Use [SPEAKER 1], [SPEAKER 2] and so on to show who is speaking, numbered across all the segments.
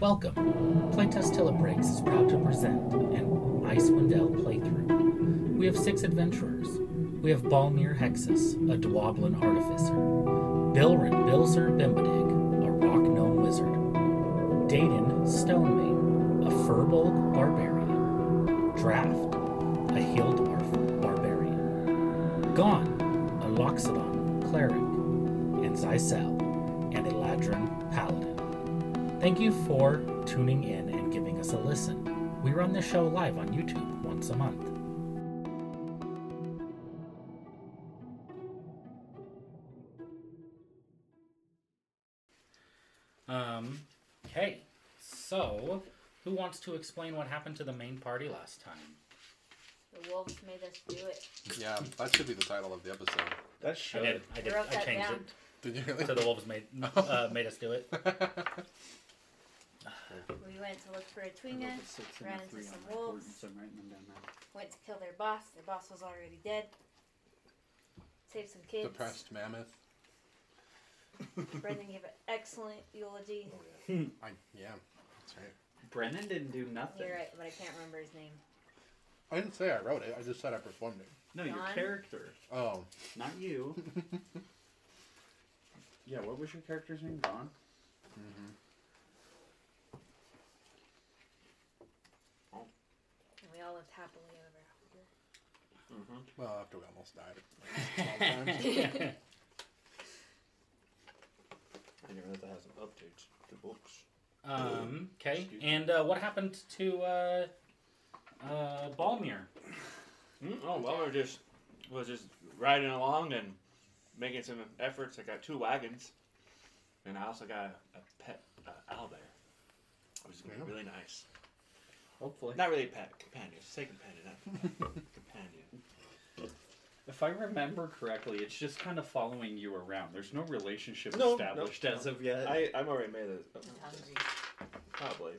[SPEAKER 1] Welcome. Playtest Till It Breaks is proud to present an Icewind Dale playthrough. We have six adventurers. We have Balmir Hexus, a Dwablin artificer. Bilrin Bilzer Bimbadig, a rock gnome wizard. Dayton Stonemane, a Firbolg barbarian. Draft, a hill dwarf barbarian. Gon, a Loxodon cleric. And Zysel, an Eladrin paladin. Thank you for tuning in and giving us a listen. We run the show live on YouTube once a month. Um, okay, so who wants to explain what happened to the main party last time?
[SPEAKER 2] The wolves made us do it.
[SPEAKER 3] Yeah, that should be the title of the episode.
[SPEAKER 4] That
[SPEAKER 1] I
[SPEAKER 4] should.
[SPEAKER 1] did. I did.
[SPEAKER 2] I wrote
[SPEAKER 1] I
[SPEAKER 2] that
[SPEAKER 1] changed
[SPEAKER 2] down.
[SPEAKER 3] Did you really?
[SPEAKER 1] it. So the wolves made uh, made us do it.
[SPEAKER 2] We went to look for a Twinga, ran into some wolves,
[SPEAKER 4] I'm writing them down now.
[SPEAKER 2] went to kill their boss. Their boss was already dead. Saved some kids.
[SPEAKER 3] Depressed mammoth.
[SPEAKER 2] Brendan gave an excellent eulogy.
[SPEAKER 3] I yeah, that's right.
[SPEAKER 4] Brennan didn't do nothing.
[SPEAKER 2] You're right, but I can't remember his name.
[SPEAKER 3] I didn't say I wrote it. I just said I performed it.
[SPEAKER 4] No, your
[SPEAKER 2] Don?
[SPEAKER 4] character,
[SPEAKER 3] Oh,
[SPEAKER 4] not you. yeah, what was your character's name? Don.
[SPEAKER 2] And we all lived happily ever after.
[SPEAKER 3] well, after we almost died. like, 12 times.
[SPEAKER 5] I didn't realize I had some updates to books.
[SPEAKER 1] Um, okay,
[SPEAKER 5] Excuse me.
[SPEAKER 1] and uh, what happened to uh, uh, Balmir?
[SPEAKER 5] Oh well, we were just was just riding along and making some efforts. I got two wagons, and I also got a, a pet uh, owlbear, which is gonna be
[SPEAKER 3] Yeah.
[SPEAKER 5] really nice.
[SPEAKER 4] Hopefully.
[SPEAKER 5] Not really a pet, companion. Say companion, not pet, companion.
[SPEAKER 4] If I remember correctly, it's just kind of following you around. There's no relationship
[SPEAKER 5] No,
[SPEAKER 4] established
[SPEAKER 5] no,
[SPEAKER 4] as of yet.
[SPEAKER 5] I I'm already made it. oh,
[SPEAKER 2] I'm hungry.
[SPEAKER 5] Probably.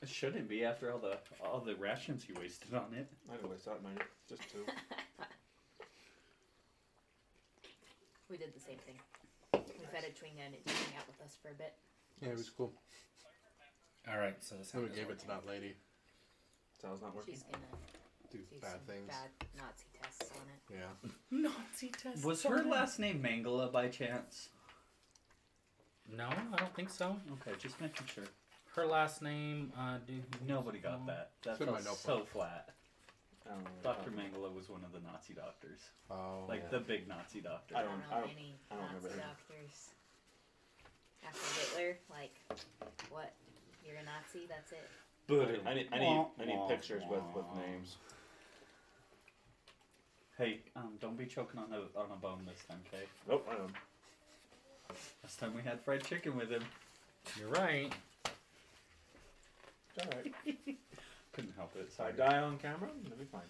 [SPEAKER 4] It shouldn't be after all the all the rations you wasted on it.
[SPEAKER 5] I didn't waste out mine. Just two.
[SPEAKER 2] We did the same thing. We fed a Twinga and it just hung out with us for a bit.
[SPEAKER 3] yeah, it was cool.
[SPEAKER 1] All right, so this
[SPEAKER 3] Then we
[SPEAKER 1] happens
[SPEAKER 3] gave
[SPEAKER 1] right
[SPEAKER 3] it to
[SPEAKER 1] now.
[SPEAKER 3] that lady.
[SPEAKER 5] So I was not working.
[SPEAKER 2] She's gonna
[SPEAKER 3] Do
[SPEAKER 2] do
[SPEAKER 3] bad
[SPEAKER 2] some
[SPEAKER 3] things.
[SPEAKER 2] bad Nazi tests on it.
[SPEAKER 3] Yeah.
[SPEAKER 1] Nazi test.
[SPEAKER 4] Was her last name Mangala by chance?
[SPEAKER 1] No, I don't think so.
[SPEAKER 4] Okay, just making sure.
[SPEAKER 1] Her last name. Uh, do
[SPEAKER 4] Nobody got that. That
[SPEAKER 3] It's in my
[SPEAKER 4] felt so
[SPEAKER 3] notebook.
[SPEAKER 4] flat.
[SPEAKER 5] I don't Um, remember.
[SPEAKER 4] Dr. Mangala was one of the Nazi doctors.
[SPEAKER 3] Oh.
[SPEAKER 4] Like
[SPEAKER 5] yeah.
[SPEAKER 4] the big Nazi doctor.
[SPEAKER 5] I don't- I don't-
[SPEAKER 2] any
[SPEAKER 5] I don't remember
[SPEAKER 2] Nazi
[SPEAKER 5] him.
[SPEAKER 2] doctors. After Hitler, like, what? You're a Nazi? That's it.
[SPEAKER 4] Boom.
[SPEAKER 5] I need I need, I need pictures with with names.
[SPEAKER 4] Hey, um, don't be choking on a on a bone this time, okay?
[SPEAKER 5] Nope, Oh, I don't.
[SPEAKER 4] Last time we had fried chicken with him,
[SPEAKER 1] You're right.
[SPEAKER 5] All right.
[SPEAKER 4] couldn't help it.
[SPEAKER 5] So I
[SPEAKER 4] Sorry.
[SPEAKER 5] die on camera. That'll be fine.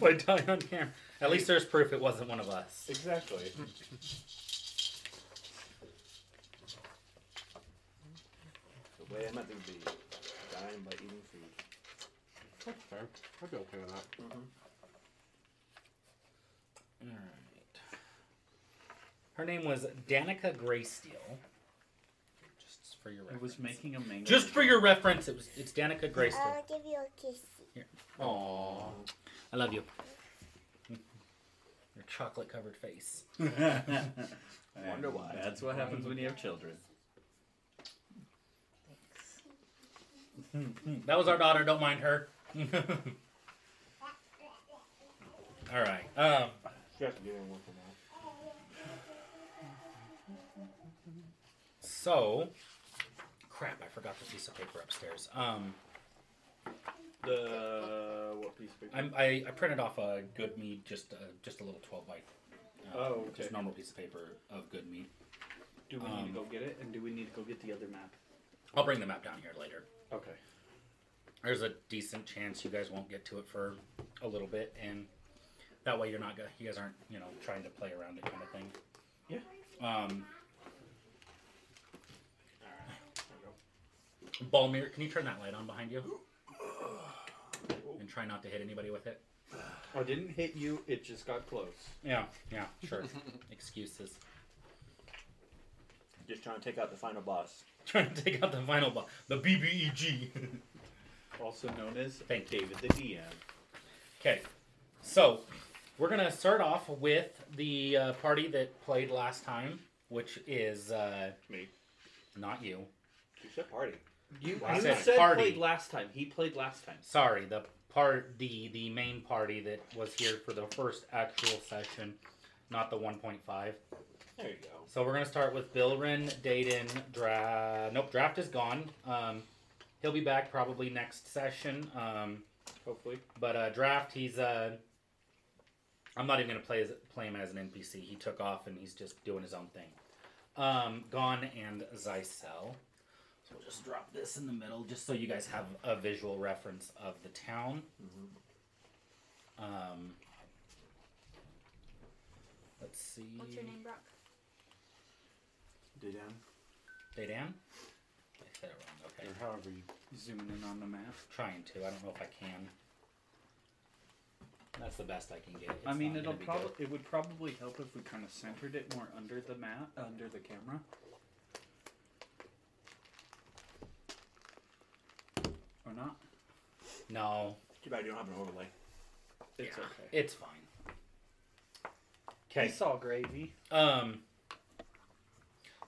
[SPEAKER 1] Why die on camera? At least there's proof it wasn't one of us.
[SPEAKER 5] Exactly. the way I meant to be, dying by eating food.
[SPEAKER 3] That's fair. I'd be okay with that.
[SPEAKER 1] All right. Her name was Danica Graysteel. Just for your
[SPEAKER 4] I
[SPEAKER 1] reference.
[SPEAKER 4] was making a mango.
[SPEAKER 1] Just for your reference, it was it's Danica Graysteel.
[SPEAKER 6] I'll give you a kiss.
[SPEAKER 1] Aww. I love you. Your chocolate covered face.
[SPEAKER 5] Wonder why.
[SPEAKER 4] That's what happens when you have children.
[SPEAKER 2] Thanks.
[SPEAKER 1] That was our daughter, don't mind her. All right. Um,
[SPEAKER 5] You have to get in one for that.
[SPEAKER 1] so crap, I forgot the piece of paper upstairs. Um
[SPEAKER 5] The what piece of paper?
[SPEAKER 1] I'm, I, I printed off a good mead, just uh, just a little twelve by. Uh,
[SPEAKER 5] Oh, okay.
[SPEAKER 1] Just normal piece of paper of good mead.
[SPEAKER 4] Do we need to go get it, and do we need to go get the other map?
[SPEAKER 1] I'll bring the map down here later.
[SPEAKER 4] Okay.
[SPEAKER 1] There's a decent chance you guys won't get to it for a little bit, and that way you're not go- you guys aren't you know trying to play around it kind of thing.
[SPEAKER 4] Yeah.
[SPEAKER 1] Um,
[SPEAKER 5] There we go.
[SPEAKER 1] Balmir, can you turn that light on behind you? And try not to hit anybody with it.
[SPEAKER 4] I Oh, didn't hit you. It just got close.
[SPEAKER 1] Yeah, yeah, sure. Excuses.
[SPEAKER 5] Just trying to take out the final boss.
[SPEAKER 1] Trying to take out the final boss. The E BBEG.
[SPEAKER 4] also known as
[SPEAKER 1] Thank
[SPEAKER 4] David the DM.
[SPEAKER 1] Okay, so we're gonna start off with the uh, party that played last time, which is uh,
[SPEAKER 5] Me.
[SPEAKER 1] Not you.
[SPEAKER 5] You said party.
[SPEAKER 4] You,
[SPEAKER 1] I
[SPEAKER 4] you
[SPEAKER 1] said
[SPEAKER 4] said,
[SPEAKER 1] party.
[SPEAKER 4] played last time. He played last time.
[SPEAKER 1] Sorry, the part the the main party that was here for the first actual session, not the 1.5.
[SPEAKER 5] There you go.
[SPEAKER 1] So we're gonna start with Bilrin, Dayton, Dra. Nope, draft is gone. Um, he'll be back probably next session. Um,
[SPEAKER 4] Hopefully,
[SPEAKER 1] But uh, draft, he's. Uh, I'm not even gonna play as, play him as an NPC. He took off and he's just doing his own thing. Um, Gone and Zysel. So we'll just drop this in the middle, just so you guys have a visual reference of the town.
[SPEAKER 4] Mm-hmm.
[SPEAKER 1] Um, let's see.
[SPEAKER 2] What's your name, Brock?
[SPEAKER 5] Did I?
[SPEAKER 1] Daydan? I said it wrong. Okay.
[SPEAKER 5] however you.
[SPEAKER 4] zooming in on the map.
[SPEAKER 1] Trying to. I don't know if I can. That's the best I can get. It's
[SPEAKER 4] I mean,
[SPEAKER 1] not
[SPEAKER 4] it'll
[SPEAKER 1] gonna be good.
[SPEAKER 4] probably it would probably help if we kind of centered it more under the map, under the camera. Or not?
[SPEAKER 1] No,
[SPEAKER 5] Too bad you don't have an overlay.
[SPEAKER 4] It's
[SPEAKER 1] Yeah.
[SPEAKER 4] okay.
[SPEAKER 1] It's fine. Okay.
[SPEAKER 4] It's all gravy.
[SPEAKER 1] Um.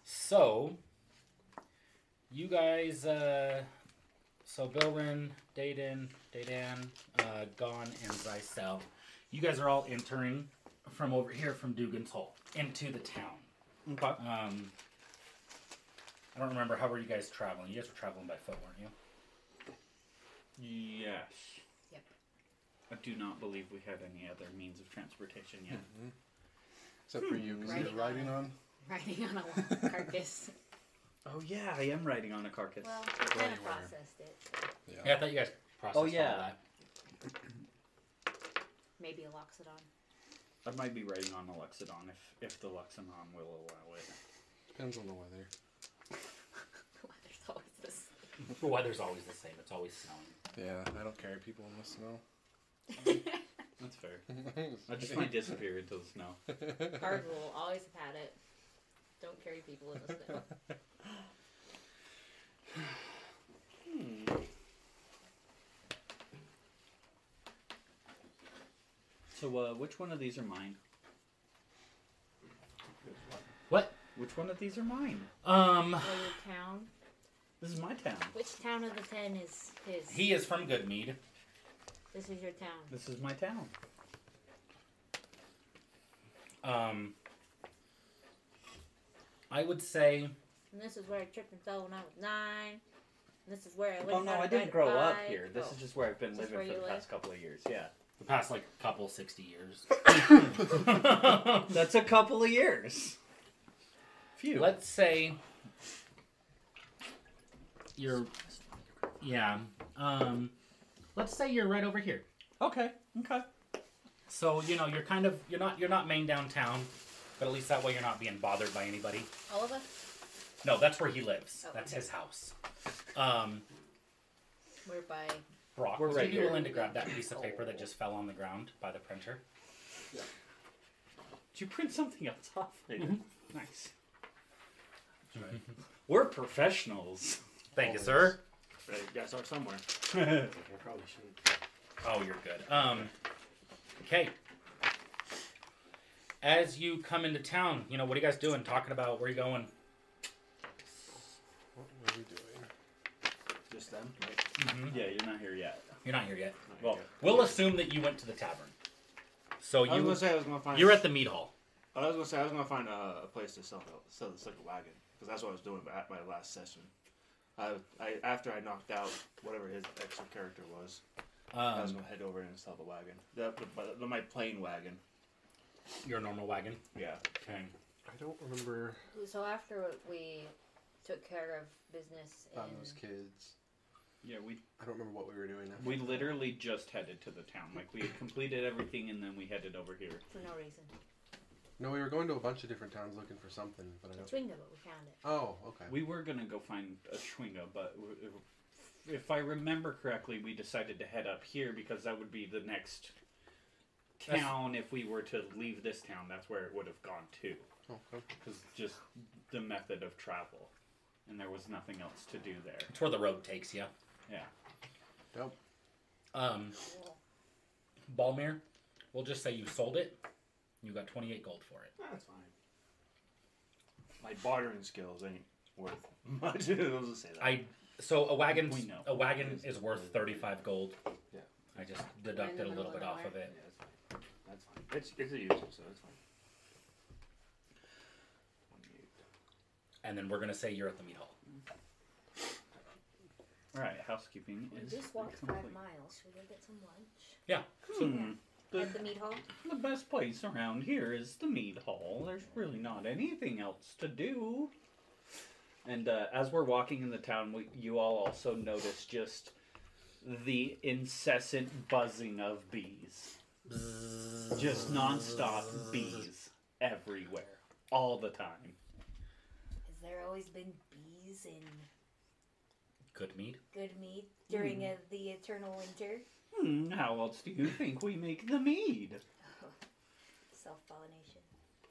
[SPEAKER 1] So, you guys, uh, so Bilrin, Dayden, Daydan, uh, Gon, and Zysel, you guys are all entering from over here from Dugan's Hole into the town.
[SPEAKER 4] Okay.
[SPEAKER 1] Um, I don't remember how were you guys traveling. You guys were traveling by foot, weren't you?
[SPEAKER 4] Yes.
[SPEAKER 2] Yep.
[SPEAKER 4] I do not believe we had any other means of transportation yet.
[SPEAKER 3] Except for you, because
[SPEAKER 2] Riding
[SPEAKER 3] you're riding
[SPEAKER 2] on
[SPEAKER 3] on.
[SPEAKER 2] Riding on a long carcass.
[SPEAKER 4] Oh yeah, I am riding on a carcass.
[SPEAKER 2] Well, we kind of
[SPEAKER 3] anywhere.
[SPEAKER 2] processed it.
[SPEAKER 1] Yeah, I thought you guys processed all
[SPEAKER 4] yeah.
[SPEAKER 1] that.
[SPEAKER 2] Maybe a loxodon.
[SPEAKER 4] I might be riding on a Luxodon if if the Luxodon will allow it.
[SPEAKER 3] Depends on the weather.
[SPEAKER 2] The weather's always this.
[SPEAKER 1] The weather's always the same. It's always snowing.
[SPEAKER 3] Yeah, I don't carry people in the snow.
[SPEAKER 4] That's fair. I just might disappear into the snow.
[SPEAKER 2] Hard rule. Always have had it. Don't carry people in the snow.
[SPEAKER 4] So uh, which one of these are mine?
[SPEAKER 1] What?
[SPEAKER 4] Which one of these are mine?
[SPEAKER 1] Um,
[SPEAKER 2] Or your town.
[SPEAKER 4] This is my town.
[SPEAKER 2] Which town of the ten is his?
[SPEAKER 1] he is from Goodmead.
[SPEAKER 2] This is your town.
[SPEAKER 4] This is my town.
[SPEAKER 1] Um, I would say
[SPEAKER 2] And this is where I tripped and fell when I was nine. And this is where I learned
[SPEAKER 4] Oh no,
[SPEAKER 2] how to
[SPEAKER 4] I
[SPEAKER 2] ride
[SPEAKER 4] didn't
[SPEAKER 2] a
[SPEAKER 4] grow up
[SPEAKER 2] bike.
[SPEAKER 4] here. This
[SPEAKER 2] Oh.
[SPEAKER 4] is just where I've been
[SPEAKER 2] Is this
[SPEAKER 4] living
[SPEAKER 2] where
[SPEAKER 4] for the
[SPEAKER 2] you
[SPEAKER 4] past couple of years. Yeah,
[SPEAKER 1] the past like couple sixty years.
[SPEAKER 4] that's a couple of years. Phew.
[SPEAKER 1] Let's say you're, yeah. Um, let's say you're right over here.
[SPEAKER 4] okay. Okay.
[SPEAKER 1] So you know you're kind of you're not you're not main downtown, but at least that way you're not being bothered by anybody.
[SPEAKER 2] All of us.
[SPEAKER 1] No, that's where he lives.
[SPEAKER 2] Oh,
[SPEAKER 1] that's
[SPEAKER 2] okay.
[SPEAKER 1] his house. Um,
[SPEAKER 2] We're by.
[SPEAKER 1] Brock,
[SPEAKER 4] We're
[SPEAKER 1] would
[SPEAKER 4] right
[SPEAKER 1] you be
[SPEAKER 4] here.
[SPEAKER 1] willing to grab that piece of paper that just fell on the ground by the printer?
[SPEAKER 4] Did you print something else off? I did. Nice. We're professionals.
[SPEAKER 1] Thank
[SPEAKER 5] Always.
[SPEAKER 1] you, sir.
[SPEAKER 5] Right, you gotta start somewhere. I probably shouldn't.
[SPEAKER 1] Oh, you're good. Um, okay. As you come into town, you know what are you guys doing? Talking about where you going?
[SPEAKER 3] What were we doing?
[SPEAKER 5] Just them. Right?
[SPEAKER 1] hmm
[SPEAKER 4] yeah, you're not here yet.
[SPEAKER 1] You're not here yet.
[SPEAKER 5] Not
[SPEAKER 1] Well,
[SPEAKER 5] yet.
[SPEAKER 1] we'll assume that you went to the tavern. So
[SPEAKER 5] I was
[SPEAKER 1] you
[SPEAKER 5] gonna say I was gonna find.
[SPEAKER 1] you're at the meat hall.
[SPEAKER 5] I was gonna say I was gonna find a, a place to sell the sell the second wagon because that's what I was doing at my last session. I, I after I knocked out whatever his extra character was, I was
[SPEAKER 1] Um,
[SPEAKER 5] gonna head over and sell the wagon. The, the, the- my plane wagon.
[SPEAKER 1] your normal wagon.
[SPEAKER 5] Yeah.
[SPEAKER 1] Okay.
[SPEAKER 3] I don't remember.
[SPEAKER 2] So after we took care of business in
[SPEAKER 3] Found those kids.
[SPEAKER 4] Yeah, we
[SPEAKER 3] I don't remember what we were doing. After
[SPEAKER 4] we
[SPEAKER 3] that.
[SPEAKER 4] literally just headed to the town. Like we had completed everything and then we headed over here.
[SPEAKER 2] for no reason.
[SPEAKER 3] No, we were going to a bunch of different towns looking for something, but I
[SPEAKER 2] It's
[SPEAKER 3] don't.
[SPEAKER 2] Wingo, but we found it.
[SPEAKER 3] Oh, okay.
[SPEAKER 4] We were gonna go find a Schwingo, but w- w- if I remember correctly, we decided to head up here because that would be the next
[SPEAKER 1] That's-
[SPEAKER 4] town. If we were to leave this town, that's where it would have gone to.
[SPEAKER 3] Okay.
[SPEAKER 4] because just the method of travel, and there was nothing else to do there.
[SPEAKER 1] It's where the road takes you.
[SPEAKER 4] Yeah.
[SPEAKER 3] Dope.
[SPEAKER 1] Um,
[SPEAKER 2] Cool.
[SPEAKER 1] Balmir, we'll just say you sold it. You got 28 gold for it.
[SPEAKER 5] Ah, That's fine. My bartering skills ain't worth much. I'll just say that.
[SPEAKER 1] I so a wagon
[SPEAKER 4] We know.
[SPEAKER 1] a wagon is worth 35 gold.
[SPEAKER 5] Yeah.
[SPEAKER 1] I just deducted a little bit off of
[SPEAKER 5] yeah,
[SPEAKER 1] it.
[SPEAKER 5] that's fine. That's fine. It's it's a user, so it's fine.
[SPEAKER 1] And then we're gonna say you're at the meat hall.
[SPEAKER 4] All right. Housekeeping
[SPEAKER 2] We
[SPEAKER 4] is
[SPEAKER 2] just walked
[SPEAKER 4] complete.
[SPEAKER 2] five miles. Should we go get some lunch?
[SPEAKER 1] Yeah.
[SPEAKER 4] Hmm.
[SPEAKER 2] At the meat hall?
[SPEAKER 4] The best place around here is the mead hall. There's really not anything else to do. And uh, as we're walking in the town, we, you all also notice just the incessant buzzing of bees. Just nonstop bees everywhere, all the time.
[SPEAKER 2] Has there always been bees in
[SPEAKER 1] Good meat.
[SPEAKER 2] good meat during uh, the eternal winter?
[SPEAKER 4] Hmm, how else do you think we make the mead?
[SPEAKER 2] Self pollination.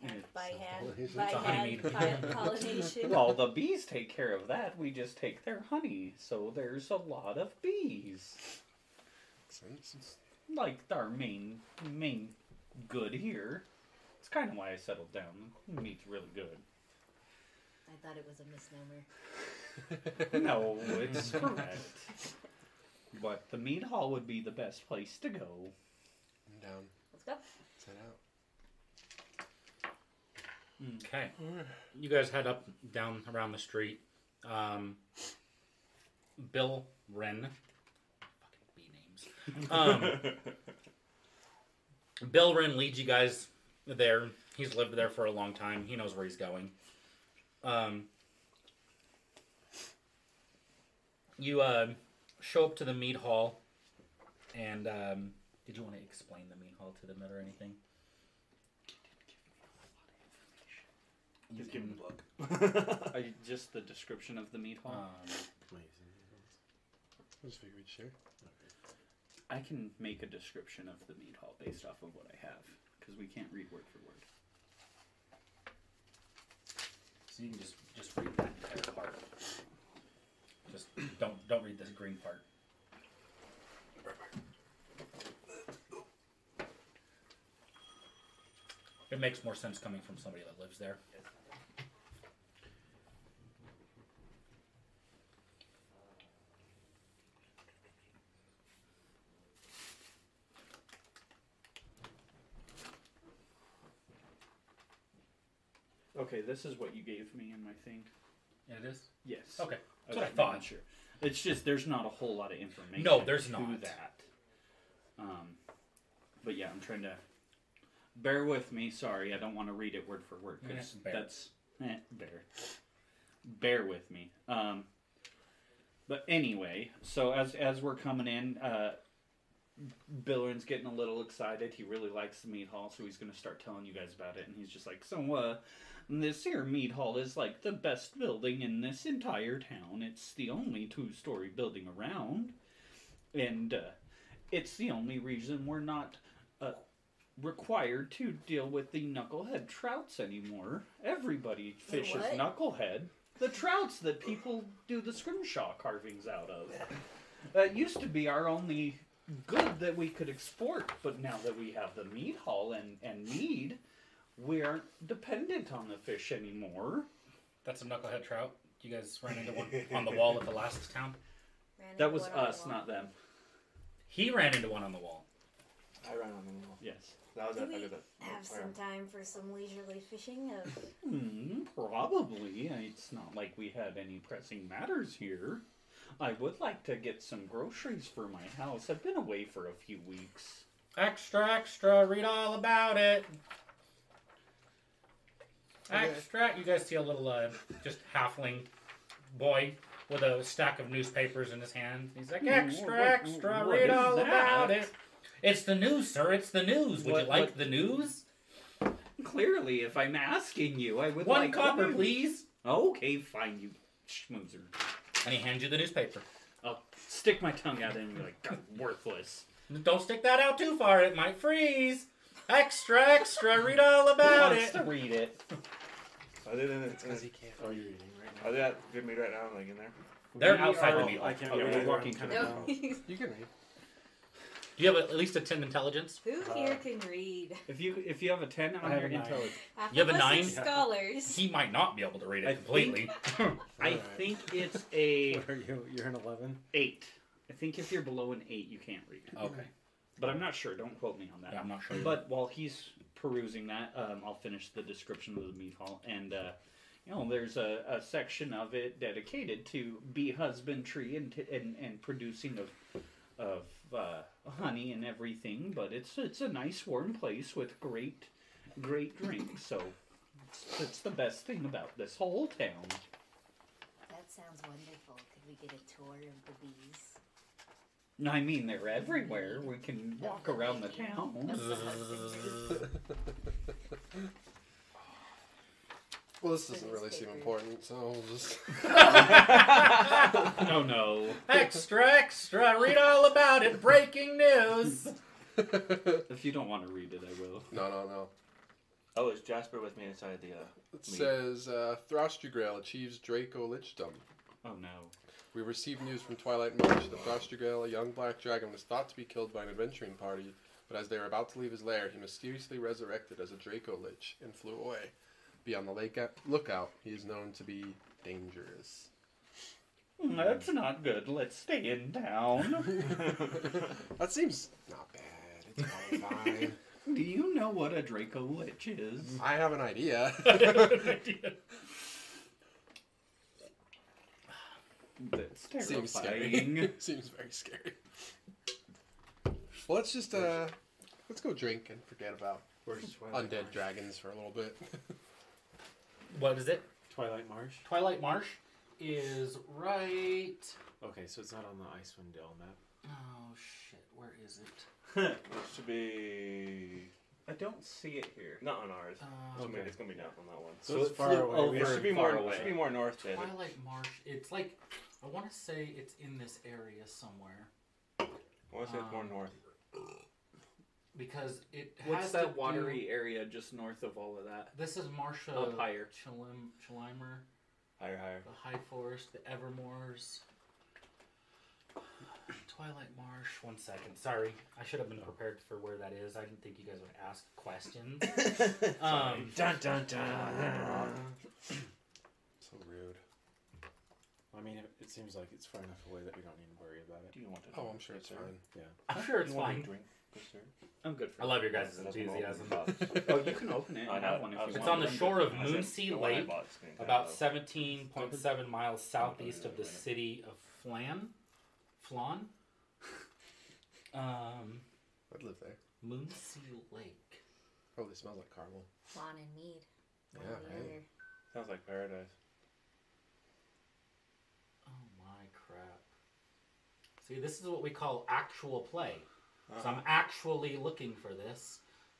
[SPEAKER 4] It's-
[SPEAKER 2] By hand,
[SPEAKER 3] self-pollination.
[SPEAKER 2] by
[SPEAKER 1] It's a
[SPEAKER 2] hand
[SPEAKER 1] honeymoon.
[SPEAKER 2] pol- pollination.
[SPEAKER 4] Well, the bees take care of that. We just take their honey. So there's a lot of bees.
[SPEAKER 3] Makes sense.
[SPEAKER 4] like our main main good here. It's kind of why I settled down. Meat's really good.
[SPEAKER 2] I thought it was a misnomer.
[SPEAKER 4] No, it's correct. But the meat hall would be the best place to go.
[SPEAKER 3] I'm down.
[SPEAKER 2] Let's go.
[SPEAKER 3] Set out.
[SPEAKER 1] Okay. You guys head up down around the street. Um, Bill Wren. Fucking B names. Um, Bill Wren leads you guys there. He's lived there for a long time. He knows where he's going. Um, you uh, show up to the meat hall, and um, did you want to explain the meat hall to them or anything?
[SPEAKER 5] Just give him the book.
[SPEAKER 4] just the description of the meat hall.
[SPEAKER 1] Um,
[SPEAKER 3] I just figured we'd share.
[SPEAKER 4] Uh, I can make a description of the meat hall based off of what I have because we can't read word for word.
[SPEAKER 1] So you can just just read that entire part. Just don't don't read this green part. It makes more sense coming from somebody that lives there.
[SPEAKER 4] Okay, this is what you gave me in my thing.
[SPEAKER 1] It is
[SPEAKER 4] Yes.
[SPEAKER 1] okay. That's
[SPEAKER 4] Okay,
[SPEAKER 1] what I thought.
[SPEAKER 4] not Sure. It's just there's not a whole lot of information.
[SPEAKER 1] No, there's
[SPEAKER 4] to
[SPEAKER 1] not.
[SPEAKER 4] that. Um, but yeah, I'm trying to. Bear with me. Sorry, I don't want to read it word for word because
[SPEAKER 1] Eh, bear.
[SPEAKER 4] that's eh, bear. Bear with me. Um, but anyway, so as as we're coming in, uh, Billerin's getting a little excited. He really likes the meat hall, so he's gonna start telling you guys about it. And he's just like, so uh, this here meat hall is like the best building in this entire town. It's the only two story building around. And uh, it's the only reason we're not uh, required to deal with the knucklehead trouts anymore. Everybody fishes
[SPEAKER 2] what?
[SPEAKER 4] knucklehead. The trouts that people do the scrimshaw carvings out of. That used to be our only good that we could export, but now that we have the meat hall and, and mead, we aren't dependent on the fish anymore.
[SPEAKER 1] That's a knucklehead trout. You guys ran into one on the wall at the last town.
[SPEAKER 2] Ran into
[SPEAKER 4] That was
[SPEAKER 2] one on the
[SPEAKER 4] us,
[SPEAKER 2] wall.
[SPEAKER 4] not them.
[SPEAKER 1] He ran into one on the wall.
[SPEAKER 5] I ran on the wall.
[SPEAKER 4] Yes.
[SPEAKER 5] That was
[SPEAKER 2] Do
[SPEAKER 5] it. I
[SPEAKER 2] we
[SPEAKER 5] did it.
[SPEAKER 2] have some time for some leisurely fishing of
[SPEAKER 4] Hmm, probably. It's not like we had any pressing matters here. I would like to get some groceries for my house. I've been away for a few weeks.
[SPEAKER 1] Extra, extra, read all about it.
[SPEAKER 3] Okay.
[SPEAKER 1] Extra. You guys see a little, uh, just halfling boy with a stack of newspapers in his hand. He's like,
[SPEAKER 4] Hmm,
[SPEAKER 1] extra,
[SPEAKER 4] what-
[SPEAKER 1] extra,
[SPEAKER 4] what
[SPEAKER 1] read
[SPEAKER 4] is
[SPEAKER 1] all about
[SPEAKER 4] that?"
[SPEAKER 1] it. It's the news, sir. It's the news. Would
[SPEAKER 4] What-
[SPEAKER 1] you like
[SPEAKER 4] what-
[SPEAKER 1] the news?
[SPEAKER 4] Clearly, if I'm asking you, I would
[SPEAKER 1] One
[SPEAKER 4] like
[SPEAKER 1] copper, please.
[SPEAKER 4] Okay, fine, you schmoozer.
[SPEAKER 1] And he hands you the newspaper.
[SPEAKER 4] I'll stick my tongue out and be like, God, worthless.
[SPEAKER 1] Don't stick that out too far. It might freeze. Extra, extra, read all
[SPEAKER 4] Who
[SPEAKER 1] about
[SPEAKER 4] wants
[SPEAKER 1] it.
[SPEAKER 4] to read it?
[SPEAKER 5] I did in
[SPEAKER 3] It's because he
[SPEAKER 5] it.
[SPEAKER 3] can't.
[SPEAKER 5] Oh, you're eating right now. I did that good meat right now, like in there.
[SPEAKER 1] They're
[SPEAKER 4] We
[SPEAKER 1] outside
[SPEAKER 4] are-
[SPEAKER 1] the meatloaf.
[SPEAKER 4] I can't
[SPEAKER 5] Oh,
[SPEAKER 4] read.
[SPEAKER 5] yeah.
[SPEAKER 4] We're walking to the
[SPEAKER 3] No.
[SPEAKER 2] No.
[SPEAKER 3] You can read.
[SPEAKER 1] Do you have at least a ten intelligence?
[SPEAKER 2] Who here
[SPEAKER 4] Uh,
[SPEAKER 2] can read?
[SPEAKER 4] If you if you have a ten on
[SPEAKER 6] have
[SPEAKER 4] your
[SPEAKER 6] a nine.
[SPEAKER 4] intelligence,
[SPEAKER 2] Half
[SPEAKER 1] You have
[SPEAKER 2] of
[SPEAKER 1] a
[SPEAKER 2] us are
[SPEAKER 1] nine?
[SPEAKER 2] Scholars.
[SPEAKER 1] He might not be able to read it
[SPEAKER 4] I
[SPEAKER 1] completely.
[SPEAKER 4] I
[SPEAKER 3] Alright.
[SPEAKER 4] think it's a
[SPEAKER 7] What are you? You're an eleven.
[SPEAKER 4] eight. I think if you're below an eight, you can't read.
[SPEAKER 1] Okay.
[SPEAKER 4] But I'm not sure. Don't quote me on that.
[SPEAKER 1] Yeah, I'm not sure.
[SPEAKER 4] But while he's perusing that, um, I'll finish the description of the meat hall. And, uh, you know, there's a, a section of it dedicated to bee husbandry and, t- and, and producing of of uh, honey and everything. But it's it's a nice warm place with great great drinks. So it's, it's the best thing about this whole town.
[SPEAKER 2] That sounds wonderful. Could we get a tour of the bees?
[SPEAKER 4] I mean, they're everywhere. We can walk around the town.
[SPEAKER 1] Uh,
[SPEAKER 3] Well, this
[SPEAKER 2] The
[SPEAKER 3] doesn't really seem
[SPEAKER 2] newspaper.
[SPEAKER 3] important, so we'll just.
[SPEAKER 4] Oh no.
[SPEAKER 1] extra, extra! Read all about it. Breaking news.
[SPEAKER 4] If you don't want to read it, I will.
[SPEAKER 3] no, no, no.
[SPEAKER 5] Oh, is Jasper with me inside the? Uh,
[SPEAKER 3] It
[SPEAKER 5] Me.
[SPEAKER 3] says uh, Throstrugrail achieves Draco Lichdom.
[SPEAKER 4] Oh no.
[SPEAKER 3] We received news from Twilight March that Throstrugrail, a young black dragon, was thought to be killed by an adventuring party, but as they were about to leave his lair, he mysteriously resurrected as a Draco Lich and flew away. Be on the lake lookout. He is known to be dangerous.
[SPEAKER 4] Mm, That's not good. Let's stay in town.
[SPEAKER 3] That seems not bad. It's probably fine.
[SPEAKER 4] Do you know what a Draco Lich is?
[SPEAKER 3] I have an idea.
[SPEAKER 4] That's
[SPEAKER 3] seems scary.
[SPEAKER 4] terrifying.
[SPEAKER 3] seems very scary. Well, let's just uh, let's go drink and forget about
[SPEAKER 7] Where's Twilight
[SPEAKER 3] undead
[SPEAKER 7] Marsh?
[SPEAKER 3] dragons for a little bit.
[SPEAKER 1] What is it?
[SPEAKER 7] Twilight Marsh
[SPEAKER 1] Twilight Marsh is right.
[SPEAKER 7] Okay, so it's not on the Icewind Dale map.
[SPEAKER 1] Oh shit! Where is it?
[SPEAKER 5] it should be
[SPEAKER 4] I don't see it here.
[SPEAKER 5] not on ours.
[SPEAKER 1] Uh,
[SPEAKER 5] It's gonna be-
[SPEAKER 7] okay.
[SPEAKER 5] It's gonna be down on that one.
[SPEAKER 7] So,
[SPEAKER 4] So
[SPEAKER 7] it's oh,
[SPEAKER 4] it
[SPEAKER 7] far
[SPEAKER 4] flew
[SPEAKER 7] away.
[SPEAKER 4] over.
[SPEAKER 7] We
[SPEAKER 5] It
[SPEAKER 7] have-
[SPEAKER 5] should be
[SPEAKER 4] far
[SPEAKER 5] more.
[SPEAKER 4] away.
[SPEAKER 5] It should be more north. David.
[SPEAKER 1] Twilight Marsh. It's like I want to say it's in this area somewhere
[SPEAKER 5] I want to say it's more
[SPEAKER 1] Um,
[SPEAKER 5] north.
[SPEAKER 1] because it has
[SPEAKER 4] What's
[SPEAKER 1] to
[SPEAKER 4] that
[SPEAKER 1] do-
[SPEAKER 4] watery area just north of all of that?
[SPEAKER 1] This is Marsha
[SPEAKER 4] Up higher.
[SPEAKER 1] Chilim, Chilimer,
[SPEAKER 5] Higher, higher.
[SPEAKER 1] the High Forest, the Evermores. Twilight Marsh. One second. Sorry, I should have been prepared for where that is. I didn't think you guys would ask questions. um,
[SPEAKER 7] Dun dun dun.
[SPEAKER 3] so rude.
[SPEAKER 7] I mean, it, it seems like it's far enough away that we don't need to worry about it.
[SPEAKER 5] Do you want to?
[SPEAKER 3] Oh, I'm sure it's fine.
[SPEAKER 1] I'm sure it's
[SPEAKER 5] you want
[SPEAKER 1] fine.
[SPEAKER 5] to drink? Yes, sir.
[SPEAKER 4] I'm good for
[SPEAKER 1] I love your guys'
[SPEAKER 5] That's what I'm
[SPEAKER 1] enthusiasm.
[SPEAKER 5] hoping for.
[SPEAKER 4] Oh, you can open it.
[SPEAKER 5] I
[SPEAKER 4] I
[SPEAKER 5] know.
[SPEAKER 4] have one if you
[SPEAKER 5] It's
[SPEAKER 4] want.
[SPEAKER 1] It's on the
[SPEAKER 4] I'm
[SPEAKER 1] shore
[SPEAKER 4] good.
[SPEAKER 1] of
[SPEAKER 5] I said
[SPEAKER 1] Moonsea
[SPEAKER 5] the one I
[SPEAKER 1] Lake,
[SPEAKER 5] bought is green,
[SPEAKER 1] about
[SPEAKER 5] though.
[SPEAKER 1] 17.7 miles southeast of the city of Flan. Flan? Um,
[SPEAKER 3] I'd live there.
[SPEAKER 1] Moonsea Lake.
[SPEAKER 3] Probably smells like caramel.
[SPEAKER 2] Juan and Mead. One
[SPEAKER 3] Yeah,
[SPEAKER 2] or the
[SPEAKER 3] right.
[SPEAKER 2] other.
[SPEAKER 5] Sounds like paradise.
[SPEAKER 1] Oh my crap. See, this is what we call actual play. So I'm actually looking for this.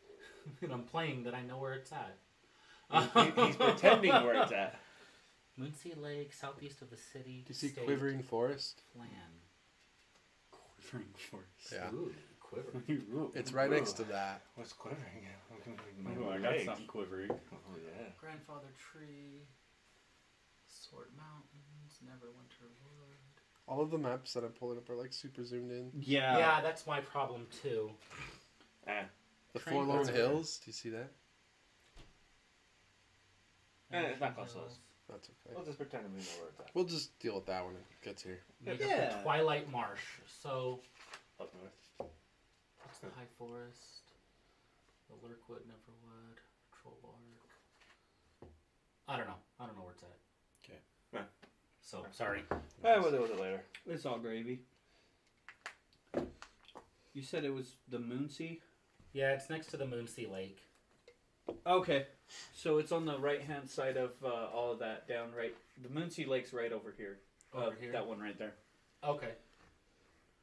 [SPEAKER 1] and I'm playing that I know where it's at. Uh-huh.
[SPEAKER 5] He- he's pretending where it's at.
[SPEAKER 1] Moonsea Lake, southeast of the city.
[SPEAKER 3] Do you see
[SPEAKER 1] state,
[SPEAKER 3] quivering forest?
[SPEAKER 1] Flan.
[SPEAKER 4] Quivering forest.
[SPEAKER 3] Yeah.
[SPEAKER 1] Ooh, quiver.
[SPEAKER 3] It's right next to that.
[SPEAKER 5] What's quivering? We can- we can
[SPEAKER 4] Ooh,
[SPEAKER 5] move
[SPEAKER 4] I
[SPEAKER 5] our
[SPEAKER 4] got
[SPEAKER 5] legs.
[SPEAKER 4] something quivering.
[SPEAKER 5] Oh yeah.
[SPEAKER 1] Grandfather Tree, Sword Mountains, Neverwinter Wood.
[SPEAKER 3] All of the maps that I'm pulling up are like super zoomed in.
[SPEAKER 4] Yeah.
[SPEAKER 1] yeah, that's my problem too.
[SPEAKER 5] Eh.
[SPEAKER 3] The
[SPEAKER 1] Train
[SPEAKER 3] Forlorn
[SPEAKER 1] goes-
[SPEAKER 3] Hills. Do you see that?
[SPEAKER 5] Eh, it's not close to us.
[SPEAKER 3] That's okay.
[SPEAKER 5] We'll just pretend we know where it's at.
[SPEAKER 3] We'll just deal with that when it gets here.
[SPEAKER 1] Meet up at
[SPEAKER 4] Yeah.
[SPEAKER 1] Twilight Marsh. So
[SPEAKER 5] Up north.
[SPEAKER 1] What's the High Forest? The Lurkwood, Neverwood, Troll Ark. I don't know. I don't know where it's at.
[SPEAKER 3] 'Kay.
[SPEAKER 5] Huh.
[SPEAKER 1] So sorry.
[SPEAKER 5] Eh, we'll deal with it later.
[SPEAKER 4] It's all gravy. You said it was the Moonsea?
[SPEAKER 1] Yeah, it's next to the Moonsea Lake.
[SPEAKER 4] Okay, so it's on the right hand side of uh, all of that down right. The Moonsea Lake's right over here.
[SPEAKER 1] Over
[SPEAKER 4] uh,
[SPEAKER 1] here?
[SPEAKER 4] That one right there.
[SPEAKER 1] Okay.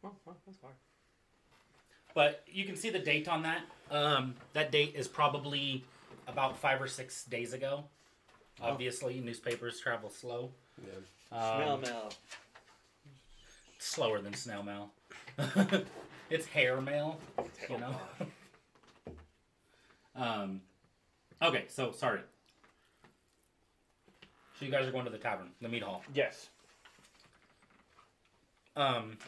[SPEAKER 5] Oh, well, that's far.
[SPEAKER 1] But you can see the date on that. Um, that date is probably about five or six days ago.
[SPEAKER 5] Oh.
[SPEAKER 1] Obviously, newspapers travel slow.
[SPEAKER 3] Yeah.
[SPEAKER 1] Um,
[SPEAKER 5] Smell, Mel.
[SPEAKER 1] slower than snail mail. it's hair mail, you know. um, okay, so sorry. So you guys are going to the tavern, the meat hall.
[SPEAKER 5] Yes.
[SPEAKER 1] Um,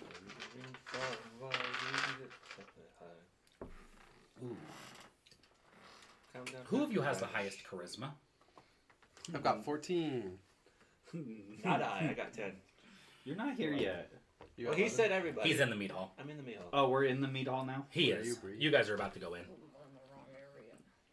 [SPEAKER 1] who of you has the highest charisma?
[SPEAKER 3] I've got 14.
[SPEAKER 5] Not I. I got ten.
[SPEAKER 4] You're not here yet.
[SPEAKER 3] You
[SPEAKER 5] Well,
[SPEAKER 3] got
[SPEAKER 5] he
[SPEAKER 3] 11?
[SPEAKER 5] said everybody.
[SPEAKER 1] He's in the meat hall.
[SPEAKER 5] I'm in the meal.
[SPEAKER 4] Oh, we're in the meat hall now.
[SPEAKER 1] He
[SPEAKER 3] Where are
[SPEAKER 1] is.
[SPEAKER 3] you, Bree?
[SPEAKER 1] You guys are about to go in.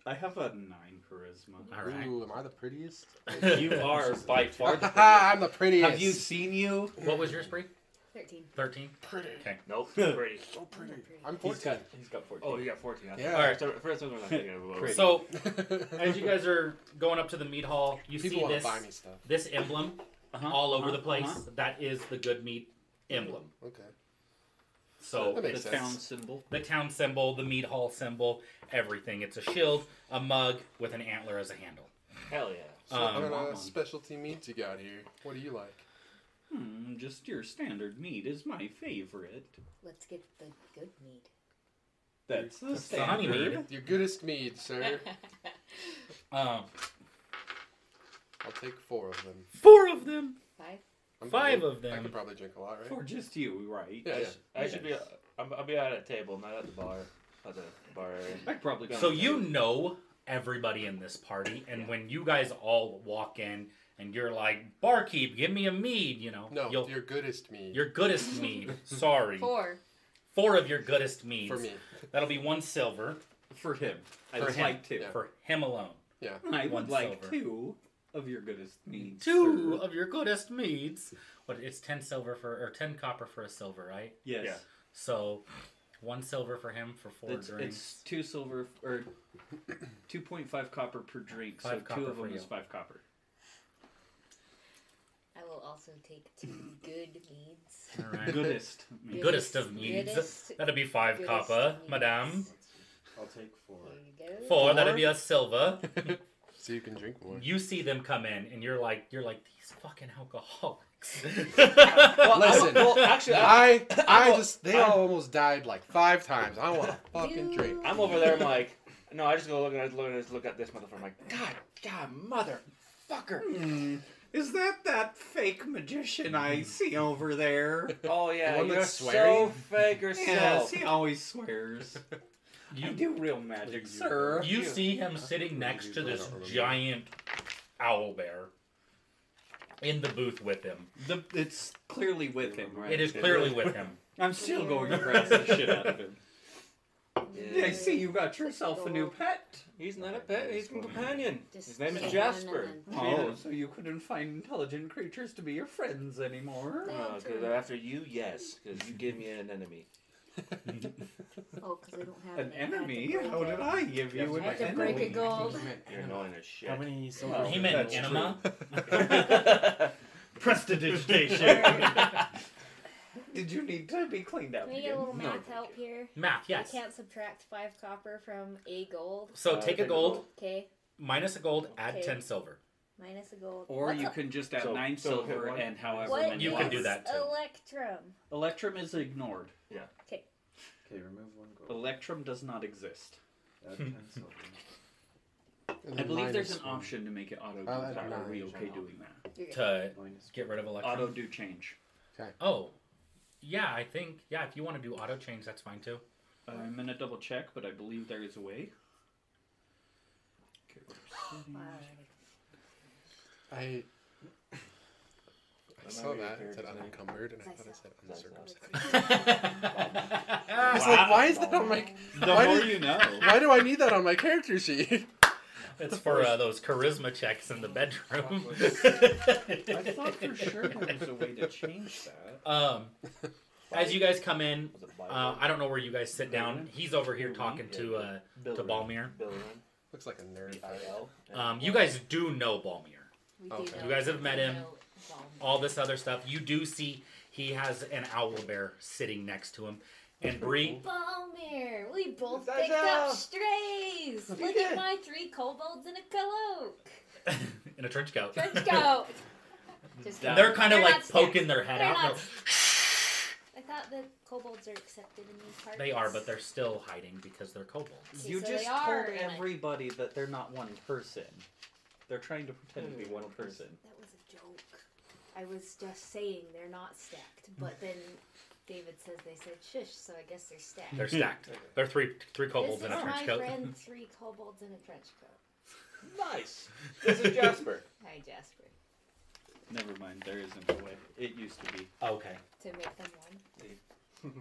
[SPEAKER 4] I have a nine charisma.
[SPEAKER 1] All right.
[SPEAKER 3] Ooh, am I the prettiest?
[SPEAKER 5] You are by far the prettiest.
[SPEAKER 3] I'm the prettiest.
[SPEAKER 4] Have you seen you?
[SPEAKER 1] What was your spree?
[SPEAKER 2] 13.
[SPEAKER 1] 13?
[SPEAKER 3] pretty?
[SPEAKER 5] Nope. Pretty.
[SPEAKER 3] So pretty.
[SPEAKER 2] pretty.
[SPEAKER 3] I'm
[SPEAKER 4] He's
[SPEAKER 3] 14.
[SPEAKER 4] got he's got fourteen.
[SPEAKER 5] Oh, you got fourteen.
[SPEAKER 3] Yeah.
[SPEAKER 5] All right. So first one. I'm thinking of was-
[SPEAKER 4] Pretty.
[SPEAKER 1] So, as you guys are going up to the meat hall, you
[SPEAKER 3] People
[SPEAKER 1] see
[SPEAKER 3] want
[SPEAKER 1] this
[SPEAKER 3] to buy me stuff.
[SPEAKER 1] this emblem
[SPEAKER 4] Uh-huh,
[SPEAKER 1] all over the
[SPEAKER 4] uh-huh,
[SPEAKER 1] place.
[SPEAKER 4] uh-huh.
[SPEAKER 1] That is the good meat emblem.
[SPEAKER 3] Okay.
[SPEAKER 1] So
[SPEAKER 3] That makes
[SPEAKER 4] the
[SPEAKER 3] sense.
[SPEAKER 4] town symbol.
[SPEAKER 1] the town symbol, the meat hall symbol, everything. It's a shield, a mug with an antler as a handle.
[SPEAKER 5] Hell yeah.
[SPEAKER 3] So
[SPEAKER 1] Um,
[SPEAKER 3] what
[SPEAKER 4] want
[SPEAKER 3] kind
[SPEAKER 4] one.
[SPEAKER 3] of specialty meats you got here? What do you like?
[SPEAKER 4] Hmm, just your standard meat is my favorite.
[SPEAKER 2] Let's get the good meat.
[SPEAKER 4] That's the
[SPEAKER 1] the honey
[SPEAKER 4] standard.
[SPEAKER 3] Your goodest mead, sir.
[SPEAKER 1] Um,
[SPEAKER 3] I'll take four of them.
[SPEAKER 1] four of them,
[SPEAKER 2] Five?
[SPEAKER 3] I'm
[SPEAKER 1] five
[SPEAKER 3] good.
[SPEAKER 1] of
[SPEAKER 3] I could
[SPEAKER 1] them.
[SPEAKER 3] probably drink a lot, right?
[SPEAKER 4] For just you, right?
[SPEAKER 3] Yeah,
[SPEAKER 5] I,
[SPEAKER 3] yeah.
[SPEAKER 5] sh- I should be.
[SPEAKER 4] Yes.
[SPEAKER 5] I'm, I'll be out at a table, not at the bar. At the bar area.
[SPEAKER 4] I could probably.
[SPEAKER 1] So you know everybody in this party, and when you guys all walk in and you're like, "Barkeep, give me a mead," you know,
[SPEAKER 3] No,
[SPEAKER 1] you'll,
[SPEAKER 3] your goodest mead.
[SPEAKER 1] your goodest mead. Sorry, four.
[SPEAKER 2] Four.
[SPEAKER 1] of your goodest meads.
[SPEAKER 3] for me.
[SPEAKER 1] That'll be one silver
[SPEAKER 4] for him. I'd
[SPEAKER 1] For him.
[SPEAKER 4] like to.
[SPEAKER 3] Yeah.
[SPEAKER 1] for him alone.
[SPEAKER 3] Yeah.
[SPEAKER 4] I would
[SPEAKER 1] One
[SPEAKER 4] like
[SPEAKER 1] silver.
[SPEAKER 4] two of your goodest meats.
[SPEAKER 1] two
[SPEAKER 4] sir.
[SPEAKER 1] of your goodest meads. What it's ten silver for or ten copper for a silver, right?
[SPEAKER 4] Yes.
[SPEAKER 5] Yeah.
[SPEAKER 1] So one silver for him for four
[SPEAKER 4] It's,
[SPEAKER 1] drinks.
[SPEAKER 4] it's two silver or two point five copper per drink.
[SPEAKER 1] Five
[SPEAKER 4] so two
[SPEAKER 1] copper
[SPEAKER 4] of them
[SPEAKER 1] for
[SPEAKER 4] is
[SPEAKER 1] you.
[SPEAKER 4] five copper.
[SPEAKER 2] I will also take two good meads.
[SPEAKER 1] All right.
[SPEAKER 4] Goodest. meat.
[SPEAKER 1] Good- Goodest of meads.
[SPEAKER 2] Goodest,
[SPEAKER 1] That'd be five
[SPEAKER 2] goodest
[SPEAKER 1] copper,
[SPEAKER 2] meads.
[SPEAKER 1] madame.
[SPEAKER 7] I'll take four.
[SPEAKER 2] Here you
[SPEAKER 1] Four,
[SPEAKER 2] go.
[SPEAKER 3] Four?
[SPEAKER 1] that'd be a silver.
[SPEAKER 3] So you can drink more.
[SPEAKER 1] you see them come in and you're like you're like these fucking alcoholics.
[SPEAKER 5] Well, I-
[SPEAKER 3] Listen.
[SPEAKER 5] well, actually, I,
[SPEAKER 3] I I
[SPEAKER 5] I'm a-
[SPEAKER 3] just they all almost died like five times. I want to fucking drink.
[SPEAKER 5] I'm over there. I'm like, no, I just go look at look at look at this motherfucker. I'm like, God, God, mother, fucker.
[SPEAKER 4] Hmm. Is that that fake magician
[SPEAKER 1] Mm-hmm.
[SPEAKER 4] I see over there?
[SPEAKER 5] Oh yeah,
[SPEAKER 3] The one
[SPEAKER 5] you're
[SPEAKER 3] that's
[SPEAKER 5] so
[SPEAKER 3] swearing?
[SPEAKER 5] fake yourself.
[SPEAKER 4] always swears. You
[SPEAKER 1] you
[SPEAKER 4] do real magic,
[SPEAKER 3] You-
[SPEAKER 4] sir.
[SPEAKER 1] you see him sitting next to this giant owl bear in the booth with him.
[SPEAKER 4] The, it's clearly with him, right?
[SPEAKER 1] It is clearly with him.
[SPEAKER 4] I'm still going to grab the shit out of him.
[SPEAKER 2] Yeah.
[SPEAKER 4] I see you got yourself a
[SPEAKER 2] Oh.
[SPEAKER 4] new pet.
[SPEAKER 5] He's not a pet. He's a companion.
[SPEAKER 2] Just
[SPEAKER 5] His name
[SPEAKER 2] take
[SPEAKER 5] is Jasper.
[SPEAKER 2] one and then-
[SPEAKER 4] Oh, so you couldn't find intelligent creatures to be your friends anymore?
[SPEAKER 5] Uh, 'cause after you, yes, because you give me an enemy.
[SPEAKER 2] Oh, because I don't have
[SPEAKER 4] An
[SPEAKER 2] any. I have to break
[SPEAKER 4] enemy? How
[SPEAKER 2] it.
[SPEAKER 4] did I give you
[SPEAKER 2] I
[SPEAKER 4] an
[SPEAKER 2] have to break
[SPEAKER 4] enemy?
[SPEAKER 2] it gold.
[SPEAKER 5] You're annoying as shit.
[SPEAKER 7] How many silver?
[SPEAKER 1] He meant
[SPEAKER 4] That's
[SPEAKER 1] enema.
[SPEAKER 4] Prestidigitation. Did you need to be cleaned up?
[SPEAKER 2] Can we get a little
[SPEAKER 4] again?
[SPEAKER 2] math help here?
[SPEAKER 1] Math, yes.
[SPEAKER 2] We can't subtract five copper from a gold.
[SPEAKER 1] So
[SPEAKER 5] Uh,
[SPEAKER 1] take
[SPEAKER 5] take
[SPEAKER 1] a
[SPEAKER 5] a
[SPEAKER 1] gold,
[SPEAKER 2] Okay,
[SPEAKER 1] minus a gold, add
[SPEAKER 2] Okay.
[SPEAKER 1] ten silver.
[SPEAKER 2] minus a gold.
[SPEAKER 4] Or
[SPEAKER 2] What's
[SPEAKER 4] you
[SPEAKER 2] a-
[SPEAKER 4] can just add
[SPEAKER 5] So-
[SPEAKER 4] nine
[SPEAKER 5] so hit
[SPEAKER 4] silver
[SPEAKER 5] one.
[SPEAKER 4] and however
[SPEAKER 2] What
[SPEAKER 4] many.
[SPEAKER 1] You can do
[SPEAKER 2] is
[SPEAKER 1] that, too.
[SPEAKER 2] Electrum.
[SPEAKER 4] Electrum is ignored.
[SPEAKER 7] Okay, remove one gold.
[SPEAKER 4] Electrum does not exist.
[SPEAKER 7] Add ten silver.
[SPEAKER 3] And
[SPEAKER 4] I
[SPEAKER 3] then
[SPEAKER 4] believe there's
[SPEAKER 3] minus
[SPEAKER 4] an
[SPEAKER 3] one.
[SPEAKER 4] option to make it auto do
[SPEAKER 3] I'll add
[SPEAKER 4] that.
[SPEAKER 3] a
[SPEAKER 4] Are we
[SPEAKER 3] nine.
[SPEAKER 4] okay doing that?
[SPEAKER 2] You're good.
[SPEAKER 1] To
[SPEAKER 7] Minus
[SPEAKER 1] get rid of electrum.
[SPEAKER 4] Auto do change.
[SPEAKER 1] Oh, yeah, I think yeah. If you want to do auto change, that's fine too.
[SPEAKER 4] I'm gonna double check, but I believe there is a way.
[SPEAKER 2] Wow.
[SPEAKER 3] I. I
[SPEAKER 5] Am I
[SPEAKER 3] saw that
[SPEAKER 5] reappeared
[SPEAKER 3] it said
[SPEAKER 5] tonight?
[SPEAKER 3] unencumbered, and I thought it said uncircumcised.
[SPEAKER 1] I
[SPEAKER 3] I was like, why is that
[SPEAKER 1] Oh
[SPEAKER 3] on my?
[SPEAKER 4] The
[SPEAKER 3] Why
[SPEAKER 4] more
[SPEAKER 3] did-
[SPEAKER 4] you know.
[SPEAKER 3] Why do I need that on my character sheet?
[SPEAKER 1] It's for uh, those charisma checks in the bedroom.
[SPEAKER 4] I thought for sure there was a way to change that.
[SPEAKER 1] um, as you guys come in,
[SPEAKER 5] Was it Byron?
[SPEAKER 1] uh, I don't know where you guys sit down. He's over here talking to uh, to
[SPEAKER 5] Bilrin.
[SPEAKER 1] Balmir.
[SPEAKER 5] Bilrin.
[SPEAKER 3] Looks like a nerd.
[SPEAKER 5] B-I-L.
[SPEAKER 1] Um, you guys do know Balmier.
[SPEAKER 2] We do
[SPEAKER 3] Okay.
[SPEAKER 2] know-
[SPEAKER 1] You guys have met
[SPEAKER 2] we
[SPEAKER 1] him.
[SPEAKER 2] know Balm.
[SPEAKER 1] all this other stuff. You do see he has an owl bear sitting next to him. And Bree,
[SPEAKER 2] Balmer, we both
[SPEAKER 5] That's
[SPEAKER 2] picked up
[SPEAKER 5] all.
[SPEAKER 2] strays. Look
[SPEAKER 5] did.
[SPEAKER 2] at my three kobolds and a cloak.
[SPEAKER 1] in a trench coat,
[SPEAKER 2] Trench coat. Just
[SPEAKER 1] And
[SPEAKER 2] kidding.
[SPEAKER 1] they're kind of
[SPEAKER 2] not
[SPEAKER 1] like
[SPEAKER 2] scared.
[SPEAKER 1] poking their head
[SPEAKER 2] They're
[SPEAKER 1] out.
[SPEAKER 2] not
[SPEAKER 1] They're-
[SPEAKER 2] I thought that kobolds are accepted in these parts.
[SPEAKER 1] They are, but they're still hiding because they're kobolds.
[SPEAKER 2] See,
[SPEAKER 4] You
[SPEAKER 2] so they
[SPEAKER 4] just
[SPEAKER 2] are
[SPEAKER 4] told
[SPEAKER 2] in it.
[SPEAKER 4] everybody that they're not one person. They're trying to pretend to be one person.
[SPEAKER 2] That was a joke. I was just saying they're not stacked, but then David says they said shush, so I guess they're stacked.
[SPEAKER 3] Mhm.
[SPEAKER 1] They're stacked. They're three three kobolds
[SPEAKER 2] this
[SPEAKER 1] in a
[SPEAKER 2] is
[SPEAKER 1] trench
[SPEAKER 2] my
[SPEAKER 1] coat.
[SPEAKER 2] friend, three kobolds in a trench coat.
[SPEAKER 5] Nice. This is Jasper.
[SPEAKER 2] Hi, Jasper.
[SPEAKER 4] Never mind, there isn't a way. It used to be.
[SPEAKER 1] Okay.
[SPEAKER 2] To make them one.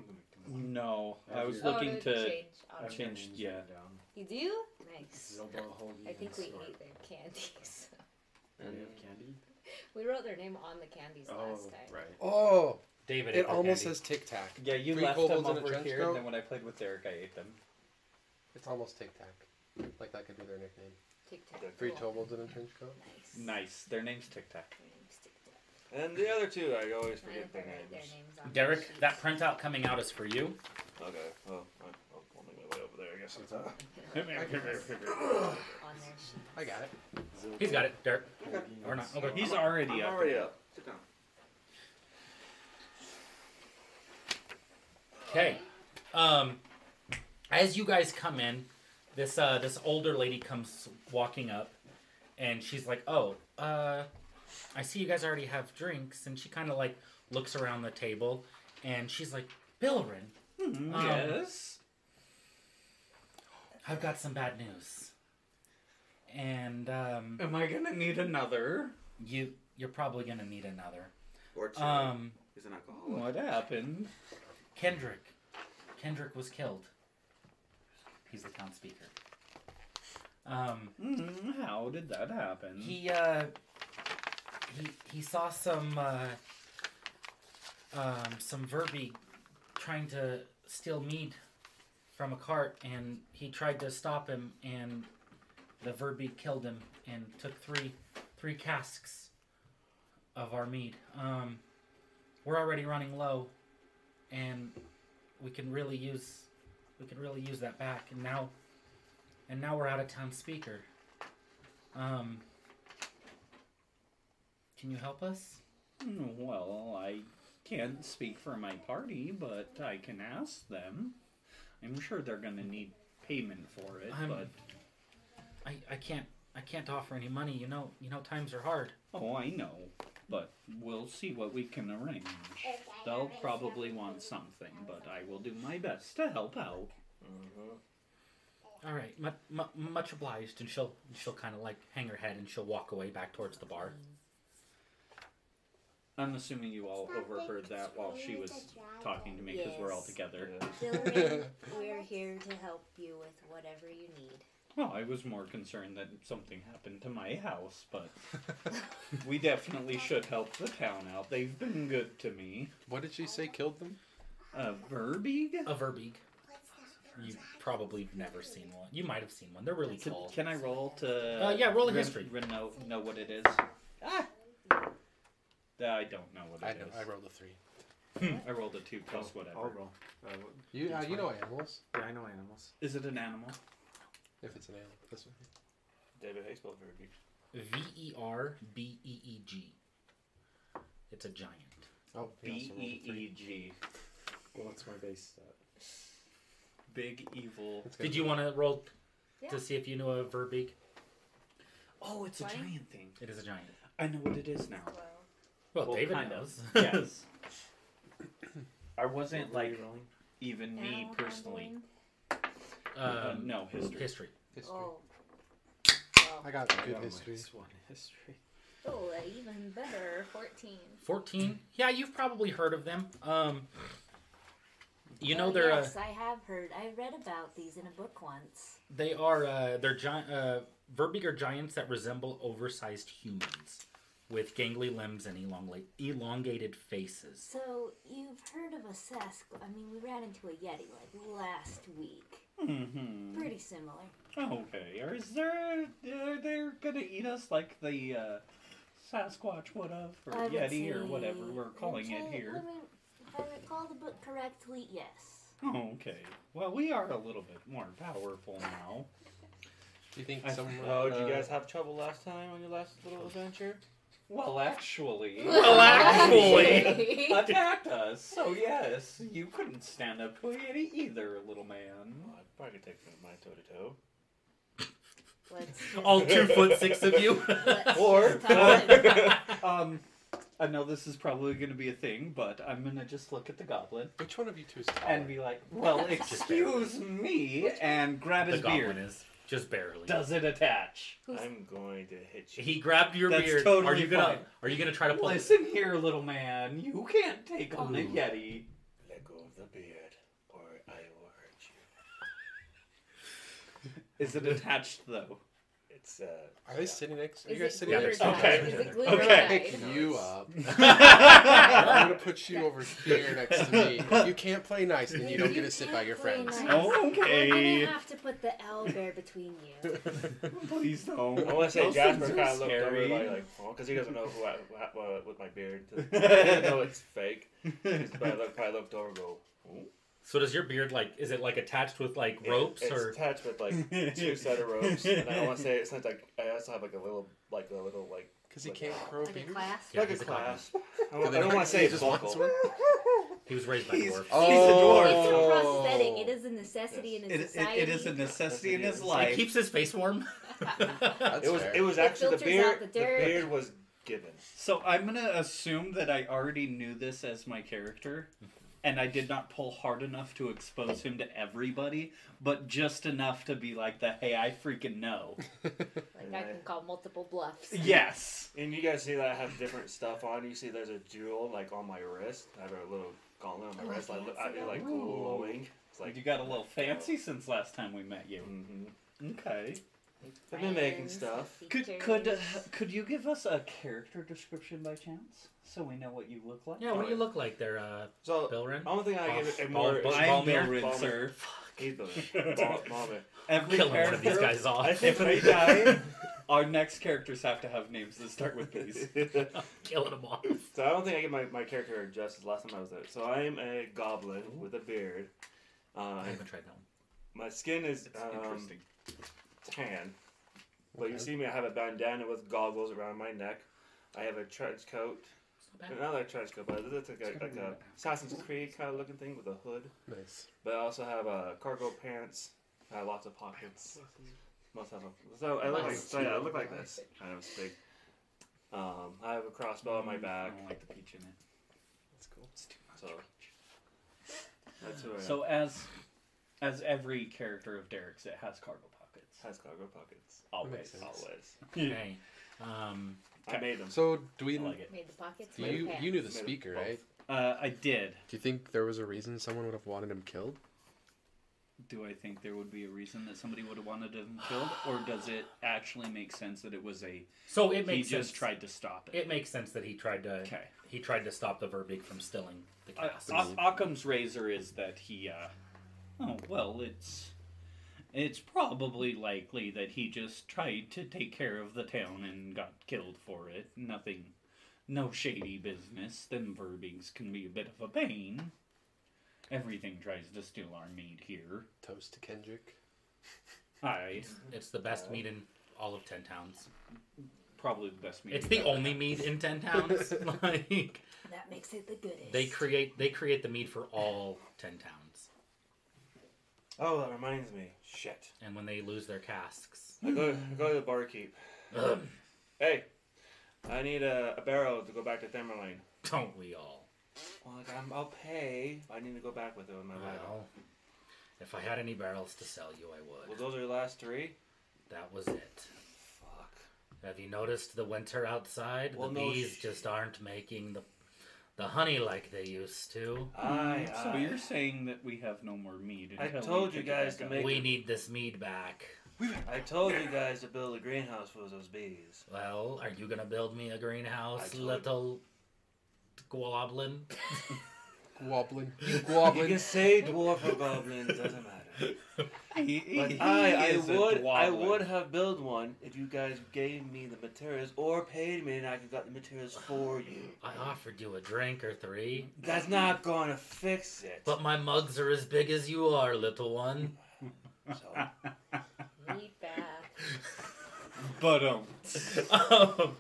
[SPEAKER 4] No, I was
[SPEAKER 2] Oh,
[SPEAKER 4] looking
[SPEAKER 2] to
[SPEAKER 4] to.
[SPEAKER 2] change. auto-
[SPEAKER 4] change- changed, yeah.
[SPEAKER 2] You do? Nice.
[SPEAKER 7] They'll blow a hole in
[SPEAKER 2] I
[SPEAKER 7] you
[SPEAKER 2] think
[SPEAKER 7] and
[SPEAKER 2] we
[SPEAKER 7] snort.
[SPEAKER 2] ate their candies.
[SPEAKER 7] And you have candy?
[SPEAKER 2] we wrote their name on the candies last time.
[SPEAKER 7] Oh, right.
[SPEAKER 3] Oh,
[SPEAKER 1] David.
[SPEAKER 3] it
[SPEAKER 1] April
[SPEAKER 3] almost
[SPEAKER 1] Candy.
[SPEAKER 3] says Tic Tac.
[SPEAKER 4] Yeah, you
[SPEAKER 3] Three
[SPEAKER 4] left them
[SPEAKER 3] kobolds in a
[SPEAKER 4] over
[SPEAKER 3] trench
[SPEAKER 4] here,
[SPEAKER 3] coat?
[SPEAKER 4] and then when I played with Derek, I ate them.
[SPEAKER 3] It's almost Tic Tac. Like that could be their nickname.
[SPEAKER 2] Tic
[SPEAKER 5] They're
[SPEAKER 2] Tac
[SPEAKER 3] Three
[SPEAKER 2] Toe.
[SPEAKER 3] kobolds in a trench coat.
[SPEAKER 2] Nice.
[SPEAKER 4] Nice. Their name's Tic Tac.
[SPEAKER 2] Their names Tic Tac.
[SPEAKER 5] And the other two, I always
[SPEAKER 2] I never
[SPEAKER 5] forget their
[SPEAKER 2] write their
[SPEAKER 5] names.
[SPEAKER 2] names on the
[SPEAKER 1] Derek,
[SPEAKER 2] sheets.
[SPEAKER 1] that printout coming out is for you.
[SPEAKER 5] Okay. Well, I'll, I'll make my way over there. I guess.
[SPEAKER 2] on their sheet.
[SPEAKER 3] I got it.
[SPEAKER 1] He's got it, Derek. Or not. Okay.
[SPEAKER 4] He's already
[SPEAKER 5] I'm
[SPEAKER 4] up.
[SPEAKER 5] already up. Sit down.
[SPEAKER 1] Okay. Um, as you guys come in, this uh, this older lady comes walking up, and she's like, "Oh, uh, I see you guys already have drinks." And she kind of like looks around the table, and she's like, "Bilrin, Um,
[SPEAKER 4] Mm-hmm. yes.
[SPEAKER 1] I've got some bad news, and um,
[SPEAKER 4] Am I gonna need another?
[SPEAKER 1] you you're probably gonna need another."
[SPEAKER 5] Or two.
[SPEAKER 1] Um,
[SPEAKER 5] He's an alcoholic.
[SPEAKER 4] What happened?
[SPEAKER 1] Kendrick, Kendrick was killed. He's the town speaker. Um.
[SPEAKER 4] Mm, how did that happen?
[SPEAKER 1] He uh he he saw some uh um some verbi trying to steal mead from a cart and he tried to stop him and the verbi killed him and took three three casks of our mead. Um we're already running low and we can really use we could really use that back and now and now we're out of town speaker. Um can you help us?
[SPEAKER 4] Mm, Well, I can't speak for my party, but I can ask them. I'm sure they're gonna need payment for it,
[SPEAKER 1] I'm-
[SPEAKER 4] but
[SPEAKER 1] I, I can't I can't offer any money. You know you know times are hard.
[SPEAKER 4] oh, I know. But we'll see what we can arrange. They'll probably want something, but I will do my best to help out.
[SPEAKER 1] All right, mu- mu- much obliged. And she'll she'll kind of like hang her head and she'll walk away back towards the bar.
[SPEAKER 4] I'm assuming you all overheard that while she was talking to me because we're all
[SPEAKER 2] Yes.
[SPEAKER 4] together.
[SPEAKER 2] Dylan, we're here to help you with whatever you need.
[SPEAKER 4] Well, I was more concerned that something happened to my house, but we definitely should help the town out. They've been good to me.
[SPEAKER 3] What did she say killed them?
[SPEAKER 4] A Verbeeg?
[SPEAKER 1] A verbeeg. You've probably never seen one. You might have seen one. They're really
[SPEAKER 4] Can,
[SPEAKER 1] tall.
[SPEAKER 4] can I roll to.
[SPEAKER 1] Uh, yeah, roll a
[SPEAKER 4] re-
[SPEAKER 1] history.
[SPEAKER 4] re- know, know what it is? Ah! I don't know what
[SPEAKER 3] I
[SPEAKER 4] it
[SPEAKER 3] know.
[SPEAKER 4] is.
[SPEAKER 3] I rolled a three.
[SPEAKER 4] I rolled a 2 plus whatever.
[SPEAKER 7] I'll roll. Uh, what-
[SPEAKER 3] You uh,
[SPEAKER 7] That's
[SPEAKER 3] you know animals.
[SPEAKER 7] yeah, I know animals.
[SPEAKER 4] Is it an animal?
[SPEAKER 3] If it's an animal, this one.
[SPEAKER 5] David Hayes spelled very big.
[SPEAKER 1] V e r b e e g. It's a giant.
[SPEAKER 7] Oh, he
[SPEAKER 4] B
[SPEAKER 7] also rolled
[SPEAKER 4] E
[SPEAKER 7] a three.
[SPEAKER 4] E G.
[SPEAKER 7] Well, that's my base stat.
[SPEAKER 4] Big evil.
[SPEAKER 3] It's
[SPEAKER 1] Did you want to roll
[SPEAKER 2] Yeah.
[SPEAKER 1] to see if you knew a verbeeg?
[SPEAKER 4] Oh, it's a
[SPEAKER 2] Twenty?
[SPEAKER 4] giant thing.
[SPEAKER 1] It is a giant.
[SPEAKER 4] I know what it is now.
[SPEAKER 2] Well,
[SPEAKER 1] Well,
[SPEAKER 4] Well,
[SPEAKER 1] David
[SPEAKER 4] kind of.
[SPEAKER 1] knows.
[SPEAKER 4] Yes. I wasn't
[SPEAKER 7] What were you
[SPEAKER 4] like
[SPEAKER 7] rolling?
[SPEAKER 4] even me
[SPEAKER 2] animal
[SPEAKER 4] personally.
[SPEAKER 2] handling?
[SPEAKER 4] Uh,
[SPEAKER 1] um,
[SPEAKER 4] no history.
[SPEAKER 1] history.
[SPEAKER 3] History.
[SPEAKER 2] Oh.
[SPEAKER 3] I
[SPEAKER 2] Well,
[SPEAKER 3] got
[SPEAKER 7] I
[SPEAKER 3] good
[SPEAKER 7] got
[SPEAKER 3] history.
[SPEAKER 7] minus one history.
[SPEAKER 2] oh, even better. 14.
[SPEAKER 1] 14 yeah you've probably heard of them um you know
[SPEAKER 2] Oh,
[SPEAKER 1] they're uh,
[SPEAKER 2] Yes, I have heard. I read about these in a book once.
[SPEAKER 1] they are uh they're giant uh verbeeg are giants that resemble oversized humans with gangly limbs and elongate, elongated faces
[SPEAKER 2] So, you've heard of a Sask. I mean, we ran into a Yeti like last week.
[SPEAKER 4] Mm-hmm.
[SPEAKER 2] Pretty similar.
[SPEAKER 4] Okay. Or is there? Are they gonna eat us like the uh, Sasquatch would have, or
[SPEAKER 2] I would
[SPEAKER 4] Yeti, or
[SPEAKER 2] say-
[SPEAKER 4] whatever we're calling
[SPEAKER 2] Okay,
[SPEAKER 4] it here?
[SPEAKER 2] let me- if I recall the book correctly, yes.
[SPEAKER 4] Oh, okay. Well, we are a little bit more powerful now.
[SPEAKER 3] Do you think
[SPEAKER 4] I-
[SPEAKER 3] someone?
[SPEAKER 5] Oh, did you
[SPEAKER 3] uh,
[SPEAKER 5] guys have trouble last time on your last little adventure?
[SPEAKER 4] Well, actually,
[SPEAKER 1] Well, actually.
[SPEAKER 4] attacked us. So yes, you couldn't stand up to a Yeti either, little man.
[SPEAKER 5] Well, I probably could take my toe to toe.
[SPEAKER 2] Let's
[SPEAKER 1] All two foot six of you.
[SPEAKER 2] let's
[SPEAKER 4] Oh. Or-
[SPEAKER 2] talk.
[SPEAKER 4] Um, I know this is probably going to be a thing, but I'm going to just look at the goblin
[SPEAKER 3] Which one of you two is taller?
[SPEAKER 4] and be like, well, excuse me, and grab
[SPEAKER 1] the
[SPEAKER 4] his
[SPEAKER 1] goblin
[SPEAKER 4] beard.
[SPEAKER 1] is just barely.
[SPEAKER 4] Does it attach?
[SPEAKER 2] Who's-
[SPEAKER 5] I'm going to hit you.
[SPEAKER 1] He grabbed your
[SPEAKER 4] That's
[SPEAKER 1] beard.
[SPEAKER 4] totally
[SPEAKER 1] are you gonna
[SPEAKER 4] fine.
[SPEAKER 1] are you gonna try to pull this?
[SPEAKER 4] Listen here, little man. You can't take on a
[SPEAKER 1] Ooh.
[SPEAKER 4] Yeti.
[SPEAKER 5] Let go of the beard, or I will hurt you.
[SPEAKER 4] Is it attached, though?
[SPEAKER 5] It's uh.
[SPEAKER 3] Are they sitting next? Are
[SPEAKER 2] Is
[SPEAKER 3] you guys
[SPEAKER 2] it
[SPEAKER 3] sitting
[SPEAKER 1] Yeah,
[SPEAKER 2] glued
[SPEAKER 1] they're
[SPEAKER 2] or
[SPEAKER 3] next?
[SPEAKER 1] sitting
[SPEAKER 2] tied? Is
[SPEAKER 4] okay.
[SPEAKER 2] it glued or
[SPEAKER 4] Okay.
[SPEAKER 2] tied?
[SPEAKER 3] You up. I'm gonna put you over here next to me. If you can't play nice, then you don't get to sit by your
[SPEAKER 2] can't
[SPEAKER 3] friends.
[SPEAKER 2] play nice.
[SPEAKER 4] Oh,
[SPEAKER 2] I'm
[SPEAKER 4] okay.
[SPEAKER 2] gonna have to put the owl bear between you.
[SPEAKER 4] Please don't.
[SPEAKER 5] I want to say
[SPEAKER 4] Those
[SPEAKER 5] Jasper
[SPEAKER 4] things are
[SPEAKER 5] kind of looked
[SPEAKER 4] scary.
[SPEAKER 5] over like, like oh, because he doesn't know who I, wha- wha- with my beard. I know it's fake. He's probably looked, probably looked over and go, "Ooh."
[SPEAKER 1] So does your beard like is it like attached with like ropes
[SPEAKER 5] It- it's
[SPEAKER 1] or
[SPEAKER 5] attached with like two set of ropes, and I want to say it's not like I also have like a little like a little like
[SPEAKER 3] Because he can't grow a
[SPEAKER 2] Like a
[SPEAKER 3] beard.
[SPEAKER 2] class.
[SPEAKER 1] Yeah,
[SPEAKER 5] like a
[SPEAKER 1] he's a goblin.
[SPEAKER 5] class. I
[SPEAKER 3] Do
[SPEAKER 5] don't,
[SPEAKER 3] they
[SPEAKER 5] I don't
[SPEAKER 3] not-
[SPEAKER 5] want to say
[SPEAKER 3] he
[SPEAKER 5] it's
[SPEAKER 3] just wants
[SPEAKER 5] vocal.
[SPEAKER 3] one?
[SPEAKER 1] he was raised by
[SPEAKER 4] He's-
[SPEAKER 1] dwarves?
[SPEAKER 2] It's a
[SPEAKER 3] Oh.
[SPEAKER 2] prosthetic. It is a necessity in
[SPEAKER 4] It,
[SPEAKER 2] a
[SPEAKER 4] it,
[SPEAKER 2] society.
[SPEAKER 4] it is a necessity in his
[SPEAKER 5] It
[SPEAKER 1] It
[SPEAKER 4] life.
[SPEAKER 1] keeps his face warm.
[SPEAKER 3] That's
[SPEAKER 5] It was
[SPEAKER 3] fair.
[SPEAKER 5] it was
[SPEAKER 2] It
[SPEAKER 5] actually the
[SPEAKER 2] filters out
[SPEAKER 5] beard.
[SPEAKER 2] the
[SPEAKER 5] The,
[SPEAKER 2] dirt.
[SPEAKER 5] beard was given.
[SPEAKER 4] So I'm gonna assume that I already knew this as my character, and I did not pull hard enough to expose him to everybody, but just enough to be like the hey, I freaking know.
[SPEAKER 2] Like I can call multiple bluffs.
[SPEAKER 4] yes.
[SPEAKER 5] And you guys see that I have different stuff on. You see, there's a jewel like on my wrist. I have a little gauntlet on my
[SPEAKER 2] Oh,
[SPEAKER 5] wrist. Like,
[SPEAKER 2] fancy
[SPEAKER 5] I, it, like
[SPEAKER 4] that.
[SPEAKER 5] glowing. It's
[SPEAKER 4] Like
[SPEAKER 5] like
[SPEAKER 4] you got a little fancy since last time we met you.
[SPEAKER 5] hmm
[SPEAKER 4] Okay.
[SPEAKER 5] I've been making
[SPEAKER 2] Friends,
[SPEAKER 5] stuff.
[SPEAKER 4] Could
[SPEAKER 2] features.
[SPEAKER 4] could uh, could you give us a character description by chance, so we know what you look like?
[SPEAKER 1] Yeah, what do you look like there, uh
[SPEAKER 5] So
[SPEAKER 1] Bilrin?
[SPEAKER 5] only thing I give it a
[SPEAKER 1] Bal-
[SPEAKER 5] more
[SPEAKER 1] Bal-
[SPEAKER 5] is
[SPEAKER 4] I'm
[SPEAKER 1] Balmer.
[SPEAKER 4] Balmer,
[SPEAKER 5] Balmer.
[SPEAKER 4] sir.
[SPEAKER 5] He's Balmer. Bal- Balmer.
[SPEAKER 4] Every
[SPEAKER 1] Killing one
[SPEAKER 4] character
[SPEAKER 1] of these guys
[SPEAKER 5] I
[SPEAKER 1] off.
[SPEAKER 5] think
[SPEAKER 4] If we
[SPEAKER 5] we
[SPEAKER 4] die, our next characters have to have names that start with these.
[SPEAKER 5] so
[SPEAKER 1] Killing them off.
[SPEAKER 5] I don't think I get my, my character addressed the last time I was there. So I am a goblin with a beard. Uh,
[SPEAKER 1] I haven't tried that one.
[SPEAKER 5] my skin is
[SPEAKER 4] It's
[SPEAKER 5] um,
[SPEAKER 4] interesting.
[SPEAKER 5] tan, but you
[SPEAKER 3] Okay.
[SPEAKER 5] see me. I have a bandana with goggles around my neck. I have a trench coat,
[SPEAKER 1] Not bad.
[SPEAKER 5] another trench coat, but it's like a, like a Assassin's Creed kind of looking thing with a hood.
[SPEAKER 3] nice.
[SPEAKER 5] But I also have uh, cargo pants. I have lots of pockets. Must have a, so I look like so yeah, I look like this. I know it's big. Um, I have a crossbow on my back.
[SPEAKER 4] Mm, I don't like the peach in it.
[SPEAKER 3] That's cool.
[SPEAKER 4] It's too much
[SPEAKER 5] So
[SPEAKER 4] peach.
[SPEAKER 5] that's who I am.
[SPEAKER 4] So as as every character of Derek's, it has cargo pockets.
[SPEAKER 5] has cargo pockets.
[SPEAKER 4] Always.
[SPEAKER 3] sense.
[SPEAKER 5] Always.
[SPEAKER 1] Okay. Um
[SPEAKER 5] I made them.
[SPEAKER 3] So do we?
[SPEAKER 4] I like it.
[SPEAKER 2] Made the pockets.
[SPEAKER 3] Do
[SPEAKER 2] made
[SPEAKER 3] you
[SPEAKER 2] the
[SPEAKER 3] you knew the
[SPEAKER 5] Made of
[SPEAKER 3] speaker,
[SPEAKER 5] both.
[SPEAKER 3] right?
[SPEAKER 4] Uh, I did.
[SPEAKER 3] Do you think there was a reason someone would have wanted him killed?
[SPEAKER 4] Do I think there would be a reason that somebody would have wanted him killed, or does it actually make sense that it was a
[SPEAKER 1] so it
[SPEAKER 4] he
[SPEAKER 1] makes sense.
[SPEAKER 4] just tried to stop it?
[SPEAKER 1] it makes sense that he tried to
[SPEAKER 4] Okay.
[SPEAKER 1] he tried to stop the Verbeek from stilling the
[SPEAKER 4] Uh,
[SPEAKER 1] cast.
[SPEAKER 4] O- Occam's razor is that he. Uh, oh well, it's it's probably likely that he just tried to take care of the town and got killed for it. Nothing, no shady business. Them Verbeeks can be a bit of a pain. Everything tries to steal our meat here.
[SPEAKER 3] Toast to Kendrick.
[SPEAKER 4] I
[SPEAKER 1] It's, it's the best meat in all of ten towns.
[SPEAKER 4] probably the best meat.
[SPEAKER 1] It's
[SPEAKER 4] we've
[SPEAKER 1] the
[SPEAKER 4] ever
[SPEAKER 1] only mead in ten towns. like
[SPEAKER 2] pack. That makes it the goodest.
[SPEAKER 1] they create they create the mead for all ten towns.
[SPEAKER 5] Oh, that reminds me. Shit.
[SPEAKER 1] And when they lose their casks,
[SPEAKER 5] I go, I go to the barkeep.
[SPEAKER 1] ugh,
[SPEAKER 5] Hey, I need a, a barrel to go back to Tamerlane.
[SPEAKER 1] don't we all?
[SPEAKER 5] Well, like, I'm, I'll pay. I need to go back with it with my barrel.
[SPEAKER 1] Well, if I had any barrels to sell you, I
[SPEAKER 5] Well,
[SPEAKER 1] would.
[SPEAKER 5] those are your last three.
[SPEAKER 1] That was it.
[SPEAKER 5] Fuck.
[SPEAKER 1] Have you noticed the winter outside?
[SPEAKER 5] Well,
[SPEAKER 1] the
[SPEAKER 5] no
[SPEAKER 1] bees
[SPEAKER 5] sh-
[SPEAKER 1] just aren't making the the honey like they used to.
[SPEAKER 5] I.
[SPEAKER 4] had. So you're saying that we have no more meat?
[SPEAKER 5] I
[SPEAKER 4] until we
[SPEAKER 5] told you
[SPEAKER 4] pick it
[SPEAKER 5] guys
[SPEAKER 4] back
[SPEAKER 5] to
[SPEAKER 4] up.
[SPEAKER 5] make-
[SPEAKER 1] We need this mead back.
[SPEAKER 5] I told you guys to build a greenhouse for those bees.
[SPEAKER 1] Well, are you gonna build me a
[SPEAKER 5] I
[SPEAKER 1] greenhouse,
[SPEAKER 5] told-
[SPEAKER 1] little goblin?
[SPEAKER 3] Wobbling.
[SPEAKER 5] You can
[SPEAKER 3] Wobbling.
[SPEAKER 5] say dwarf or goblin, doesn't matter.
[SPEAKER 4] He- he-
[SPEAKER 5] Like
[SPEAKER 4] he
[SPEAKER 5] I, I
[SPEAKER 4] is a
[SPEAKER 5] would, I
[SPEAKER 4] dwoblin.
[SPEAKER 5] would have built one if you guys gave me the materials or paid me, and I could got the materials for you.
[SPEAKER 1] I offered you a drink or three,
[SPEAKER 5] That's not gonna fix it.
[SPEAKER 1] but my mugs are as big as you are, little one.
[SPEAKER 5] So,
[SPEAKER 1] Ah.
[SPEAKER 2] Meat bath.
[SPEAKER 4] But um,
[SPEAKER 1] Um,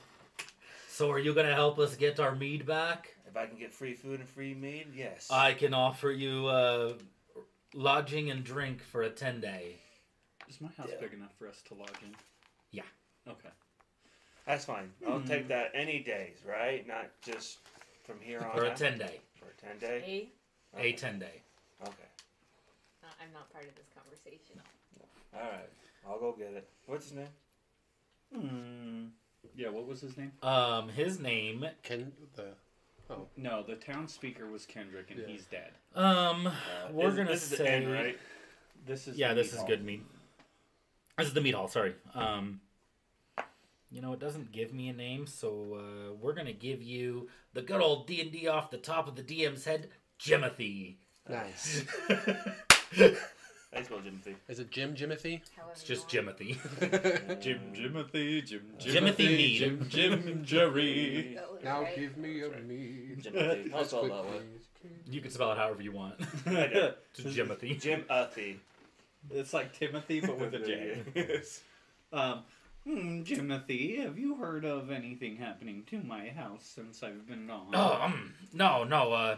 [SPEAKER 1] so are you gonna help us get our mead back?
[SPEAKER 5] if I can get free food and free meat, yes.
[SPEAKER 1] I can offer you uh, lodging and drink for a ten day.
[SPEAKER 4] is my house
[SPEAKER 5] Yeah.
[SPEAKER 4] big enough for us to lodge in? Okay.
[SPEAKER 5] That's fine. I'll
[SPEAKER 1] Mm-hmm.
[SPEAKER 5] take that any days, right? Not just from here on
[SPEAKER 1] for a
[SPEAKER 5] out.
[SPEAKER 1] ten day,
[SPEAKER 5] For a ten day.
[SPEAKER 2] Hey,
[SPEAKER 5] Okay.
[SPEAKER 1] a ten day.
[SPEAKER 5] Okay.
[SPEAKER 2] uh, I'm not part of this conversation.
[SPEAKER 5] All right. I'll go get it. What's his name?
[SPEAKER 4] Hmm. Yeah, what was his name?
[SPEAKER 1] Um, his name.
[SPEAKER 3] Can the
[SPEAKER 4] No, the town speaker was Kendrick, and
[SPEAKER 3] Yeah.
[SPEAKER 4] he's dead.
[SPEAKER 1] Um, we're
[SPEAKER 5] Is-
[SPEAKER 1] gonna
[SPEAKER 5] this is
[SPEAKER 1] say.
[SPEAKER 5] the end, right?
[SPEAKER 4] This is
[SPEAKER 1] Yeah,
[SPEAKER 4] the
[SPEAKER 1] this
[SPEAKER 4] meat
[SPEAKER 1] is
[SPEAKER 4] hall.
[SPEAKER 1] good meat. This is the meat hall. Sorry. Um, you know it doesn't give me a name, so uh, we're gonna give you the good old D and D off the top of the DM's head, Jimothy.
[SPEAKER 3] nice?
[SPEAKER 5] Thanks, Bill Jimothy.
[SPEAKER 3] Is it Jim Jimothy?
[SPEAKER 2] However
[SPEAKER 1] It's just
[SPEAKER 2] you want.
[SPEAKER 1] Jimothy.
[SPEAKER 4] Jim Jimothy, Jim
[SPEAKER 1] Jimothy Mead.
[SPEAKER 4] Jim Jim Jerry.
[SPEAKER 2] That was
[SPEAKER 3] now
[SPEAKER 2] right.
[SPEAKER 3] give me a mead.
[SPEAKER 5] Jimothy. I'll
[SPEAKER 3] As
[SPEAKER 5] spell it that
[SPEAKER 3] quickly
[SPEAKER 5] way.
[SPEAKER 3] as-
[SPEAKER 1] You can spell it however you want. It's Jimothy.
[SPEAKER 5] Jim Uthy.
[SPEAKER 4] It's like Timothy, but with a J.
[SPEAKER 5] Yes.
[SPEAKER 4] Um, hmm, Jimothy, have you heard of anything happening to my house since I've been gone?
[SPEAKER 1] Oh, um, no, no, uh,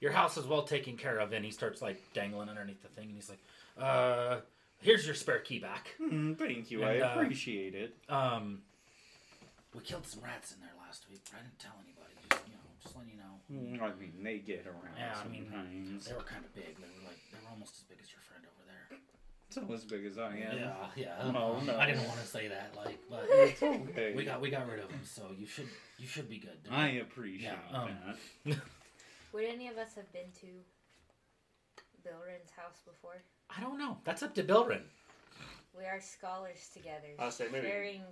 [SPEAKER 1] your house is well taken care of. And he starts like dangling underneath the thing, and he's like, uh, here's your spare key back.
[SPEAKER 4] Hmm, thank you.
[SPEAKER 1] And,
[SPEAKER 4] I
[SPEAKER 1] uh,
[SPEAKER 4] appreciate it.
[SPEAKER 1] Um, we killed some rats in there last week, but I didn't tell anybody. Just, you know, just letting you know.
[SPEAKER 4] Hmm, I mean, they get around
[SPEAKER 1] Yeah, I mean,
[SPEAKER 4] sometimes.
[SPEAKER 1] They were kind of big. They were like, they were almost as big as your friend over there.
[SPEAKER 4] It's not as big as I am.
[SPEAKER 1] yeah.
[SPEAKER 4] No, Oh, no.
[SPEAKER 1] I didn't want to say that, like, but
[SPEAKER 4] It's okay.
[SPEAKER 1] we got we got rid of them, so you should you should be good.
[SPEAKER 4] I appreciate
[SPEAKER 1] Yeah, um,
[SPEAKER 4] that.
[SPEAKER 2] Would any of us have been to Bill Ren's house before?
[SPEAKER 1] I don't know. That's up to Bilrin.
[SPEAKER 2] We are scholars together.
[SPEAKER 5] I'll say maybe-
[SPEAKER 2] Sharing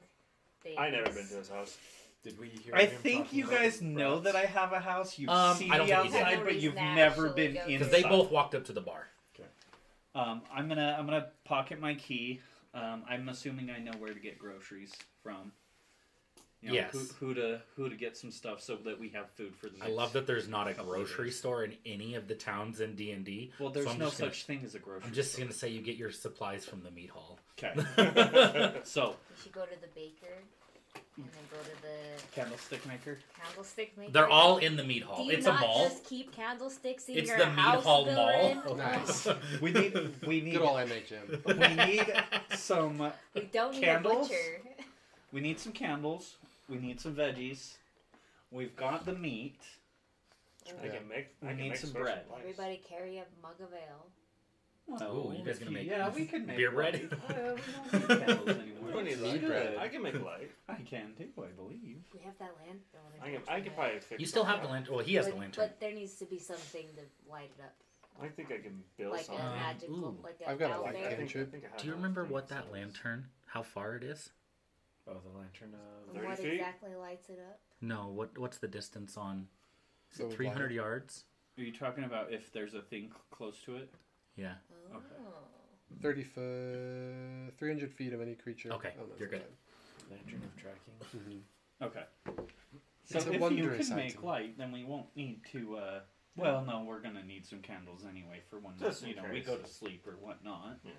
[SPEAKER 2] things.
[SPEAKER 5] I never been to his house.
[SPEAKER 7] Did we hear?
[SPEAKER 4] I
[SPEAKER 7] him
[SPEAKER 4] think
[SPEAKER 7] talking
[SPEAKER 4] you
[SPEAKER 7] about
[SPEAKER 4] guys
[SPEAKER 7] the
[SPEAKER 4] know
[SPEAKER 7] brats?
[SPEAKER 4] that I have a house. You
[SPEAKER 1] Um,
[SPEAKER 4] see
[SPEAKER 1] I don't
[SPEAKER 4] the
[SPEAKER 1] think you did.
[SPEAKER 4] outside,
[SPEAKER 2] No
[SPEAKER 4] but
[SPEAKER 2] reason
[SPEAKER 4] you've
[SPEAKER 2] to
[SPEAKER 4] never
[SPEAKER 2] actually
[SPEAKER 4] been
[SPEAKER 2] go
[SPEAKER 4] inside.
[SPEAKER 1] Because they both walked up to the bar.
[SPEAKER 4] Um, I'm gonna I'm gonna pocket my key. Um, I'm assuming I know where to get groceries from. You know,
[SPEAKER 1] Yes.
[SPEAKER 4] Who, who to who to get some stuff so that we have food for the.
[SPEAKER 1] I
[SPEAKER 4] next-
[SPEAKER 1] love that there's not a
[SPEAKER 4] Couple of
[SPEAKER 1] grocery
[SPEAKER 4] days.
[SPEAKER 1] store in any of the towns in D and D.
[SPEAKER 4] Well, there's
[SPEAKER 1] so I'm
[SPEAKER 4] no
[SPEAKER 1] just gonna-
[SPEAKER 4] such thing as a grocery.
[SPEAKER 1] I'm just gonna say you get your supplies from the meat hall.
[SPEAKER 4] store. okay. so
[SPEAKER 2] We should go to the baker and then go to the
[SPEAKER 4] candlestick maker.
[SPEAKER 2] candlestick maker.
[SPEAKER 1] They're all in the meat
[SPEAKER 2] Do
[SPEAKER 1] hall.
[SPEAKER 2] you
[SPEAKER 1] It's a
[SPEAKER 2] not
[SPEAKER 1] mall.
[SPEAKER 2] just keep candlesticks in
[SPEAKER 1] It's
[SPEAKER 2] your
[SPEAKER 1] the meat
[SPEAKER 2] house,
[SPEAKER 1] hall
[SPEAKER 2] Bill
[SPEAKER 1] mall.
[SPEAKER 2] Wren?
[SPEAKER 3] Nice.
[SPEAKER 4] We need we need
[SPEAKER 3] Good old MHM.
[SPEAKER 4] we need some
[SPEAKER 2] We don't need
[SPEAKER 4] Candles?
[SPEAKER 2] a butcher.
[SPEAKER 4] we need some candles. We need some veggies. We've got the meat.
[SPEAKER 5] I
[SPEAKER 3] Yeah.
[SPEAKER 5] can make.
[SPEAKER 4] We
[SPEAKER 5] I can
[SPEAKER 4] need
[SPEAKER 5] make
[SPEAKER 4] some
[SPEAKER 5] special
[SPEAKER 4] bread.
[SPEAKER 5] pies.
[SPEAKER 2] Everybody carry a mug of ale.
[SPEAKER 4] Well,
[SPEAKER 1] you guys
[SPEAKER 4] if
[SPEAKER 1] gonna
[SPEAKER 4] you-
[SPEAKER 1] make
[SPEAKER 4] yeah, we could make
[SPEAKER 1] beer Oh,
[SPEAKER 4] one.
[SPEAKER 1] bread?
[SPEAKER 4] Uh, we don't make candles anymore.
[SPEAKER 5] We don't need
[SPEAKER 3] Need
[SPEAKER 5] light.
[SPEAKER 3] bread.
[SPEAKER 5] I can make light.
[SPEAKER 4] I can too, I believe.
[SPEAKER 2] We have that lamp. No, there's
[SPEAKER 5] I can.
[SPEAKER 2] no
[SPEAKER 5] I can
[SPEAKER 2] light.
[SPEAKER 5] probably fix.
[SPEAKER 1] You still have the
[SPEAKER 5] something.
[SPEAKER 1] lantern. Well, he has the
[SPEAKER 2] But-
[SPEAKER 1] lantern.
[SPEAKER 2] But there needs to be something to light it up,
[SPEAKER 5] I think I can build
[SPEAKER 2] like
[SPEAKER 5] something.
[SPEAKER 2] a
[SPEAKER 1] Um,
[SPEAKER 2] magical,
[SPEAKER 1] ooh.
[SPEAKER 2] like a
[SPEAKER 3] I've got a light
[SPEAKER 5] I
[SPEAKER 2] owlbear.
[SPEAKER 5] think- I
[SPEAKER 3] can.
[SPEAKER 5] think I have
[SPEAKER 1] Do you
[SPEAKER 5] those
[SPEAKER 1] remember
[SPEAKER 5] things
[SPEAKER 1] what that
[SPEAKER 5] somewhere.
[SPEAKER 1] lantern? How far it is?
[SPEAKER 7] Oh, the lantern
[SPEAKER 1] uh,
[SPEAKER 7] of.
[SPEAKER 2] And What
[SPEAKER 5] 30 feet?
[SPEAKER 2] exactly lights it up?
[SPEAKER 1] No. What What's the distance on? Is
[SPEAKER 3] So
[SPEAKER 1] it
[SPEAKER 3] wide.
[SPEAKER 1] 300 yards?
[SPEAKER 4] Are you talking about if there's a thing c- close to it?
[SPEAKER 1] Yeah.
[SPEAKER 2] Oh.
[SPEAKER 4] Okay.
[SPEAKER 3] Thirty foot, three hundred feet of any creature.
[SPEAKER 1] Okay,
[SPEAKER 3] Oh, that's
[SPEAKER 1] you're good.
[SPEAKER 7] Lantern of tracking.
[SPEAKER 4] Okay. So
[SPEAKER 3] It's a
[SPEAKER 4] if you
[SPEAKER 3] wondrous
[SPEAKER 4] can make
[SPEAKER 3] item.
[SPEAKER 4] light, then we won't need to. Uh, well, no, we're gonna need some candles anyway for when
[SPEAKER 5] Just in
[SPEAKER 4] you know we
[SPEAKER 5] case.
[SPEAKER 4] go to sleep or whatnot.
[SPEAKER 5] Yeah.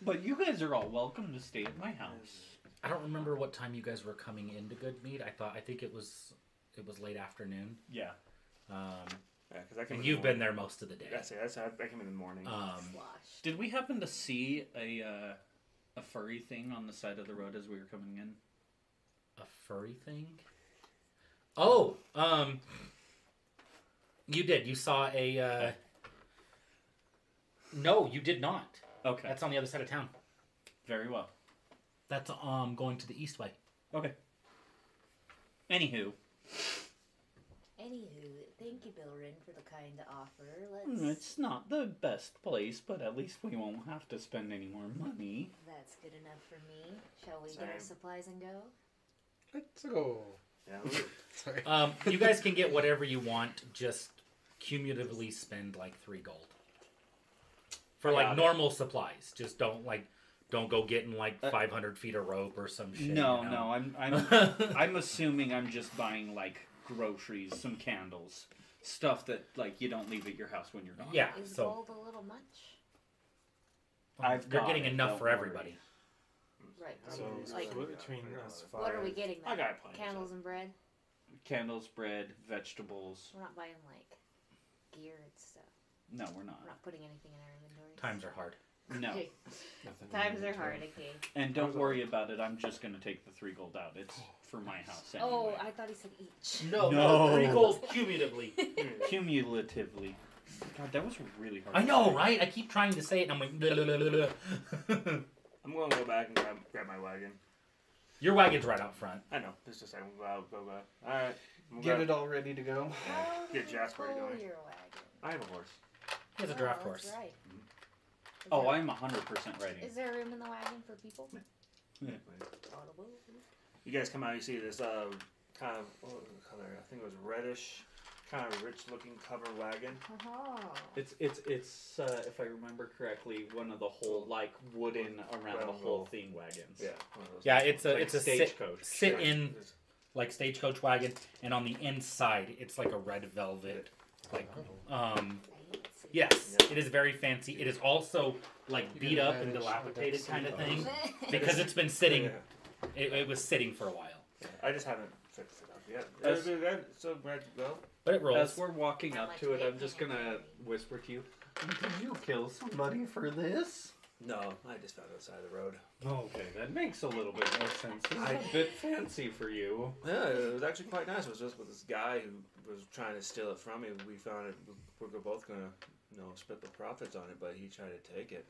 [SPEAKER 4] But you guys are all welcome to stay at my house.
[SPEAKER 1] I don't remember what time you guys were coming into Good Meat. I thought I think it was it was late afternoon.
[SPEAKER 4] Yeah.
[SPEAKER 1] Um,
[SPEAKER 5] Yeah, because I can.
[SPEAKER 1] and you've been there most of the day.
[SPEAKER 5] That's it. That's I, I came in the morning.
[SPEAKER 8] Uh,
[SPEAKER 1] Um,
[SPEAKER 2] Slosh.
[SPEAKER 4] Did we happen to see a uh, a furry thing on the side of the road as we were coming in?
[SPEAKER 1] a furry thing. Oh, um, you did. You saw a. Uh, no, you did not.
[SPEAKER 4] Okay.
[SPEAKER 1] That's on the other side of town.
[SPEAKER 4] Very well.
[SPEAKER 1] That's um going to the east way.
[SPEAKER 4] Okay. Anywho,
[SPEAKER 2] Anywho, thank you, Bill Rin, for the kind offer. Let's.
[SPEAKER 4] mm, it's not the best place, but at least we won't have to spend any more money.
[SPEAKER 2] That's good enough for me. Shall we get our
[SPEAKER 5] Same.
[SPEAKER 2] supplies and go?
[SPEAKER 3] Let's go.
[SPEAKER 5] yeah, we-
[SPEAKER 3] Sorry.
[SPEAKER 1] Um, you guys can get whatever you want. Just cumulatively spend like three gold for
[SPEAKER 5] Got
[SPEAKER 1] like
[SPEAKER 5] it.
[SPEAKER 1] normal supplies. Just don't like don't go getting like
[SPEAKER 4] Uh,
[SPEAKER 1] 500 feet of rope or some shit.
[SPEAKER 4] no,
[SPEAKER 1] you
[SPEAKER 4] no,
[SPEAKER 1] know?
[SPEAKER 4] I'm I'm I'm assuming I'm just buying like groceries, some candles, stuff that like you don't leave at your house when you're gone.
[SPEAKER 1] yeah.
[SPEAKER 2] Is
[SPEAKER 1] So
[SPEAKER 2] gold a little much?
[SPEAKER 4] I've
[SPEAKER 1] you're
[SPEAKER 4] got
[SPEAKER 1] getting
[SPEAKER 4] it,
[SPEAKER 1] enough
[SPEAKER 4] don't
[SPEAKER 1] for
[SPEAKER 4] worry.
[SPEAKER 1] everybody.
[SPEAKER 2] Right.
[SPEAKER 7] So,
[SPEAKER 2] but
[SPEAKER 7] so
[SPEAKER 2] like,
[SPEAKER 7] split between us five.
[SPEAKER 2] what are we getting? Then?
[SPEAKER 5] I got plenty.
[SPEAKER 2] Candles and bread.
[SPEAKER 4] Candles, bread, vegetables.
[SPEAKER 2] We're not buying like gear and stuff.
[SPEAKER 4] No, we're not.
[SPEAKER 2] We're not putting anything in our inventory.
[SPEAKER 1] Times are hard.
[SPEAKER 4] No.
[SPEAKER 2] Okay.
[SPEAKER 7] Nothing
[SPEAKER 2] Times are
[SPEAKER 7] really
[SPEAKER 2] hard, okay.
[SPEAKER 4] And don't worry about it. I'm just gonna take the three gold out. It's
[SPEAKER 1] Oh,
[SPEAKER 4] for my house anyway.
[SPEAKER 2] Oh, I thought he said each.
[SPEAKER 1] No,
[SPEAKER 4] No.
[SPEAKER 1] no. three goals cumulatively.
[SPEAKER 4] cumulatively. God, that was really hard.
[SPEAKER 1] I
[SPEAKER 4] to
[SPEAKER 1] know,
[SPEAKER 4] say.
[SPEAKER 1] right? I keep trying to say it, and I'm like, "Blah, blah, blah, blah, blah."
[SPEAKER 5] I'm going to go back and grab, grab my wagon.
[SPEAKER 1] your wagon's right out front.
[SPEAKER 5] I know. This is I'm go go go. All right. I'm
[SPEAKER 8] Get
[SPEAKER 5] gonna-
[SPEAKER 8] it all ready to go.
[SPEAKER 2] How
[SPEAKER 5] Get
[SPEAKER 2] did
[SPEAKER 5] Jasper
[SPEAKER 2] you pull
[SPEAKER 5] going.
[SPEAKER 2] your wagon?
[SPEAKER 5] I have a horse.
[SPEAKER 1] He has a
[SPEAKER 2] Oh,
[SPEAKER 1] draft
[SPEAKER 2] that's
[SPEAKER 1] horse.
[SPEAKER 2] Right.
[SPEAKER 5] Mm-hmm.
[SPEAKER 2] Is
[SPEAKER 4] Oh,
[SPEAKER 2] there-
[SPEAKER 4] I'm 100% writing.
[SPEAKER 2] Is there room in the wagon for people?
[SPEAKER 5] You guys come out. You see this uh kind of what was the color? I think it was reddish, kind of rich looking cover wagon.
[SPEAKER 2] Oh.
[SPEAKER 4] It's it's it's uh, if I remember correctly, one of the whole like wooden around the
[SPEAKER 5] Round
[SPEAKER 4] whole
[SPEAKER 5] roll.
[SPEAKER 4] theme wagons.
[SPEAKER 5] one of those.
[SPEAKER 1] Yeah, it's a
[SPEAKER 4] Like
[SPEAKER 1] it's a sit,
[SPEAKER 4] stagecoach.
[SPEAKER 1] sit in
[SPEAKER 5] It's-
[SPEAKER 1] like stagecoach wagon, and on the inside it's like a red velvet. Like, um, yes, it is very fancy. It is also like
[SPEAKER 8] You can
[SPEAKER 1] beat up and
[SPEAKER 8] manage
[SPEAKER 1] dilapidated
[SPEAKER 8] that
[SPEAKER 1] kind of thing
[SPEAKER 2] Yes.
[SPEAKER 1] because it's been sitting.
[SPEAKER 5] Yeah,
[SPEAKER 1] It, it was sitting for a while,
[SPEAKER 5] I just haven't fixed it up yet.
[SPEAKER 4] As-
[SPEAKER 5] Uh, that- so glad to go.
[SPEAKER 1] but it rolls.
[SPEAKER 4] As we're walking up to it, I'm just gonna whisper to you.
[SPEAKER 8] Did you kill somebody for this?
[SPEAKER 5] No, I just found it on the side of the road.
[SPEAKER 4] Okay, that makes a little bit more sense. This is a bit fancy for you.
[SPEAKER 5] Yeah, it was actually quite nice. It was just with this guy who was trying to steal it from me. We found it. We're both gonna, you know, split the profits on it, but he tried to take it.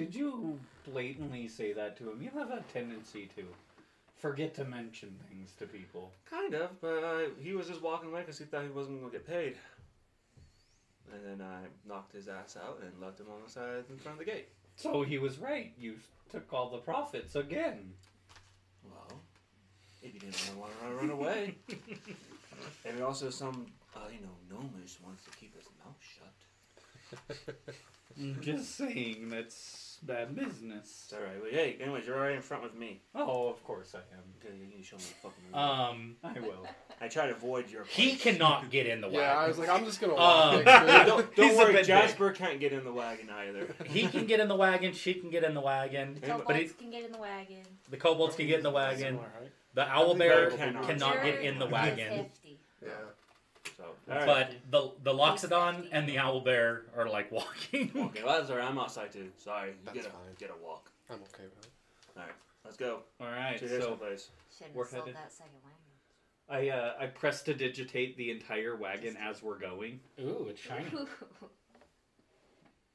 [SPEAKER 4] Did you blatantly say that to him? You have a tendency to forget to mention things to people.
[SPEAKER 5] Kind of, but uh, he was just walking away because he thought he wasn't gonna get paid. And then I knocked his ass out and left him on the side in front of the gate.
[SPEAKER 4] So he was right. You took all the profits again.
[SPEAKER 5] Well, if you didn't want to run away, and also some, uh, you know, gnomish wants to keep his mouth shut.
[SPEAKER 4] I'm just saying that's bad business.
[SPEAKER 5] It's all right. But hey, anyways, you're already in front with me.
[SPEAKER 4] Oh, of course I am.
[SPEAKER 5] Okay, you can show me the fucking.
[SPEAKER 1] Um,
[SPEAKER 4] I will.
[SPEAKER 5] I try to avoid your.
[SPEAKER 1] he
[SPEAKER 5] place.
[SPEAKER 1] cannot get in the wagon.
[SPEAKER 3] Yeah, I was like, I'm just gonna
[SPEAKER 1] Um,
[SPEAKER 3] walk.
[SPEAKER 5] Hey,
[SPEAKER 3] next to it.
[SPEAKER 5] don't don't
[SPEAKER 1] He's a
[SPEAKER 5] worry,
[SPEAKER 1] bit
[SPEAKER 5] Jasper can't get in the wagon either.
[SPEAKER 1] he can get in the wagon. She can get in the wagon.
[SPEAKER 5] But
[SPEAKER 2] Kobolds
[SPEAKER 1] it-
[SPEAKER 2] can get in the wagon.
[SPEAKER 1] The kobolds can get in the wagon.
[SPEAKER 7] Similar height.
[SPEAKER 1] The owl
[SPEAKER 5] think they're
[SPEAKER 1] bear
[SPEAKER 5] cannot.
[SPEAKER 1] cannot get
[SPEAKER 2] Jared
[SPEAKER 1] in the
[SPEAKER 2] is
[SPEAKER 1] wagon.
[SPEAKER 2] 50.
[SPEAKER 3] Yeah.
[SPEAKER 5] So, all right.
[SPEAKER 1] But the the loxodon and the owl bear are like walking.
[SPEAKER 5] okay, well, that's all right. I'm outside too. Sorry, you
[SPEAKER 3] That's
[SPEAKER 5] get a
[SPEAKER 3] fine.
[SPEAKER 5] get a walk.
[SPEAKER 3] I'm okay with it.
[SPEAKER 5] Let's go
[SPEAKER 4] All right.
[SPEAKER 5] to this
[SPEAKER 4] So
[SPEAKER 5] place.
[SPEAKER 2] Shouldn't
[SPEAKER 4] We're
[SPEAKER 2] have sold
[SPEAKER 4] headed-
[SPEAKER 2] that second wagon.
[SPEAKER 4] I uh, I press to digitate the entire wagon as we're going.
[SPEAKER 1] Ooh, it's shiny.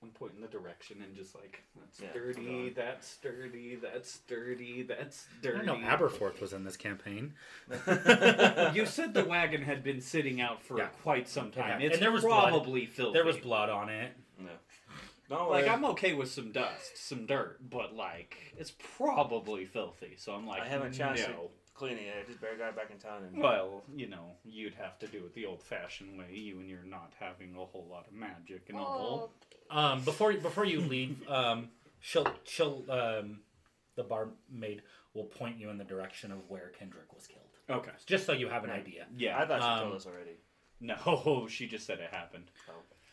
[SPEAKER 4] I'm pointing the direction and just like that's
[SPEAKER 5] Yeah, we're
[SPEAKER 4] dirty,
[SPEAKER 5] going.
[SPEAKER 4] that's dirty, that's dirty, that's dirty.
[SPEAKER 1] I know Aberforth was in this campaign.
[SPEAKER 4] you said the wagon had been sitting out for
[SPEAKER 1] Yeah.
[SPEAKER 4] quite some time.
[SPEAKER 1] Yeah,
[SPEAKER 4] It's
[SPEAKER 1] and there was blood.
[SPEAKER 4] probably filthy.
[SPEAKER 1] There was blood on it.
[SPEAKER 5] No,
[SPEAKER 4] Like I'm okay with some dust, some dirt, but like it's probably filthy. So I'm like,
[SPEAKER 5] I haven't chanced
[SPEAKER 4] no.
[SPEAKER 5] cleaning it. I just barely got back in town and
[SPEAKER 4] Well, you know, you'd have to do it the old-fashioned way. You and you're not having a whole lot of magic and
[SPEAKER 2] Oh,
[SPEAKER 4] all.
[SPEAKER 1] Um, before before you leave, um, she'll she'll um, the barmaid will point you in the direction of where Kendrick was killed,
[SPEAKER 4] Okay.
[SPEAKER 1] just so you have an idea.
[SPEAKER 5] I
[SPEAKER 4] Yeah.
[SPEAKER 5] thought you
[SPEAKER 1] um,
[SPEAKER 5] told us already.
[SPEAKER 4] No, she just said it happened.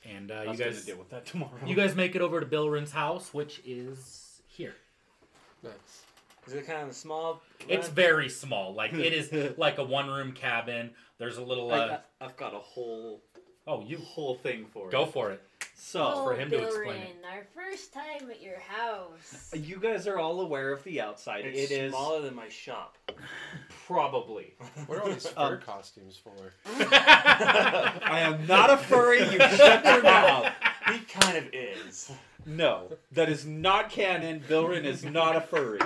[SPEAKER 1] And uh,
[SPEAKER 4] I
[SPEAKER 1] you
[SPEAKER 4] was
[SPEAKER 1] guys
[SPEAKER 4] gonna deal with that tomorrow.
[SPEAKER 1] you guys make it over to Bilrin's house, which is here.
[SPEAKER 3] Nice.
[SPEAKER 5] Is it kind of small?
[SPEAKER 1] It's
[SPEAKER 5] run?
[SPEAKER 1] very small. Like it is like a one room cabin. There's a little. Uh,
[SPEAKER 4] I, I've got a whole
[SPEAKER 1] oh, you
[SPEAKER 4] whole thing for
[SPEAKER 1] go
[SPEAKER 4] it.
[SPEAKER 1] for it.
[SPEAKER 4] So
[SPEAKER 1] for him to explain
[SPEAKER 2] Bilrin, Our first time at your house.
[SPEAKER 4] you guys are all aware of the outside.
[SPEAKER 5] It's
[SPEAKER 4] It is
[SPEAKER 5] smaller than my shop.
[SPEAKER 4] probably.
[SPEAKER 3] What are all these fur
[SPEAKER 4] Um,
[SPEAKER 3] costumes for?
[SPEAKER 4] I am not a furry. You shut your mouth.
[SPEAKER 5] He kind of is.
[SPEAKER 4] No, that is not canon. Vilrin is not a furry.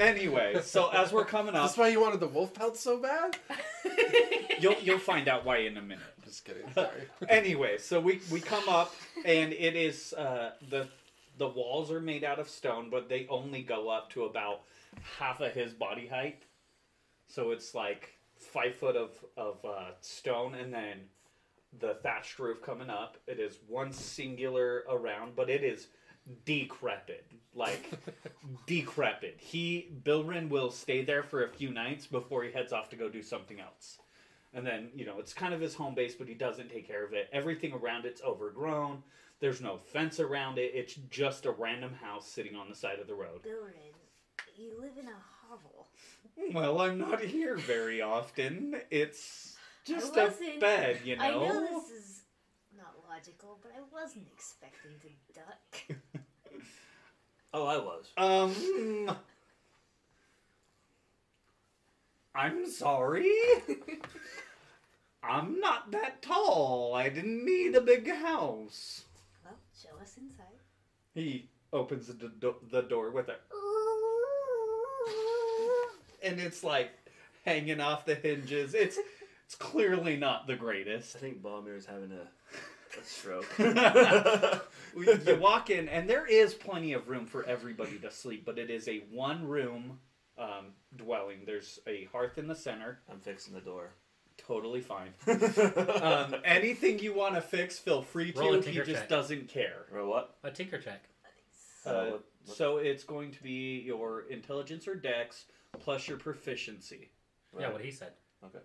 [SPEAKER 4] Anyway, so as we're coming up,
[SPEAKER 3] That's why you wanted the wolf pelt so bad?
[SPEAKER 4] you'll you'll find out why in a minute.
[SPEAKER 3] Just kidding. Sorry.
[SPEAKER 4] anyway, so we we come up and it is uh, the the walls are made out of stone, but they only go up to about half of his body height. So it's like five foot of of uh, stone, and then the thatched roof coming up. It is one singular around, but it is decrepit, like decrepit. He Bilrin will stay there for a few nights before he heads off to go do something else. And then, you know, it's kind of his home base, but he doesn't take care of it. Everything around it's overgrown. There's no fence around it. It's just a random house sitting on the side of the road.
[SPEAKER 2] Bilrin, you live in a hovel.
[SPEAKER 4] Well, I'm not here very often. It's just
[SPEAKER 2] I
[SPEAKER 4] a
[SPEAKER 2] wasn't-
[SPEAKER 4] bed, you know.
[SPEAKER 2] I know this is not logical, but I wasn't expecting to duck.
[SPEAKER 5] Oh, I was.
[SPEAKER 4] Um. I'm sorry. I'm not that tall. I didn't need a big house.
[SPEAKER 2] Well, show us inside.
[SPEAKER 4] He opens the, do- the door with a. And it's like hanging off the hinges. It's it's clearly not the greatest.
[SPEAKER 5] I think Balmir is having a, a stroke.
[SPEAKER 4] you you walk in, and there is plenty of room for everybody to sleep, but it is a one room um, dwelling. There's a hearth in the center.
[SPEAKER 5] I'm fixing the door.
[SPEAKER 4] Totally fine.
[SPEAKER 5] um,
[SPEAKER 4] Um, anything you want to fix, feel free
[SPEAKER 6] Roll a
[SPEAKER 4] to. He
[SPEAKER 6] tinker
[SPEAKER 4] just
[SPEAKER 6] check.
[SPEAKER 4] doesn't care.
[SPEAKER 5] or what?
[SPEAKER 6] A tinker check.
[SPEAKER 4] Uh,
[SPEAKER 5] what- what-
[SPEAKER 4] so it's going to be your intelligence or dex plus your proficiency.
[SPEAKER 6] Yeah, what he said.
[SPEAKER 5] Okay.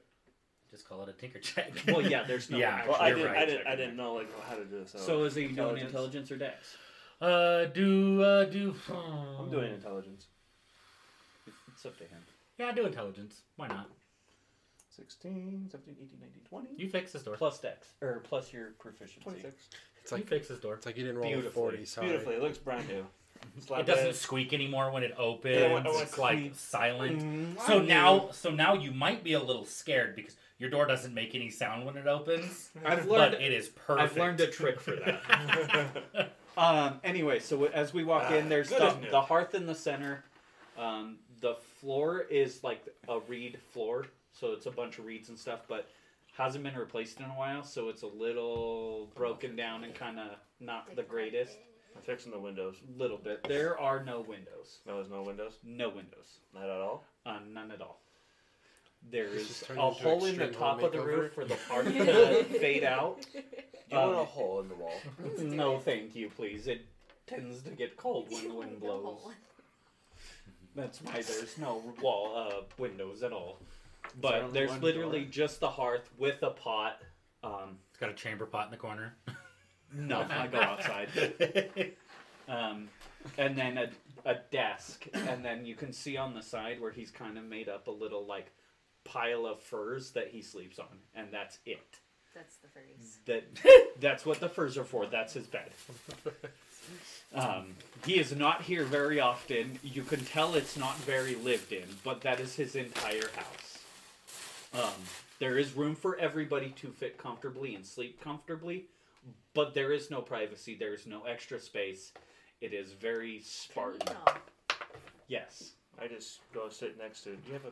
[SPEAKER 6] Just call it a tinker check.
[SPEAKER 4] Well, yeah, there's no.
[SPEAKER 6] Yeah.
[SPEAKER 4] actual
[SPEAKER 5] Well, I
[SPEAKER 6] You're
[SPEAKER 5] didn't,
[SPEAKER 6] right,
[SPEAKER 5] I didn't, I
[SPEAKER 4] technique.
[SPEAKER 5] didn't know like how to do this. So,
[SPEAKER 4] So is he doing
[SPEAKER 5] Intelligence?
[SPEAKER 4] intelligence or dex?
[SPEAKER 6] Uh, do uh do.
[SPEAKER 1] um,
[SPEAKER 5] I'm doing intelligence.
[SPEAKER 4] It's up to him.
[SPEAKER 6] Yeah, do intelligence. Why not?
[SPEAKER 5] 16, 17, 18, 19, 20,
[SPEAKER 6] You fix this door.
[SPEAKER 4] Plus dex or plus your proficiency.
[SPEAKER 5] 26.
[SPEAKER 3] It's
[SPEAKER 6] you
[SPEAKER 3] like
[SPEAKER 6] fix this door.
[SPEAKER 3] it's like you didn't roll a
[SPEAKER 4] Beautifully.
[SPEAKER 3] forty. Sorry.
[SPEAKER 5] Beautifully, it looks brand new.
[SPEAKER 6] It doesn't squeak anymore when it opens.
[SPEAKER 5] Yeah, I went- I went
[SPEAKER 6] it's like
[SPEAKER 5] clean.
[SPEAKER 6] silent. So now, so now you might be a little scared because your door doesn't make any sound when it opens,
[SPEAKER 4] I've
[SPEAKER 6] but
[SPEAKER 4] learned.
[SPEAKER 6] it is perfect.
[SPEAKER 1] I've learned a trick for that.
[SPEAKER 4] Um, anyway, so as we walk in, there's
[SPEAKER 5] Good
[SPEAKER 4] the,
[SPEAKER 5] as new.
[SPEAKER 4] the hearth in the center. Um, the floor is like a reed floor, so it's a bunch of reeds and stuff, but hasn't been replaced in a while, so it's a little broken down and kind of not the greatest.
[SPEAKER 5] I'm fixing the windows.
[SPEAKER 4] Little bit. There are no windows.
[SPEAKER 5] No, there's no windows.
[SPEAKER 4] No windows.
[SPEAKER 5] Not at all.
[SPEAKER 4] Uh, none at all. There
[SPEAKER 3] This
[SPEAKER 4] is
[SPEAKER 3] is
[SPEAKER 4] a
[SPEAKER 3] turning into
[SPEAKER 4] hole in the
[SPEAKER 3] extreme
[SPEAKER 4] top
[SPEAKER 3] home
[SPEAKER 4] of the
[SPEAKER 3] makeover.
[SPEAKER 4] roof for the hearth to fade out.
[SPEAKER 5] You
[SPEAKER 4] Um,
[SPEAKER 5] want a hole in the wall.
[SPEAKER 4] No, thank you, please. It tends to get cold when the wind blows. That's why there's no wall uh, windows at all.
[SPEAKER 5] there
[SPEAKER 4] But
[SPEAKER 5] only
[SPEAKER 4] there's
[SPEAKER 5] one
[SPEAKER 4] literally
[SPEAKER 5] door?
[SPEAKER 4] just the hearth with a pot. Um,
[SPEAKER 6] It's got a chamber pot in the corner.
[SPEAKER 4] no, I go outside. Um, and then a, a desk, and then you can see on the side where he's kind of made up a little like pile of furs that he sleeps on, and that's it.
[SPEAKER 2] That's the phrase.
[SPEAKER 4] That that's what the furs are for. That's his bed. Um, he is not here very often. You can tell it's not very lived in, but that is his entire house. Um, there is room for everybody to fit comfortably and sleep comfortably, but there is no privacy. There is no extra space. It is very spartan. Yes,
[SPEAKER 5] I just go sit next to. You have a.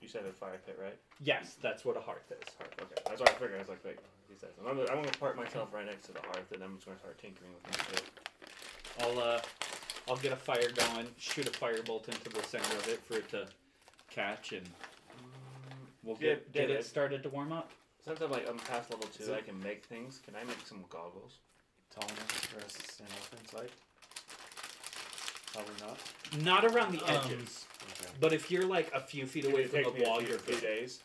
[SPEAKER 5] You said a fire pit, right?
[SPEAKER 4] yes, that's what a hearth is.
[SPEAKER 5] Hearth, Okay, that's what I figured. I was like, wait, he says. I'm gonna, I'm gonna park myself right next to the hearth, and I'm just gonna start tinkering with my shit.
[SPEAKER 4] I'll uh, I'll get a fire going, shoot a firebolt into the center of it for it to catch, and we'll get,
[SPEAKER 5] Yeah,
[SPEAKER 4] get it
[SPEAKER 5] David.
[SPEAKER 4] started to warm up.
[SPEAKER 5] Since I'm like I'm past level two,
[SPEAKER 7] So-
[SPEAKER 5] I can make things. Can I make some goggles?
[SPEAKER 7] Tall enough for us to stand up inside? Probably not.
[SPEAKER 4] Not around the
[SPEAKER 6] Um,
[SPEAKER 4] edges,
[SPEAKER 7] Okay.
[SPEAKER 4] but if you're like a few feet away from the wall, you're
[SPEAKER 5] three
[SPEAKER 4] good.
[SPEAKER 5] days.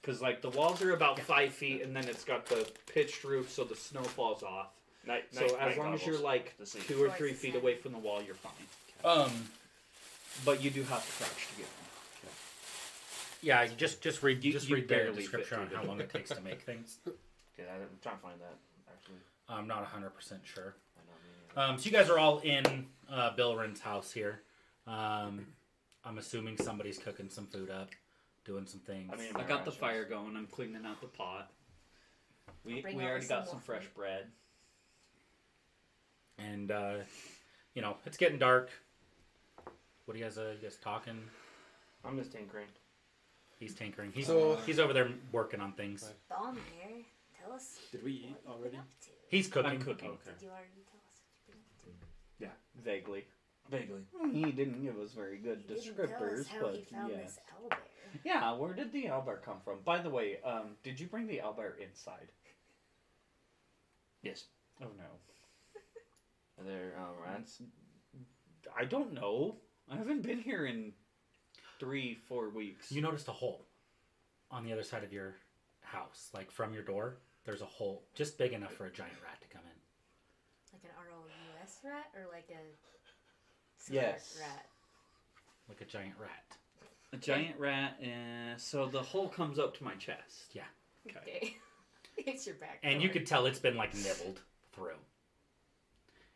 [SPEAKER 4] Because like the walls are about five feet, and then it's got the pitched roof, so the snow falls off.
[SPEAKER 5] Night,
[SPEAKER 4] So as long as you're like
[SPEAKER 5] to see.
[SPEAKER 4] two or
[SPEAKER 2] Twice
[SPEAKER 4] three
[SPEAKER 2] the
[SPEAKER 4] feet
[SPEAKER 2] size.
[SPEAKER 4] away from the wall, you're fine.
[SPEAKER 1] um,
[SPEAKER 4] But you do have to crouch to get them.
[SPEAKER 1] yeah, you just just read
[SPEAKER 4] You-
[SPEAKER 1] just
[SPEAKER 4] you
[SPEAKER 1] read the
[SPEAKER 4] barely fit
[SPEAKER 1] description on
[SPEAKER 4] through
[SPEAKER 1] how
[SPEAKER 4] the-
[SPEAKER 1] long it takes to make things.
[SPEAKER 5] Okay, I- I'm trying to find that actually.
[SPEAKER 1] I'm not 100 percent sure.
[SPEAKER 5] I know me neither.
[SPEAKER 1] Um, so you guys are all in uh, Billrin's house here. Um, I'm assuming somebody's cooking some food up, doing some things.
[SPEAKER 5] I mean,
[SPEAKER 4] I got the
[SPEAKER 5] Interactions.
[SPEAKER 4] fire going. I'm cleaning out the pot. We,
[SPEAKER 2] Bring
[SPEAKER 4] we
[SPEAKER 2] over
[SPEAKER 4] already got
[SPEAKER 2] some
[SPEAKER 4] some
[SPEAKER 2] waffles.
[SPEAKER 4] fresh bread.
[SPEAKER 1] and uh, you know it's getting dark. What do you guys? Uh, you guys talking?
[SPEAKER 5] I'm just tinkering.
[SPEAKER 1] He's tinkering. He's
[SPEAKER 3] So-
[SPEAKER 1] he's over there working on things.
[SPEAKER 7] Right.
[SPEAKER 2] Balmir, tell us.
[SPEAKER 7] Did we eat
[SPEAKER 2] what you've
[SPEAKER 7] already?
[SPEAKER 2] Been up to.
[SPEAKER 1] He's cooking.
[SPEAKER 4] I'm cooking.
[SPEAKER 7] Okay.
[SPEAKER 2] Did you already tell us what you've been up to?
[SPEAKER 4] Vaguely.
[SPEAKER 5] Vaguely.
[SPEAKER 4] Hmm, He didn't give us very good
[SPEAKER 2] You didn't tell us how you found this owlbear.
[SPEAKER 4] Yeah, Uh, where did the owlbear come from? By the way, um, did you bring the owlbear inside?
[SPEAKER 5] Yes.
[SPEAKER 4] Oh no.
[SPEAKER 5] Are there um, rats?
[SPEAKER 4] I don't know. I haven't been here in three, four weeks.
[SPEAKER 1] You noticed a hole on the other side of your house, like from your door. There's a hole just big enough for a giant rat to come in.
[SPEAKER 2] Like an R O U S rat or like a smart
[SPEAKER 4] Yes.
[SPEAKER 2] rat?
[SPEAKER 1] Like a giant rat.
[SPEAKER 4] a giant rat, and so the hole comes up to my chest.
[SPEAKER 2] Okay. it's your back.
[SPEAKER 1] And you
[SPEAKER 2] door.
[SPEAKER 1] could tell it's been like nibbled through.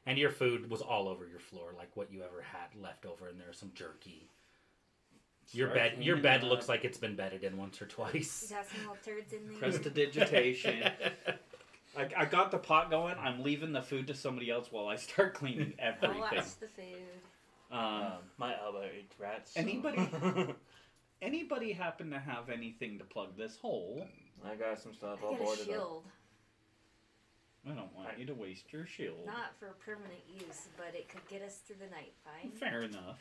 [SPEAKER 1] And your food was all over your floor, like what you ever had left over, and there was some jerky. Your
[SPEAKER 4] Start
[SPEAKER 1] bed, your bed
[SPEAKER 4] cleaning
[SPEAKER 1] looks
[SPEAKER 4] up.
[SPEAKER 1] like it's been bedded in once or twice.
[SPEAKER 2] He's got some little turds in there.
[SPEAKER 4] Prestidigitation. like I got the pot going. I'm leaving the food to somebody else while I start cleaning everything.
[SPEAKER 2] Bless the food.
[SPEAKER 4] Um,
[SPEAKER 5] My elbow eats rats. so-
[SPEAKER 4] Anybody- anybody happen to have anything to plug this hole?
[SPEAKER 5] I got some stuff
[SPEAKER 2] I
[SPEAKER 5] all
[SPEAKER 2] got a
[SPEAKER 5] boarded up.
[SPEAKER 2] shield,
[SPEAKER 4] I don't want you to waste your shield.
[SPEAKER 2] not for permanent use, but it could get us through the night. Fine.
[SPEAKER 4] Fair enough.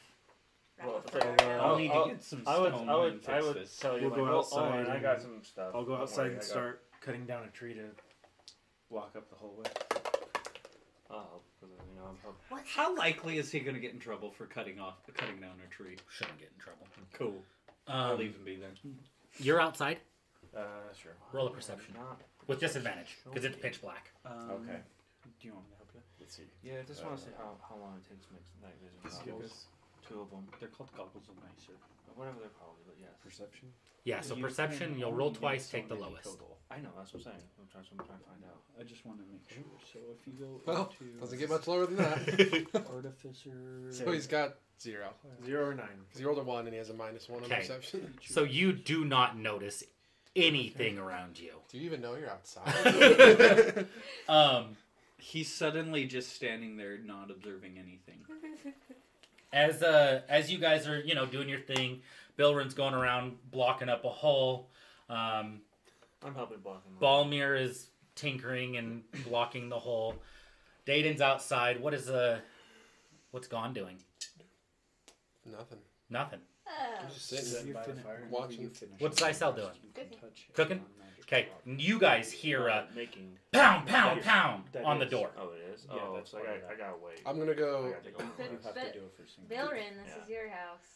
[SPEAKER 5] Well,
[SPEAKER 2] Wrap
[SPEAKER 5] if
[SPEAKER 2] the
[SPEAKER 5] it's
[SPEAKER 2] fire
[SPEAKER 5] uh, all
[SPEAKER 4] I'll
[SPEAKER 5] I'll-
[SPEAKER 2] around.
[SPEAKER 4] need
[SPEAKER 5] I'll-
[SPEAKER 4] to get some
[SPEAKER 5] I would,
[SPEAKER 4] stone
[SPEAKER 5] I would,
[SPEAKER 4] and
[SPEAKER 5] I
[SPEAKER 4] fix
[SPEAKER 5] would
[SPEAKER 4] this.
[SPEAKER 5] tell you
[SPEAKER 7] We'll
[SPEAKER 5] like,
[SPEAKER 7] go
[SPEAKER 5] oh,
[SPEAKER 7] outside
[SPEAKER 5] oh, and I
[SPEAKER 7] and-
[SPEAKER 5] got some stuff.
[SPEAKER 7] I'll go
[SPEAKER 5] Don't
[SPEAKER 7] outside
[SPEAKER 5] worry, I
[SPEAKER 7] and
[SPEAKER 5] got-
[SPEAKER 7] start cutting down a tree to block up the hallway.
[SPEAKER 5] Oh, because you know I'm help-
[SPEAKER 2] What's
[SPEAKER 4] How likely is he going to get in trouble for cutting off, cutting down a tree?
[SPEAKER 1] Shouldn't get in trouble.
[SPEAKER 4] Cool. I'll
[SPEAKER 1] Um,
[SPEAKER 4] leave him be then.
[SPEAKER 1] you're outside
[SPEAKER 7] Uh, sure.
[SPEAKER 1] Roll a perception.
[SPEAKER 5] Not- mm,
[SPEAKER 1] with disadvantage because it's pitch black.
[SPEAKER 4] Um,
[SPEAKER 7] Okay.
[SPEAKER 4] Do you want me to help you?
[SPEAKER 7] Let's see.
[SPEAKER 5] Yeah, I just
[SPEAKER 7] Uh,
[SPEAKER 5] want to see how, how long it takes to make night vision goggles. Two of them,
[SPEAKER 4] They're called goggles of nicer.
[SPEAKER 5] whatever they're called, but yes.
[SPEAKER 7] Perception.
[SPEAKER 1] Yeah, so
[SPEAKER 4] You
[SPEAKER 1] perception,
[SPEAKER 4] can
[SPEAKER 1] you'll roll
[SPEAKER 4] only get
[SPEAKER 1] twice,
[SPEAKER 4] so
[SPEAKER 1] take the
[SPEAKER 4] many
[SPEAKER 1] lowest.
[SPEAKER 4] total.
[SPEAKER 5] I know that's what I'm saying. I'm trying, so I'm trying to find out.
[SPEAKER 4] I just want to make sure. So if you go
[SPEAKER 3] Well,
[SPEAKER 4] into
[SPEAKER 3] Doesn't get much lower than that.
[SPEAKER 4] artificer,
[SPEAKER 3] so he's got zero.
[SPEAKER 7] Zero or nine.
[SPEAKER 3] Because he rolled a one and he has a minus one on
[SPEAKER 1] Okay.
[SPEAKER 3] perception.
[SPEAKER 1] So you do not notice anything around you.
[SPEAKER 3] Do you even know you're outside?
[SPEAKER 1] Um,
[SPEAKER 4] he's suddenly just standing there, not observing anything.
[SPEAKER 1] as uh, as you guys are you know doing your thing, Bilrin's going around blocking up a hole. Um,
[SPEAKER 5] I'm helping block them.
[SPEAKER 1] Balmir is tinkering and blocking the hole. Dayton's outside. What is uh, what's Gon doing?
[SPEAKER 3] Nothing.
[SPEAKER 1] Nothing.
[SPEAKER 2] Oh,
[SPEAKER 3] I'm just sitting
[SPEAKER 7] by the
[SPEAKER 3] there watching.
[SPEAKER 1] What's Zysel doing?
[SPEAKER 2] Cooking.
[SPEAKER 1] Cooking? Okay, you guys hear a
[SPEAKER 5] making
[SPEAKER 1] pound, pound, pound
[SPEAKER 4] That
[SPEAKER 1] on the
[SPEAKER 4] is-
[SPEAKER 1] door.
[SPEAKER 5] Oh, it is.
[SPEAKER 4] Yeah,
[SPEAKER 5] Oh,
[SPEAKER 4] that's
[SPEAKER 5] so I
[SPEAKER 4] part of
[SPEAKER 5] got I gotta wait.
[SPEAKER 3] I'm gonna
[SPEAKER 5] I
[SPEAKER 3] go.
[SPEAKER 5] gotta take over.
[SPEAKER 2] You have to But- do
[SPEAKER 4] it for
[SPEAKER 2] Bilrin, this
[SPEAKER 5] Yeah.
[SPEAKER 2] is your house.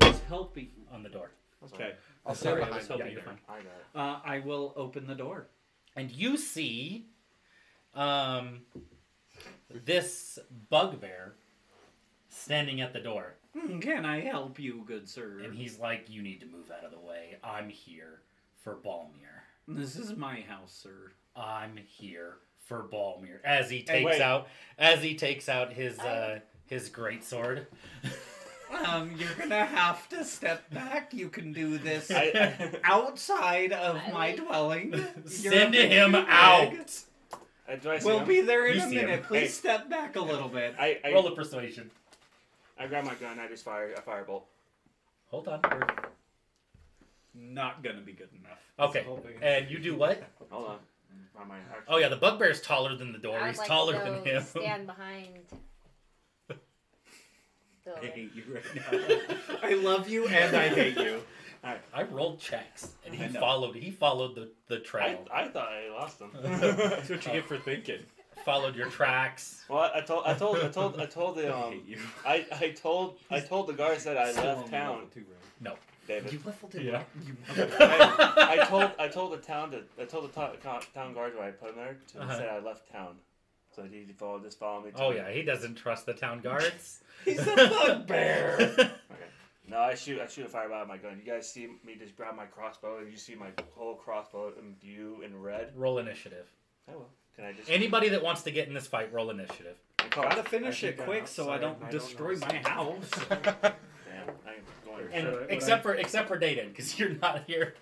[SPEAKER 4] Who's helping?
[SPEAKER 1] On the door.
[SPEAKER 4] Okay.
[SPEAKER 3] I'll
[SPEAKER 4] Oh, Sorry,
[SPEAKER 3] stand
[SPEAKER 4] I was
[SPEAKER 3] behind.
[SPEAKER 4] helping
[SPEAKER 1] Yeah,
[SPEAKER 4] you
[SPEAKER 1] you're
[SPEAKER 4] there.
[SPEAKER 5] I got it.
[SPEAKER 4] Uh, I will open the door.
[SPEAKER 1] and you see um, this bugbear standing at the door
[SPEAKER 4] Hmm, Can I help you, good sir?
[SPEAKER 1] and he's like you need to move out of the way i'm here for balmir
[SPEAKER 4] This is my house, sir.
[SPEAKER 1] i'm here for balmir as he takes
[SPEAKER 5] wait.
[SPEAKER 1] out as he takes out his uh, his great sword
[SPEAKER 4] Um, you're gonna have to step back. You can do this
[SPEAKER 5] I,
[SPEAKER 4] outside of my
[SPEAKER 2] I-
[SPEAKER 4] dwelling. You're a
[SPEAKER 1] send him
[SPEAKER 4] big bag.
[SPEAKER 1] out
[SPEAKER 5] I, do I see
[SPEAKER 4] We'll
[SPEAKER 5] him?
[SPEAKER 4] be there in
[SPEAKER 1] You
[SPEAKER 4] a
[SPEAKER 1] see him.
[SPEAKER 4] minute. Please
[SPEAKER 5] Hey.
[SPEAKER 4] step back a little bit.
[SPEAKER 5] I I,
[SPEAKER 1] roll a persuasion
[SPEAKER 5] I grab my gun. I just fire a firebolt.
[SPEAKER 1] hold on
[SPEAKER 4] Not gonna be good enough.
[SPEAKER 1] okay
[SPEAKER 7] Eh.
[SPEAKER 1] and you do what
[SPEAKER 5] Hold on. My mind. I-
[SPEAKER 1] oh yeah the bugbear's taller than the door
[SPEAKER 2] I would
[SPEAKER 1] he's
[SPEAKER 2] like
[SPEAKER 1] taller
[SPEAKER 2] to
[SPEAKER 1] than
[SPEAKER 2] go
[SPEAKER 1] him
[SPEAKER 2] Stand behind.
[SPEAKER 4] I
[SPEAKER 2] Bilrin.
[SPEAKER 4] hate you right now. I love you and I hate you.
[SPEAKER 1] I rolled checks, and
[SPEAKER 4] I
[SPEAKER 1] he
[SPEAKER 4] know.
[SPEAKER 1] followed. He followed the the
[SPEAKER 5] I,
[SPEAKER 1] trail,
[SPEAKER 5] I thought I lost them.
[SPEAKER 4] That's what you get for thinking.
[SPEAKER 1] followed your tracks.
[SPEAKER 5] well, I told, I told, I told, I told the
[SPEAKER 4] I
[SPEAKER 5] um,
[SPEAKER 4] hate you.
[SPEAKER 5] I, I told, I told the guards that I
[SPEAKER 4] Still
[SPEAKER 5] left
[SPEAKER 4] on
[SPEAKER 5] town,
[SPEAKER 4] level two, right?
[SPEAKER 5] David.
[SPEAKER 1] leveled
[SPEAKER 4] Yeah.
[SPEAKER 5] I, I told, I told the town to, I told the town, town guards where I put him there to
[SPEAKER 1] Uh-huh.
[SPEAKER 5] say I left town. So he followed, just follow me. To
[SPEAKER 1] Oh yeah, he doesn't trust the town guards.
[SPEAKER 4] He's a bugbear.
[SPEAKER 5] No, I shoot, I shoot a fireball out of my gun. You guys see me just grab my crossbow, and you see my whole crossbow imbue in red.
[SPEAKER 1] roll initiative.
[SPEAKER 5] I will. Can I just?
[SPEAKER 1] Anybody that wants to get in this fight, roll initiative.
[SPEAKER 4] Gotta finish
[SPEAKER 7] I
[SPEAKER 4] it
[SPEAKER 7] think I'm
[SPEAKER 4] quick so I
[SPEAKER 7] outside
[SPEAKER 4] don't
[SPEAKER 7] and I don't
[SPEAKER 4] destroy
[SPEAKER 7] know.
[SPEAKER 4] my house.
[SPEAKER 5] Damn, I'm going.
[SPEAKER 1] And
[SPEAKER 5] Did
[SPEAKER 1] except for except for Dayton, because you're not here.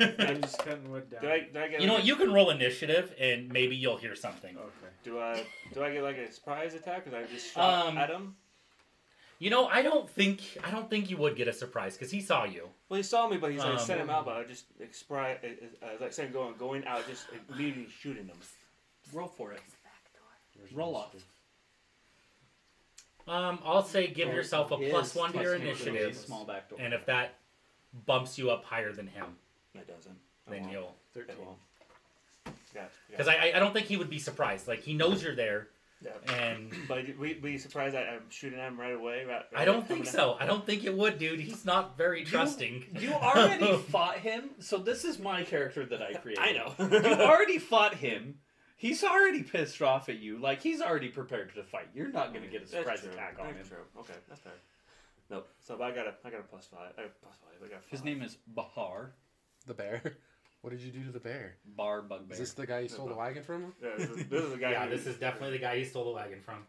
[SPEAKER 7] I'm just cutting wood down.
[SPEAKER 5] I, did I get?
[SPEAKER 1] you know
[SPEAKER 5] like,
[SPEAKER 1] what? You can roll initiative, and maybe you'll hear something.
[SPEAKER 7] Okay.
[SPEAKER 5] Do I, do I get like a surprise attack? Cause I just shot
[SPEAKER 1] Um,
[SPEAKER 5] at him.
[SPEAKER 1] You know, I don't think I don't think you would get a surprise because he saw you.
[SPEAKER 5] Well, he saw me, but he's like
[SPEAKER 1] Um,
[SPEAKER 5] sent him out. But I just expri- uh, uh, uh, like saying going going out, just immediately shooting him.
[SPEAKER 4] Roll for it.
[SPEAKER 2] Back door.
[SPEAKER 4] Roll off.
[SPEAKER 1] Um, I'll say give
[SPEAKER 4] Or
[SPEAKER 1] yourself a
[SPEAKER 4] his
[SPEAKER 1] plus one to your
[SPEAKER 4] Oh, plus his
[SPEAKER 1] initiative,
[SPEAKER 4] Small back door.
[SPEAKER 1] and if that bumps you up higher than him,
[SPEAKER 5] That doesn't. Oh,
[SPEAKER 1] then you'll.
[SPEAKER 7] Thirteen.
[SPEAKER 5] Yeah.
[SPEAKER 1] Because I, I- I don't think he would be surprised. Like he knows you're there,
[SPEAKER 5] Yeah.
[SPEAKER 1] and
[SPEAKER 5] But we we surprised that I'm shooting at him right away. Right,
[SPEAKER 1] I don't think so. I don't think it would, dude. He's not very trusting.
[SPEAKER 4] You already fought him, so this is my character that I created.
[SPEAKER 5] I know.
[SPEAKER 4] you already fought him. He's already pissed off at you. Like he's already prepared to fight. You're not gonna get a surprise attack on him.
[SPEAKER 5] That's true. Okay, that's fair. Nope. So but I got a I got a plus five. I got a plus five. I got.
[SPEAKER 4] His
[SPEAKER 5] five.
[SPEAKER 4] name is Bahar.
[SPEAKER 3] The bear. What did you do to the bear?
[SPEAKER 4] Bar bugbear.
[SPEAKER 3] Is this the guy you stole the wagon from?
[SPEAKER 5] Yeah, this, is, this is the guy.
[SPEAKER 1] yeah,
[SPEAKER 5] who-
[SPEAKER 1] this is definitely the guy he stole the wagon from.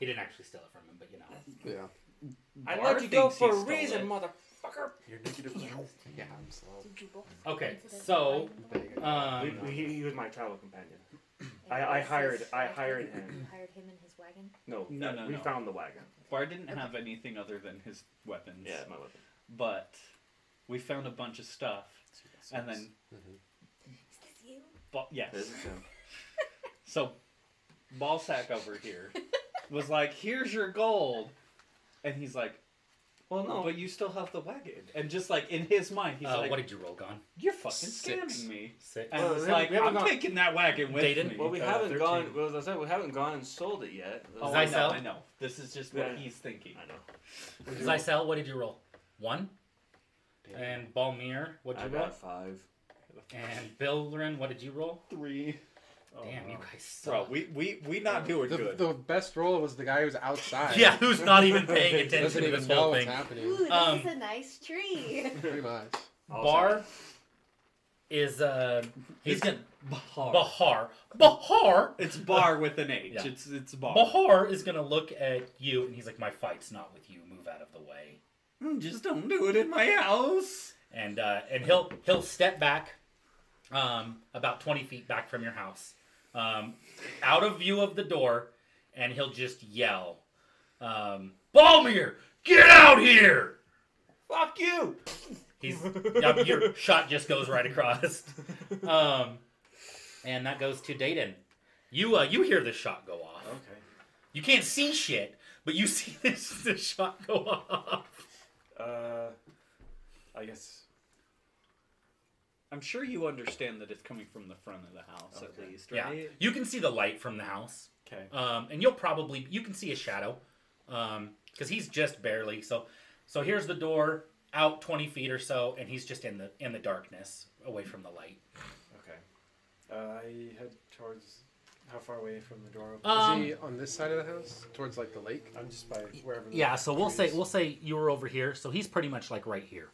[SPEAKER 1] he didn't actually steal it from him, but you know.
[SPEAKER 3] Yeah.
[SPEAKER 5] I
[SPEAKER 4] Barb
[SPEAKER 5] let you go
[SPEAKER 4] thinks
[SPEAKER 5] for
[SPEAKER 4] he
[SPEAKER 5] a
[SPEAKER 4] stole
[SPEAKER 5] reason,
[SPEAKER 4] it.
[SPEAKER 5] motherfucker.
[SPEAKER 3] You're negative. yeah, I'm slow.
[SPEAKER 1] Okay, so
[SPEAKER 5] We-
[SPEAKER 1] um,
[SPEAKER 5] we- he, he was my travel companion. I- I hired- I hired him.
[SPEAKER 2] You hired him and his wagon.
[SPEAKER 5] No,
[SPEAKER 4] No,
[SPEAKER 5] uh,
[SPEAKER 4] no,
[SPEAKER 5] we
[SPEAKER 4] no.
[SPEAKER 5] found the wagon.
[SPEAKER 4] Bar didn't have anything other than his weapons.
[SPEAKER 5] Yeah, my weapon.
[SPEAKER 4] But we found a bunch of stuff, and then
[SPEAKER 2] Is this you?
[SPEAKER 4] ba- yes.
[SPEAKER 5] This is him.
[SPEAKER 4] So Ballsack over here was like, "Here's your gold," and he's like,
[SPEAKER 5] Well, no,
[SPEAKER 4] "But you still have the wagon." And just like in his mind, he's
[SPEAKER 1] uh,
[SPEAKER 4] like,
[SPEAKER 1] what did you roll, Uh, Gone?
[SPEAKER 4] "You're fucking
[SPEAKER 3] Six.
[SPEAKER 4] scamming me."
[SPEAKER 1] Six.
[SPEAKER 4] And
[SPEAKER 5] Well,
[SPEAKER 4] it's
[SPEAKER 5] we haven't-
[SPEAKER 4] like,
[SPEAKER 5] we haven't
[SPEAKER 4] "I'm
[SPEAKER 5] gone-
[SPEAKER 4] taking that wagon with
[SPEAKER 1] They didn't-
[SPEAKER 4] me."
[SPEAKER 5] well, we
[SPEAKER 1] uh,
[SPEAKER 5] haven't
[SPEAKER 1] 13.
[SPEAKER 5] gone. Well, as I said, we haven't gone and sold it yet.
[SPEAKER 4] Oh, I
[SPEAKER 5] I
[SPEAKER 1] Zycel?
[SPEAKER 4] know, I know. This is just what
[SPEAKER 5] Yeah.
[SPEAKER 4] he's thinking.
[SPEAKER 5] know.
[SPEAKER 1] Zysel, what did you roll? One. And Balmir, what
[SPEAKER 5] I
[SPEAKER 1] did you roll?
[SPEAKER 5] got five.
[SPEAKER 1] And Bildrin, what did you roll?
[SPEAKER 4] Three.
[SPEAKER 1] Damn, you guys suck.
[SPEAKER 4] Bro, we we we not doing
[SPEAKER 3] The,
[SPEAKER 4] good.
[SPEAKER 3] the best role was the guy who's outside.
[SPEAKER 1] yeah, who's not even paying
[SPEAKER 3] Doesn't
[SPEAKER 1] attention to
[SPEAKER 3] even
[SPEAKER 1] this
[SPEAKER 3] know
[SPEAKER 1] whole
[SPEAKER 3] what's
[SPEAKER 1] thing?
[SPEAKER 2] Ooh,
[SPEAKER 3] happening.
[SPEAKER 2] this
[SPEAKER 1] Um,
[SPEAKER 2] is a nice tree.
[SPEAKER 3] Pretty much.
[SPEAKER 1] Bar is uh, he's
[SPEAKER 4] It's
[SPEAKER 1] gonna
[SPEAKER 4] Bahar.
[SPEAKER 1] Bahar. Bahar.
[SPEAKER 4] It's bar with an H.
[SPEAKER 1] Yeah.
[SPEAKER 4] It's it's bar.
[SPEAKER 1] Bahar is gonna look at you and he's like, "My fight's not with you. Move out of the way."
[SPEAKER 4] Mm, Just don't do it in my house.
[SPEAKER 1] and uh, and he'll he'll step back um, about 20 feet back from your house um, out of view of the door and he'll just yell um, balmier get out here
[SPEAKER 5] Fuck you.
[SPEAKER 1] he's yup, your shot just goes right across um, and that goes to Dayton. you uh, you hear this shot go off
[SPEAKER 8] Okay.
[SPEAKER 1] you can't see shit but you see this, this shot go off
[SPEAKER 7] Uh, I guess.
[SPEAKER 4] I'm sure you understand that it's coming from the front of the house at least,
[SPEAKER 1] yeah
[SPEAKER 4] right?
[SPEAKER 1] you can see the light from the house
[SPEAKER 7] Okay.
[SPEAKER 1] um, and you'll probably you can see a shadow because he's just barely so so here's the door out 20 feet or so and he's just in the in the darkness away from the light
[SPEAKER 7] Okay. Uh, I head towards. How far away from the door?
[SPEAKER 1] Um,
[SPEAKER 3] Is he on this side of the house, towards like the lake?
[SPEAKER 7] I'm just by wherever. the
[SPEAKER 1] yeah so we'll
[SPEAKER 7] tree
[SPEAKER 1] say
[SPEAKER 7] is.
[SPEAKER 1] we'll say you were over here so he's pretty much like right here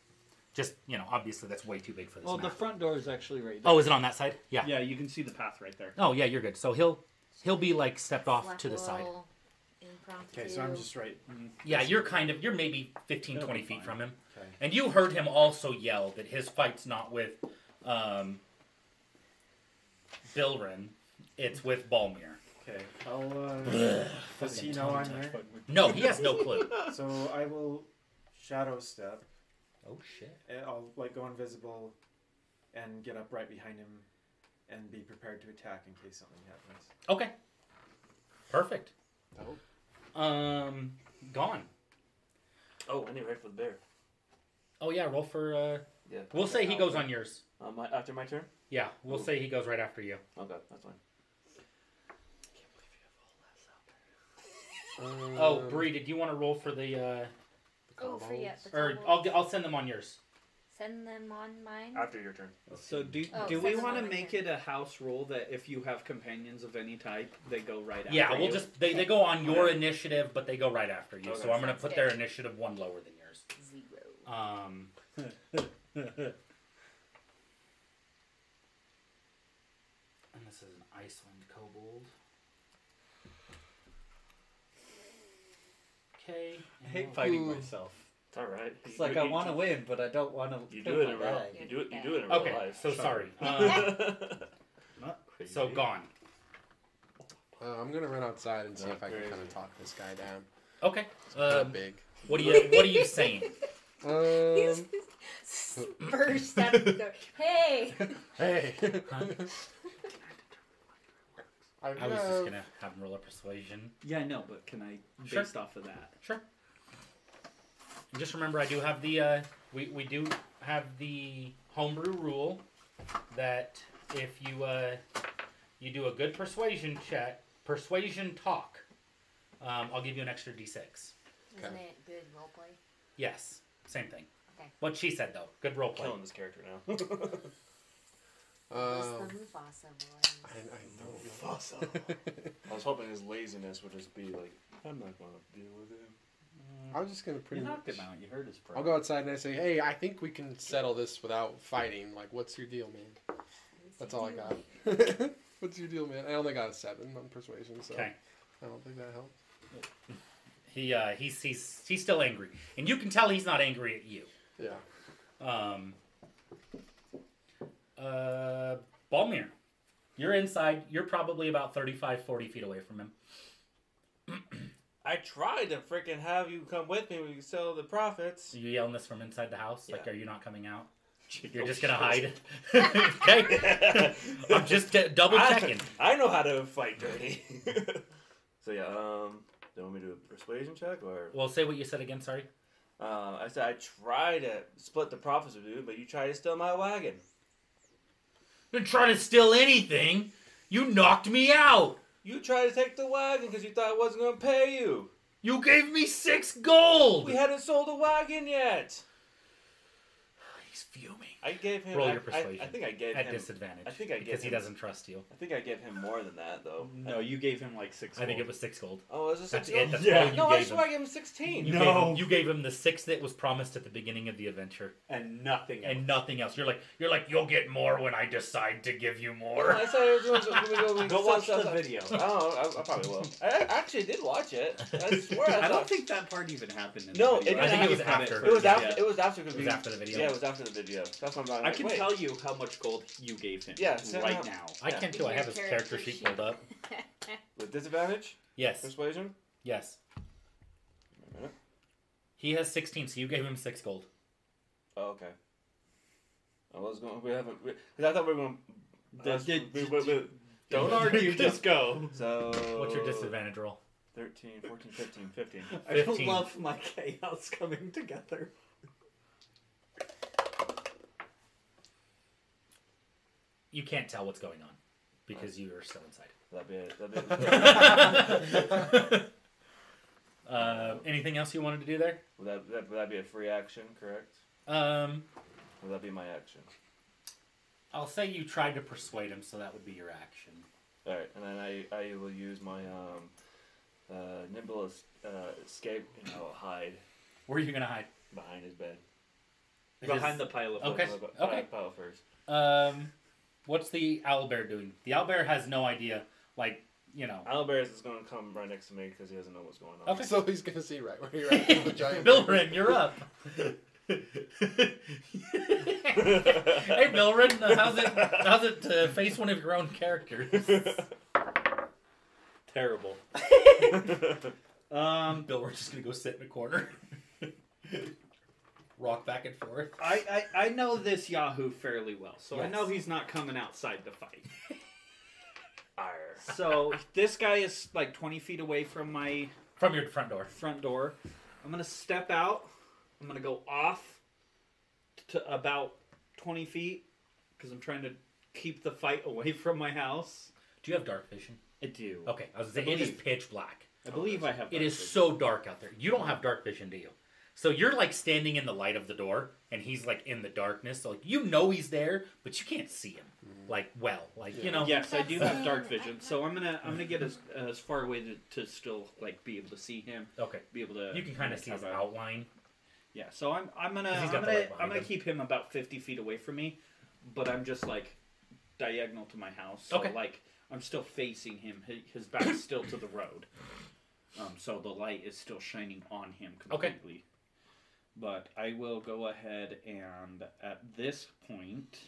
[SPEAKER 1] just you know obviously that's way too big for this
[SPEAKER 4] Well, the
[SPEAKER 1] map.
[SPEAKER 4] front door is actually right there.
[SPEAKER 1] oh is it on that side yeah.
[SPEAKER 4] yeah, you can see the path right there.
[SPEAKER 1] oh yeah you're good so he'll he'll be like stepped off
[SPEAKER 2] Slack
[SPEAKER 1] to the side
[SPEAKER 2] roll, Impromptu.
[SPEAKER 7] Okay, so I'm just right.
[SPEAKER 1] yeah you're kind of you're maybe 15
[SPEAKER 4] It'll
[SPEAKER 1] 20
[SPEAKER 4] be
[SPEAKER 1] feet
[SPEAKER 4] fine.
[SPEAKER 1] from him
[SPEAKER 7] Okay.
[SPEAKER 1] and you heard him also yell that his fight's not with um Bilrin, it's with Balmir.
[SPEAKER 7] Okay. I'll. Uh, does he know I'm here?
[SPEAKER 1] No, he has no clue.
[SPEAKER 7] So I will shadow step.
[SPEAKER 1] oh shit.
[SPEAKER 7] and Eh, I'll like go invisible, and get up right behind him, and be prepared to attack in case something happens.
[SPEAKER 1] Okay. Perfect.
[SPEAKER 3] Dope.
[SPEAKER 1] Um gone.
[SPEAKER 5] Oh, I need to wait for the bear.
[SPEAKER 1] Oh yeah, roll for uh
[SPEAKER 5] Yeah.
[SPEAKER 1] we'll say he goes on yours.
[SPEAKER 5] Uh, my, after my turn.
[SPEAKER 1] Yeah, we'll
[SPEAKER 5] Ooh.
[SPEAKER 1] say he goes right after you.
[SPEAKER 5] Okay, that's fine.
[SPEAKER 1] Oh,
[SPEAKER 3] Um,
[SPEAKER 1] Bree, did you want to roll for the uh
[SPEAKER 2] Oh, for yeah. the
[SPEAKER 1] or
[SPEAKER 2] tumble.
[SPEAKER 1] I'll I'll send them on yours.
[SPEAKER 2] Send them on mine.
[SPEAKER 5] After your turn.
[SPEAKER 4] So do
[SPEAKER 2] Oh,
[SPEAKER 4] do we
[SPEAKER 2] second
[SPEAKER 4] want to
[SPEAKER 2] one,
[SPEAKER 4] make
[SPEAKER 2] okay.
[SPEAKER 4] it a house rule that if you have companions of any type, they go right after
[SPEAKER 1] Yeah, we'll
[SPEAKER 4] you?
[SPEAKER 1] just they, they go on your initiative, but they go right after you.
[SPEAKER 5] Okay,
[SPEAKER 1] so I'm gonna
[SPEAKER 2] sounds
[SPEAKER 1] put
[SPEAKER 2] good.
[SPEAKER 1] their initiative one lower than yours.
[SPEAKER 2] Zero.
[SPEAKER 1] Um, and this is an Iceland kobold. Okay.
[SPEAKER 4] I hate fighting
[SPEAKER 3] Ooh.
[SPEAKER 4] myself.
[SPEAKER 5] It's all right.
[SPEAKER 4] It's like I want to win, but I don't want to.
[SPEAKER 5] You do it in real. You do it. You do it in real
[SPEAKER 1] Okay,
[SPEAKER 5] life.
[SPEAKER 1] so sorry. Um, so
[SPEAKER 5] Crazy.
[SPEAKER 1] gone.
[SPEAKER 3] Uh, I'm gonna run outside and see
[SPEAKER 5] Not
[SPEAKER 3] if I can
[SPEAKER 5] crazy.
[SPEAKER 3] kind of talk this guy down.
[SPEAKER 1] Okay.
[SPEAKER 3] Kinda
[SPEAKER 1] Um,
[SPEAKER 3] big.
[SPEAKER 1] what are you What are you saying?
[SPEAKER 3] Um,
[SPEAKER 2] Burst out of the door. Hey!
[SPEAKER 3] hey. I,
[SPEAKER 1] I was just gonna have him roll a persuasion.
[SPEAKER 4] Yeah, I know, but can I
[SPEAKER 1] Sure.
[SPEAKER 4] based off of that?
[SPEAKER 1] Sure. And just remember, I do have the uh, we we do have the homebrew rule that if you uh, you do a good persuasion check, persuasion talk, um, I'll give you an extra d6.
[SPEAKER 2] Isn't it good roleplay?
[SPEAKER 1] Yes, same thing.
[SPEAKER 2] Okay.
[SPEAKER 1] What she said though, good role play.
[SPEAKER 5] Killing this character now.
[SPEAKER 2] Who's
[SPEAKER 3] Um,
[SPEAKER 2] the Mufasa voice?
[SPEAKER 3] I, I don't know.
[SPEAKER 5] I was hoping his laziness would just be like, I'm not gonna deal with him.
[SPEAKER 3] I was just gonna
[SPEAKER 4] You
[SPEAKER 3] pretty much.
[SPEAKER 4] knocked him out. You heard his prayer.
[SPEAKER 3] I'll go outside and I say, "Hey, I think we can settle this without fighting. Like, what's your deal, man? That's all I got. what's your deal, man? I only got a seven on persuasion, so
[SPEAKER 1] Okay.
[SPEAKER 3] I don't think that helped.
[SPEAKER 1] He uh, he's he's he's still angry, and you can tell he's not angry at you.
[SPEAKER 3] Yeah.
[SPEAKER 1] Um, uh, Balmir, you're inside. You're probably about 35, 40 feet away from him.
[SPEAKER 5] I tried to freaking have you come with me. We could sell the profits.
[SPEAKER 1] So you yelling this from inside the house? Like,
[SPEAKER 5] Yeah.
[SPEAKER 1] are you not coming out?
[SPEAKER 5] Oh,
[SPEAKER 1] You're just gonna hide.
[SPEAKER 5] shit.
[SPEAKER 1] okay. I'm just uh, double checking.
[SPEAKER 5] I, I know how to fight dirty. so yeah, um, do you want me to do a persuasion check or?
[SPEAKER 1] Well, say what you said again. Sorry.
[SPEAKER 5] Uh, I said I try to split the profits with you, but you try to steal my wagon.
[SPEAKER 1] You're trying to steal anything. You knocked me out.
[SPEAKER 5] You tried to take the wagon because you thought I wasn't gonna pay you.
[SPEAKER 1] You gave me six gold.
[SPEAKER 5] We hadn't sold the wagon yet.
[SPEAKER 1] Oh, He's fuming
[SPEAKER 5] I gave him.
[SPEAKER 1] Roll
[SPEAKER 5] I,
[SPEAKER 1] your
[SPEAKER 5] I- I,
[SPEAKER 1] persuasion.
[SPEAKER 5] think I gave
[SPEAKER 1] at
[SPEAKER 5] him.
[SPEAKER 1] disadvantage.
[SPEAKER 5] I think I get
[SPEAKER 1] because he
[SPEAKER 5] him.
[SPEAKER 1] doesn't trust you.
[SPEAKER 5] I think I gave him more than that though.
[SPEAKER 4] No, you gave him like six.
[SPEAKER 1] I think
[SPEAKER 4] gold.
[SPEAKER 1] it was six gold.
[SPEAKER 5] Oh, is this
[SPEAKER 1] That's
[SPEAKER 5] six-
[SPEAKER 1] it. That's
[SPEAKER 4] Yeah.
[SPEAKER 1] all you
[SPEAKER 5] No, I
[SPEAKER 1] gave
[SPEAKER 5] swear
[SPEAKER 1] him.
[SPEAKER 5] I gave him sixteen.
[SPEAKER 1] You
[SPEAKER 4] No.
[SPEAKER 1] gave him, you gave him the six that was promised at the beginning of the adventure,
[SPEAKER 4] and nothing.
[SPEAKER 1] and
[SPEAKER 4] else.
[SPEAKER 1] nothing else. You're like, you're like, you'll get more when I decide to give you more.
[SPEAKER 5] I said I was gonna go- we go- we
[SPEAKER 4] Go
[SPEAKER 5] sell
[SPEAKER 4] watch
[SPEAKER 5] stuff.
[SPEAKER 4] the video.
[SPEAKER 5] I don't know. I, I probably will. I I actually did watch it. I swear. I,
[SPEAKER 4] I
[SPEAKER 5] thought-
[SPEAKER 4] don't think that part even happened. In
[SPEAKER 5] No,
[SPEAKER 4] the video.
[SPEAKER 5] it- I think it
[SPEAKER 1] was
[SPEAKER 4] you
[SPEAKER 1] after.
[SPEAKER 4] had
[SPEAKER 5] It was
[SPEAKER 4] Yeah.
[SPEAKER 5] after. It was after. 'cause
[SPEAKER 1] It was
[SPEAKER 5] we-
[SPEAKER 1] after the video.
[SPEAKER 5] Yeah, it was after the video. That's what I'm not.
[SPEAKER 4] I can tell you how much gold you gave him.
[SPEAKER 5] Yeah, send
[SPEAKER 4] right
[SPEAKER 5] out.
[SPEAKER 4] now.
[SPEAKER 1] I can too. I have his character sheet pulled up.
[SPEAKER 5] With disadvantage,
[SPEAKER 1] Yes,
[SPEAKER 5] persuasion.
[SPEAKER 1] yes.
[SPEAKER 5] Wait a minute.
[SPEAKER 1] He has sixteen, so you gave him six gold.
[SPEAKER 5] Oh, okay. I was going. We haven't. Because I thought we were going.
[SPEAKER 4] The- the- Don't
[SPEAKER 5] Yeah.
[SPEAKER 4] argue. Just go.
[SPEAKER 5] So.
[SPEAKER 1] What's your disadvantage roll?
[SPEAKER 5] 13, 14, 15, 15.
[SPEAKER 4] I
[SPEAKER 1] 15.
[SPEAKER 4] love my chaos coming together.
[SPEAKER 1] You can't tell what's going on because you are still inside.
[SPEAKER 5] That'd be it. That'd be it.
[SPEAKER 1] Uh, anything else you wanted to do there?
[SPEAKER 5] would, that, that, would that be a free action, correct?
[SPEAKER 1] Um,
[SPEAKER 5] Would that be my action?
[SPEAKER 1] I'll say you tried to persuade him, so that would be your action.
[SPEAKER 5] Alright, and then I, I will use my um, uh, nimble es- uh, escape and I'll hide
[SPEAKER 1] Where are you gonna hide?
[SPEAKER 5] behind his bed.
[SPEAKER 4] Behind the pile of
[SPEAKER 1] Okay.
[SPEAKER 5] Pile- pile-
[SPEAKER 1] okay.
[SPEAKER 5] pile first.
[SPEAKER 1] Um, what's the owlbear doing? The owlbear has no idea. Like, you know,
[SPEAKER 5] Owlbears is going to come right next to me because he doesn't know what's going on.
[SPEAKER 1] Okay.
[SPEAKER 3] So he's gonna see right where you're at. with The giant.
[SPEAKER 1] Bilrin, you're up. hey, Bilrin, uh, how's it? How's it to face one of your own characters?
[SPEAKER 4] Terrible.
[SPEAKER 1] Um, Bilrin's just gonna go sit in a corner, rock back and forth.
[SPEAKER 4] I, I, I know this Yahoo fairly well, so I
[SPEAKER 1] Yes.
[SPEAKER 4] know he's not coming outside to fight. So this guy is like 20 feet away from my
[SPEAKER 1] From your front door.
[SPEAKER 4] front door. I'm gonna step out. I'm gonna go off to about 20 feet because I'm trying to keep the fight away from my house.
[SPEAKER 1] Do you have dark vision?
[SPEAKER 4] I do.
[SPEAKER 1] Okay, I was gonna
[SPEAKER 4] I
[SPEAKER 1] say it is
[SPEAKER 4] believe.
[SPEAKER 1] pitch black.
[SPEAKER 4] I believe I have.
[SPEAKER 1] It is so dark out there. You don't have dark vision, do you? So you're like standing in the light of the door, and he's like in the darkness. So like you know he's there, but you can't see him like well. Like you know.
[SPEAKER 4] Yes, I do have dark vision, so I'm gonna I'm gonna get as as far away to, to still like be able to see him,
[SPEAKER 1] Okay.
[SPEAKER 4] be able to.
[SPEAKER 1] You can kind of see his
[SPEAKER 4] cover.
[SPEAKER 1] outline.
[SPEAKER 4] Yeah, so I'm I'm gonna
[SPEAKER 1] 'Cause he's
[SPEAKER 4] I'm
[SPEAKER 1] got the
[SPEAKER 4] gonna,
[SPEAKER 1] light behind
[SPEAKER 4] I'm gonna
[SPEAKER 1] him.
[SPEAKER 4] keep him about 50 feet away from me, but I'm just like diagonal to my house. So
[SPEAKER 1] Okay.
[SPEAKER 4] Like I'm still facing him. His, his back's still to the road. Um, so the light is still shining on him
[SPEAKER 1] Okay.
[SPEAKER 4] completely. But I will go ahead and at this point,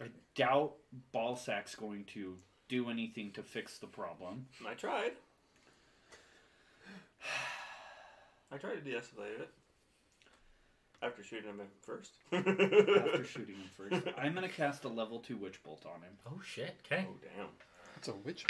[SPEAKER 4] I doubt Ballsack's going to do anything to fix the problem.
[SPEAKER 5] I tried. I tried to de-escalate it. After shooting him first. Oh,
[SPEAKER 4] After shooting him first, I'm gonna cast a level two witch bolt on him.
[SPEAKER 1] Oh shit. Okay.
[SPEAKER 5] Oh damn.
[SPEAKER 3] It's a witch.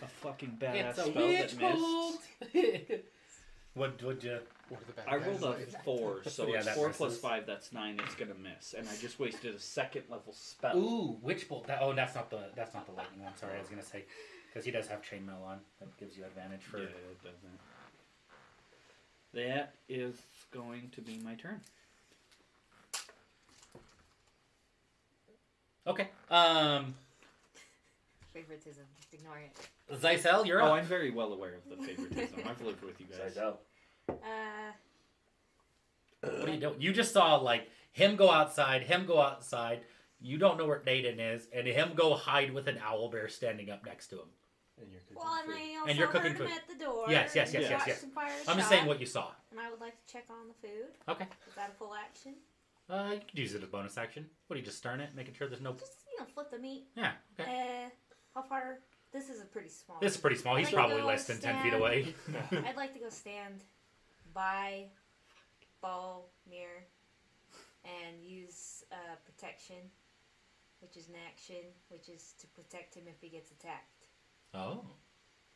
[SPEAKER 4] A fucking badass spell that missed.
[SPEAKER 1] what would you?
[SPEAKER 3] What are the bad
[SPEAKER 4] I
[SPEAKER 3] guys
[SPEAKER 4] rolled a
[SPEAKER 3] like?
[SPEAKER 4] four, so
[SPEAKER 1] Yeah,
[SPEAKER 4] it's
[SPEAKER 1] that
[SPEAKER 4] four
[SPEAKER 1] misses.
[SPEAKER 4] plus five. That's nine. It's gonna miss, and I just wasted a second level
[SPEAKER 2] Oh.
[SPEAKER 4] spell.
[SPEAKER 1] Ooh, witch bolt. That, oh, that's not the that's not the lightning one. Sorry, I was gonna say because he does have chainmail on. That gives you advantage for.
[SPEAKER 4] Yeah, it doesn't. That is going to be my turn.
[SPEAKER 1] Okay. Um,
[SPEAKER 2] Favoritism. Just ignore it.
[SPEAKER 1] Zysel, you're
[SPEAKER 4] Oh,
[SPEAKER 1] up.
[SPEAKER 4] I'm very well aware of the favoritism. I've lived with you guys.
[SPEAKER 5] Zydell.
[SPEAKER 2] Uh,
[SPEAKER 1] What are you doing? You just saw like him go outside, him go outside. You don't know where Naden is, and him go hide with an owl bear standing up next to him.
[SPEAKER 3] And you're cooking
[SPEAKER 2] well, and
[SPEAKER 3] food.
[SPEAKER 2] I also
[SPEAKER 1] And you're
[SPEAKER 2] heard
[SPEAKER 1] cooking
[SPEAKER 2] him
[SPEAKER 1] food.
[SPEAKER 2] at the door.
[SPEAKER 1] Yes, yes, yes,
[SPEAKER 2] and
[SPEAKER 1] yes,
[SPEAKER 2] watched
[SPEAKER 1] yes.
[SPEAKER 2] him fire a
[SPEAKER 1] I'm just saying
[SPEAKER 2] shot,
[SPEAKER 1] what you saw.
[SPEAKER 2] And I would like to check on the food.
[SPEAKER 1] Okay.
[SPEAKER 2] Is that a full action?
[SPEAKER 1] Uh, you could use it as bonus action. What are you just stirring it, making sure there's no?
[SPEAKER 2] Just you know, flip the meat.
[SPEAKER 1] Yeah. Okay.
[SPEAKER 2] Uh, how far? This is a pretty small.
[SPEAKER 1] This is pretty small. He's
[SPEAKER 2] Like,
[SPEAKER 1] probably
[SPEAKER 2] go
[SPEAKER 1] less than ten feet
[SPEAKER 2] stand-
[SPEAKER 1] away.
[SPEAKER 2] I'd like to go stand by ball mirror and use uh, protection, which is an action, which is to protect him if he gets attacked.
[SPEAKER 1] Oh,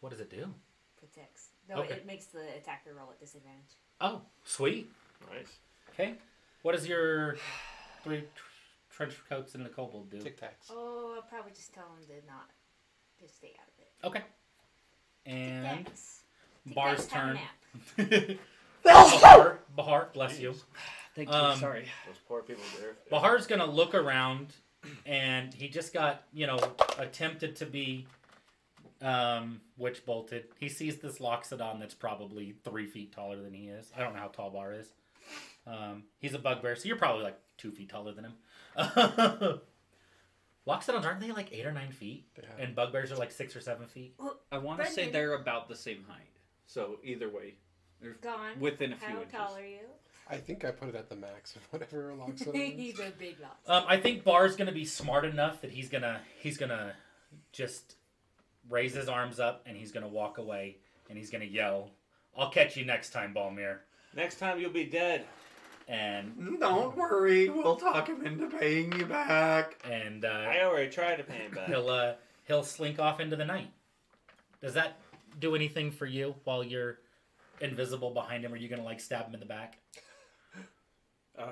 [SPEAKER 1] what does it do?
[SPEAKER 2] Protects. No,
[SPEAKER 1] Okay.
[SPEAKER 2] it makes the attacker roll at disadvantage.
[SPEAKER 1] Oh, sweet.
[SPEAKER 5] Nice.
[SPEAKER 1] Okay. What does your three tr- trench coats and the kobold do?
[SPEAKER 3] Tic Tacs.
[SPEAKER 2] Oh, I'll probably just tell him to not just stay out of it.
[SPEAKER 1] Okay. And
[SPEAKER 2] Tic-tacs. Tic-tacs
[SPEAKER 1] Bar's
[SPEAKER 2] have a
[SPEAKER 1] turn.
[SPEAKER 2] nap.
[SPEAKER 1] Bahar, Bahar, bless you.
[SPEAKER 4] Thank
[SPEAKER 1] you, Um, sorry.
[SPEAKER 5] Those poor people there.
[SPEAKER 1] Bahar's gonna look around, and he just got you know attempted to be um, witch bolted. He sees this Loxodon that's probably three feet taller than he is. I don't know how tall Bahar is. Um, he's a bugbear, so you're probably like two feet taller than him. Loxodons aren't they like eight or nine feet,
[SPEAKER 3] They have-
[SPEAKER 4] Oh.
[SPEAKER 1] and bugbears are like six or seven feet?
[SPEAKER 4] I want to say
[SPEAKER 2] Brendan.
[SPEAKER 4] they're about the same height. So either way,
[SPEAKER 2] Gone.
[SPEAKER 4] within a few
[SPEAKER 2] How
[SPEAKER 4] inches.
[SPEAKER 2] tall are you?
[SPEAKER 3] I think I put it at the max of whatever Loxodon is.
[SPEAKER 2] He's a big lot.
[SPEAKER 1] Um, I think Bar's gonna be smart enough that he's gonna he's gonna just raise his arms up and he's gonna walk away and he's gonna yell, "I'll catch you next time, Balmir."
[SPEAKER 5] Next time you'll be dead.
[SPEAKER 1] And
[SPEAKER 8] Don't worry, we'll talk him into paying you back.
[SPEAKER 1] and uh,
[SPEAKER 5] I already tried to pay him back.
[SPEAKER 1] he'll uh, he'll slink off into the night. Does that do anything for you while you're invisible behind him? Are you gonna like stab him in the back?
[SPEAKER 5] uh,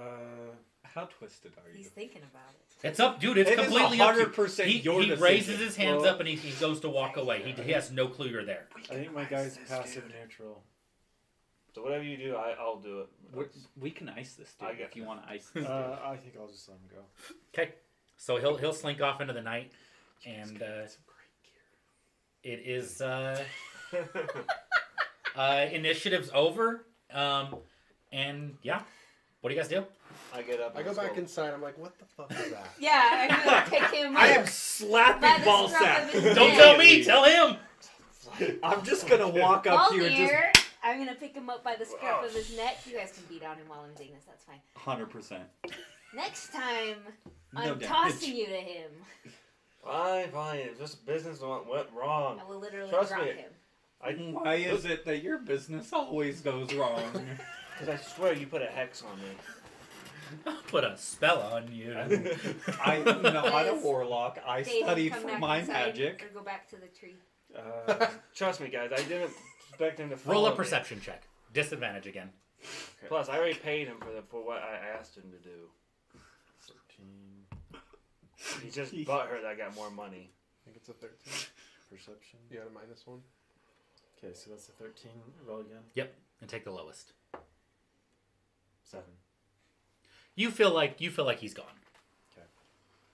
[SPEAKER 4] How twisted are you?
[SPEAKER 2] He's thinking about it.
[SPEAKER 1] It's up, dude. It's
[SPEAKER 4] It is
[SPEAKER 1] completely up to you.
[SPEAKER 4] 100%
[SPEAKER 1] He,
[SPEAKER 4] your
[SPEAKER 1] he
[SPEAKER 4] decision.
[SPEAKER 1] raises his hands
[SPEAKER 5] Well-
[SPEAKER 1] up and he, he goes to walk away. He, he has no clue you're there.
[SPEAKER 5] I think my guy's passive
[SPEAKER 8] neutral.
[SPEAKER 5] so whatever you do, I, I'll do it.
[SPEAKER 4] We're, we can ice this dude
[SPEAKER 5] I get
[SPEAKER 4] if you
[SPEAKER 5] that.
[SPEAKER 4] want to ice
[SPEAKER 7] Uh,
[SPEAKER 4] this dude.
[SPEAKER 7] I think I'll just let him go.
[SPEAKER 1] Okay, so he'll he'll slink off into the night, and uh, it is uh, uh, initiative's over. Um, and yeah, what do you guys do?
[SPEAKER 5] I get up.
[SPEAKER 3] I go back inside. I'm like, what the fuck is that?
[SPEAKER 2] Yeah, I'm gonna pick him
[SPEAKER 8] I
[SPEAKER 2] up.
[SPEAKER 8] am
[SPEAKER 2] By
[SPEAKER 8] slapping
[SPEAKER 2] the
[SPEAKER 8] ball
[SPEAKER 2] scruff
[SPEAKER 8] sack.
[SPEAKER 2] of his
[SPEAKER 1] Don't
[SPEAKER 2] neck.
[SPEAKER 1] tell me, tell him.
[SPEAKER 8] I'm just gonna walk up to you and just
[SPEAKER 2] Baldir, I'm gonna pick him up by the scruff of his neck. You guys can beat on him while I'm doing this. That's fine.
[SPEAKER 4] 100%.
[SPEAKER 2] Next time,
[SPEAKER 4] No
[SPEAKER 2] I'm
[SPEAKER 4] damage.
[SPEAKER 2] tossing you to him.
[SPEAKER 5] Fine, fine. It's just business went, went wrong.
[SPEAKER 2] I will literally
[SPEAKER 5] Trust
[SPEAKER 2] drop
[SPEAKER 5] me.
[SPEAKER 2] him.
[SPEAKER 5] I
[SPEAKER 4] Why is it that your business always goes wrong?
[SPEAKER 5] because I swear you put a hex on me.
[SPEAKER 1] I'll put a spell on you.
[SPEAKER 4] I, no, I'm a
[SPEAKER 2] Please.
[SPEAKER 4] warlock. I
[SPEAKER 2] David,
[SPEAKER 4] studied
[SPEAKER 2] come
[SPEAKER 4] for
[SPEAKER 2] back
[SPEAKER 4] my
[SPEAKER 2] inside
[SPEAKER 4] magic.
[SPEAKER 2] Or go back to the tree.
[SPEAKER 7] Uh,
[SPEAKER 5] Trust me, guys. I didn't expect him to.
[SPEAKER 1] Roll
[SPEAKER 5] follow
[SPEAKER 1] a
[SPEAKER 5] me.
[SPEAKER 1] perception check. Disadvantage again.
[SPEAKER 5] Plus, I already paid him for the, for what I asked him to do.
[SPEAKER 7] 13
[SPEAKER 5] He just butthurt that I got more money.
[SPEAKER 3] I think it's a 13.
[SPEAKER 7] perception.
[SPEAKER 3] You got a minus one.
[SPEAKER 7] Okay, so that's a 13. Roll again.
[SPEAKER 1] And take the lowest.
[SPEAKER 7] Seven.
[SPEAKER 1] You feel like you feel like he's gone.
[SPEAKER 7] Okay.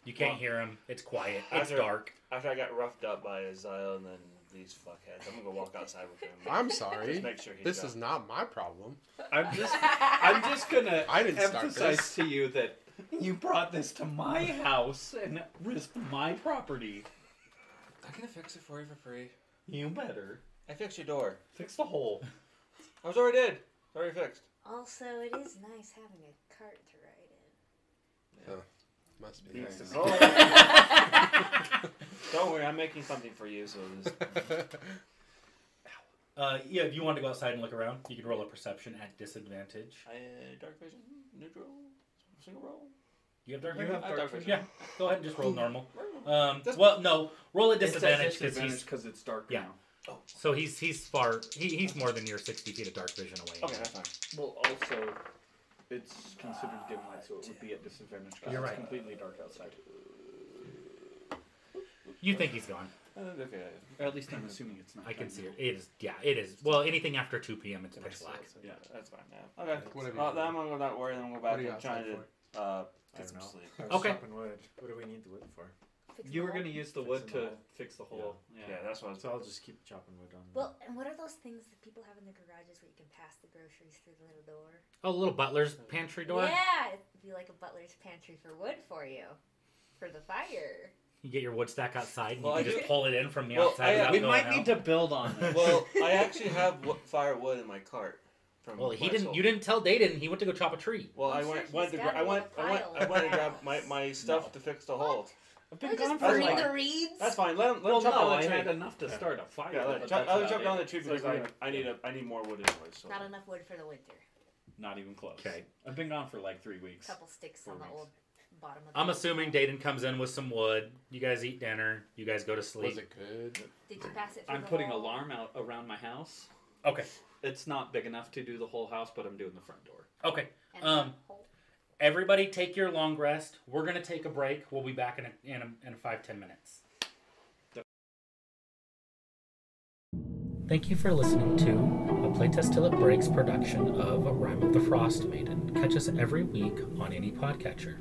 [SPEAKER 1] You can't
[SPEAKER 5] Well,
[SPEAKER 1] hear him. It's quiet. It's
[SPEAKER 5] after-
[SPEAKER 1] dark.
[SPEAKER 5] After I got roughed up by Azile and then these fuckheads, I'm gonna go walk outside with him.
[SPEAKER 3] I'm
[SPEAKER 5] Just
[SPEAKER 3] sorry.
[SPEAKER 5] make sure he's
[SPEAKER 3] This
[SPEAKER 5] gone.
[SPEAKER 3] is not my problem.
[SPEAKER 4] I'm just, I'm just gonna
[SPEAKER 3] I didn't start
[SPEAKER 4] emphasize
[SPEAKER 3] this.
[SPEAKER 4] to you that you brought this to my house and risked my property.
[SPEAKER 5] I can fix it for you for free.
[SPEAKER 4] You better
[SPEAKER 5] I fixed your door.
[SPEAKER 4] fix the hole.
[SPEAKER 5] I was already dead. It's already fixed.
[SPEAKER 2] Also, it is nice having a cart to ride in.
[SPEAKER 3] Must be.
[SPEAKER 5] Beats the
[SPEAKER 3] nice.
[SPEAKER 5] cold. Don't worry, I'm making something for you. So just
[SPEAKER 1] Uh, yeah, if you want to go outside and look around, you can roll a perception at disadvantage.
[SPEAKER 5] I, uh, dark vision, neutral, single roll.
[SPEAKER 1] You have dark
[SPEAKER 7] You
[SPEAKER 1] vision?
[SPEAKER 7] have
[SPEAKER 5] I have dark vision.
[SPEAKER 1] Yeah, go ahead and just roll normal.
[SPEAKER 5] Roll.
[SPEAKER 1] Um,
[SPEAKER 5] Just-
[SPEAKER 1] well, no, roll a disadvantage because he's
[SPEAKER 4] because it's dark
[SPEAKER 1] Yeah.
[SPEAKER 4] now.
[SPEAKER 1] so he's he's far he, he's more than your sixty feet of dark vision away.
[SPEAKER 5] Okay, that's fine.
[SPEAKER 4] Well, also, it's considered dim light, so it would be at disadvantage because
[SPEAKER 1] You're
[SPEAKER 4] it's
[SPEAKER 1] right.
[SPEAKER 4] completely dark outside.
[SPEAKER 1] You think he's gone?
[SPEAKER 5] Uh, okay.
[SPEAKER 4] Or at least I'm assuming it's not.
[SPEAKER 1] Mm-hmm. I can
[SPEAKER 4] dark
[SPEAKER 1] see
[SPEAKER 4] now.
[SPEAKER 1] it. It is yeah, it is. Well, anything after two p.m. it's pitch
[SPEAKER 7] Next
[SPEAKER 1] black.
[SPEAKER 7] roll, so-
[SPEAKER 4] Yeah.
[SPEAKER 5] That's fine. Yeah. Okay.
[SPEAKER 3] Whatever you
[SPEAKER 5] Well,
[SPEAKER 3] do.
[SPEAKER 5] then I'm gonna go that way, and then we'll go
[SPEAKER 3] What
[SPEAKER 5] back
[SPEAKER 3] do you got
[SPEAKER 5] and try
[SPEAKER 3] outside
[SPEAKER 5] to uh,
[SPEAKER 7] I
[SPEAKER 5] get
[SPEAKER 7] don't
[SPEAKER 5] some
[SPEAKER 7] know.
[SPEAKER 5] sleep.
[SPEAKER 7] I was
[SPEAKER 1] Okay.
[SPEAKER 7] chopping wood. What do we need the wood for?
[SPEAKER 2] fix
[SPEAKER 4] You
[SPEAKER 2] the
[SPEAKER 4] were
[SPEAKER 2] hole?
[SPEAKER 4] gonna use the
[SPEAKER 7] Fix
[SPEAKER 4] wood
[SPEAKER 7] the
[SPEAKER 4] to
[SPEAKER 7] hole.
[SPEAKER 4] fix the hole. Yeah.
[SPEAKER 5] Yeah, that's what I was.
[SPEAKER 7] So I'll just keep chopping wood on.
[SPEAKER 2] Well, and what are those things that people have in their garages where you can pass the groceries through the little door?
[SPEAKER 6] Oh, little butler's pantry door.
[SPEAKER 2] Yeah, it'd be like a butler's pantry for wood for you, for the fire.
[SPEAKER 6] You get your wood stack outside, and
[SPEAKER 5] Well,
[SPEAKER 6] you
[SPEAKER 5] I
[SPEAKER 6] can just
[SPEAKER 5] do-
[SPEAKER 6] pull it in from the
[SPEAKER 5] Well,
[SPEAKER 6] outside.
[SPEAKER 5] I-
[SPEAKER 6] without
[SPEAKER 5] we
[SPEAKER 6] going out.
[SPEAKER 4] to build on
[SPEAKER 5] well, I actually have w- firewood in my cart. From
[SPEAKER 6] Well, he
[SPEAKER 5] Wetzel.
[SPEAKER 6] didn't. You didn't tell Dayton. He went to go chop a tree.
[SPEAKER 5] Well,
[SPEAKER 2] I'm
[SPEAKER 5] I
[SPEAKER 2] sure
[SPEAKER 5] went,
[SPEAKER 2] she's
[SPEAKER 5] wanted to.
[SPEAKER 2] got
[SPEAKER 5] Gra- I went.
[SPEAKER 2] a
[SPEAKER 5] I went. I
[SPEAKER 2] file
[SPEAKER 5] went to
[SPEAKER 2] in
[SPEAKER 5] grab
[SPEAKER 2] the
[SPEAKER 5] my,
[SPEAKER 2] house.
[SPEAKER 5] my stuff to fix the hole.
[SPEAKER 4] I've
[SPEAKER 2] Or
[SPEAKER 4] been gone
[SPEAKER 2] just
[SPEAKER 4] for
[SPEAKER 5] burn
[SPEAKER 2] burning
[SPEAKER 4] like.
[SPEAKER 5] it.
[SPEAKER 2] the reeds.
[SPEAKER 5] That's fine. Let him. Let
[SPEAKER 4] Well,
[SPEAKER 5] him chop
[SPEAKER 4] no,
[SPEAKER 5] down
[SPEAKER 4] I
[SPEAKER 5] the
[SPEAKER 4] had
[SPEAKER 5] tree.
[SPEAKER 4] enough to start a fire.
[SPEAKER 5] Yeah, let
[SPEAKER 4] but
[SPEAKER 5] him
[SPEAKER 4] that's
[SPEAKER 5] chop, let him
[SPEAKER 4] about
[SPEAKER 5] chop
[SPEAKER 4] it.
[SPEAKER 5] down the tree
[SPEAKER 4] It's
[SPEAKER 5] because
[SPEAKER 4] like,
[SPEAKER 5] I, I need a. I need more wood anyway. So
[SPEAKER 2] Not enough wood for the winter.
[SPEAKER 4] Not even close.
[SPEAKER 6] 'Kay.
[SPEAKER 4] I've been gone for like three weeks.
[SPEAKER 2] couple sticks
[SPEAKER 4] Four
[SPEAKER 2] on the
[SPEAKER 4] weeks.
[SPEAKER 2] old bottom of the
[SPEAKER 1] I'm assuming Dayton comes in with some wood. You guys eat dinner. You guys go to
[SPEAKER 3] Was
[SPEAKER 1] sleep.
[SPEAKER 3] it good?
[SPEAKER 2] Did you pass it through
[SPEAKER 4] I'm
[SPEAKER 2] the
[SPEAKER 4] putting
[SPEAKER 2] hole?
[SPEAKER 4] alarm out around my house.
[SPEAKER 1] Okay.
[SPEAKER 4] It's not big enough to do the whole house, but I'm doing the front door.
[SPEAKER 1] Okay.
[SPEAKER 2] And
[SPEAKER 1] um,
[SPEAKER 2] the hole?
[SPEAKER 1] Everybody take your long rest. We're gonna take a break. We'll be back in a, in, a, in five ten minutes.
[SPEAKER 6] Thank you for listening to a Playtest Till It Breaks production of Rhyme of the Frost Maiden. Catch us every week on any podcatcher.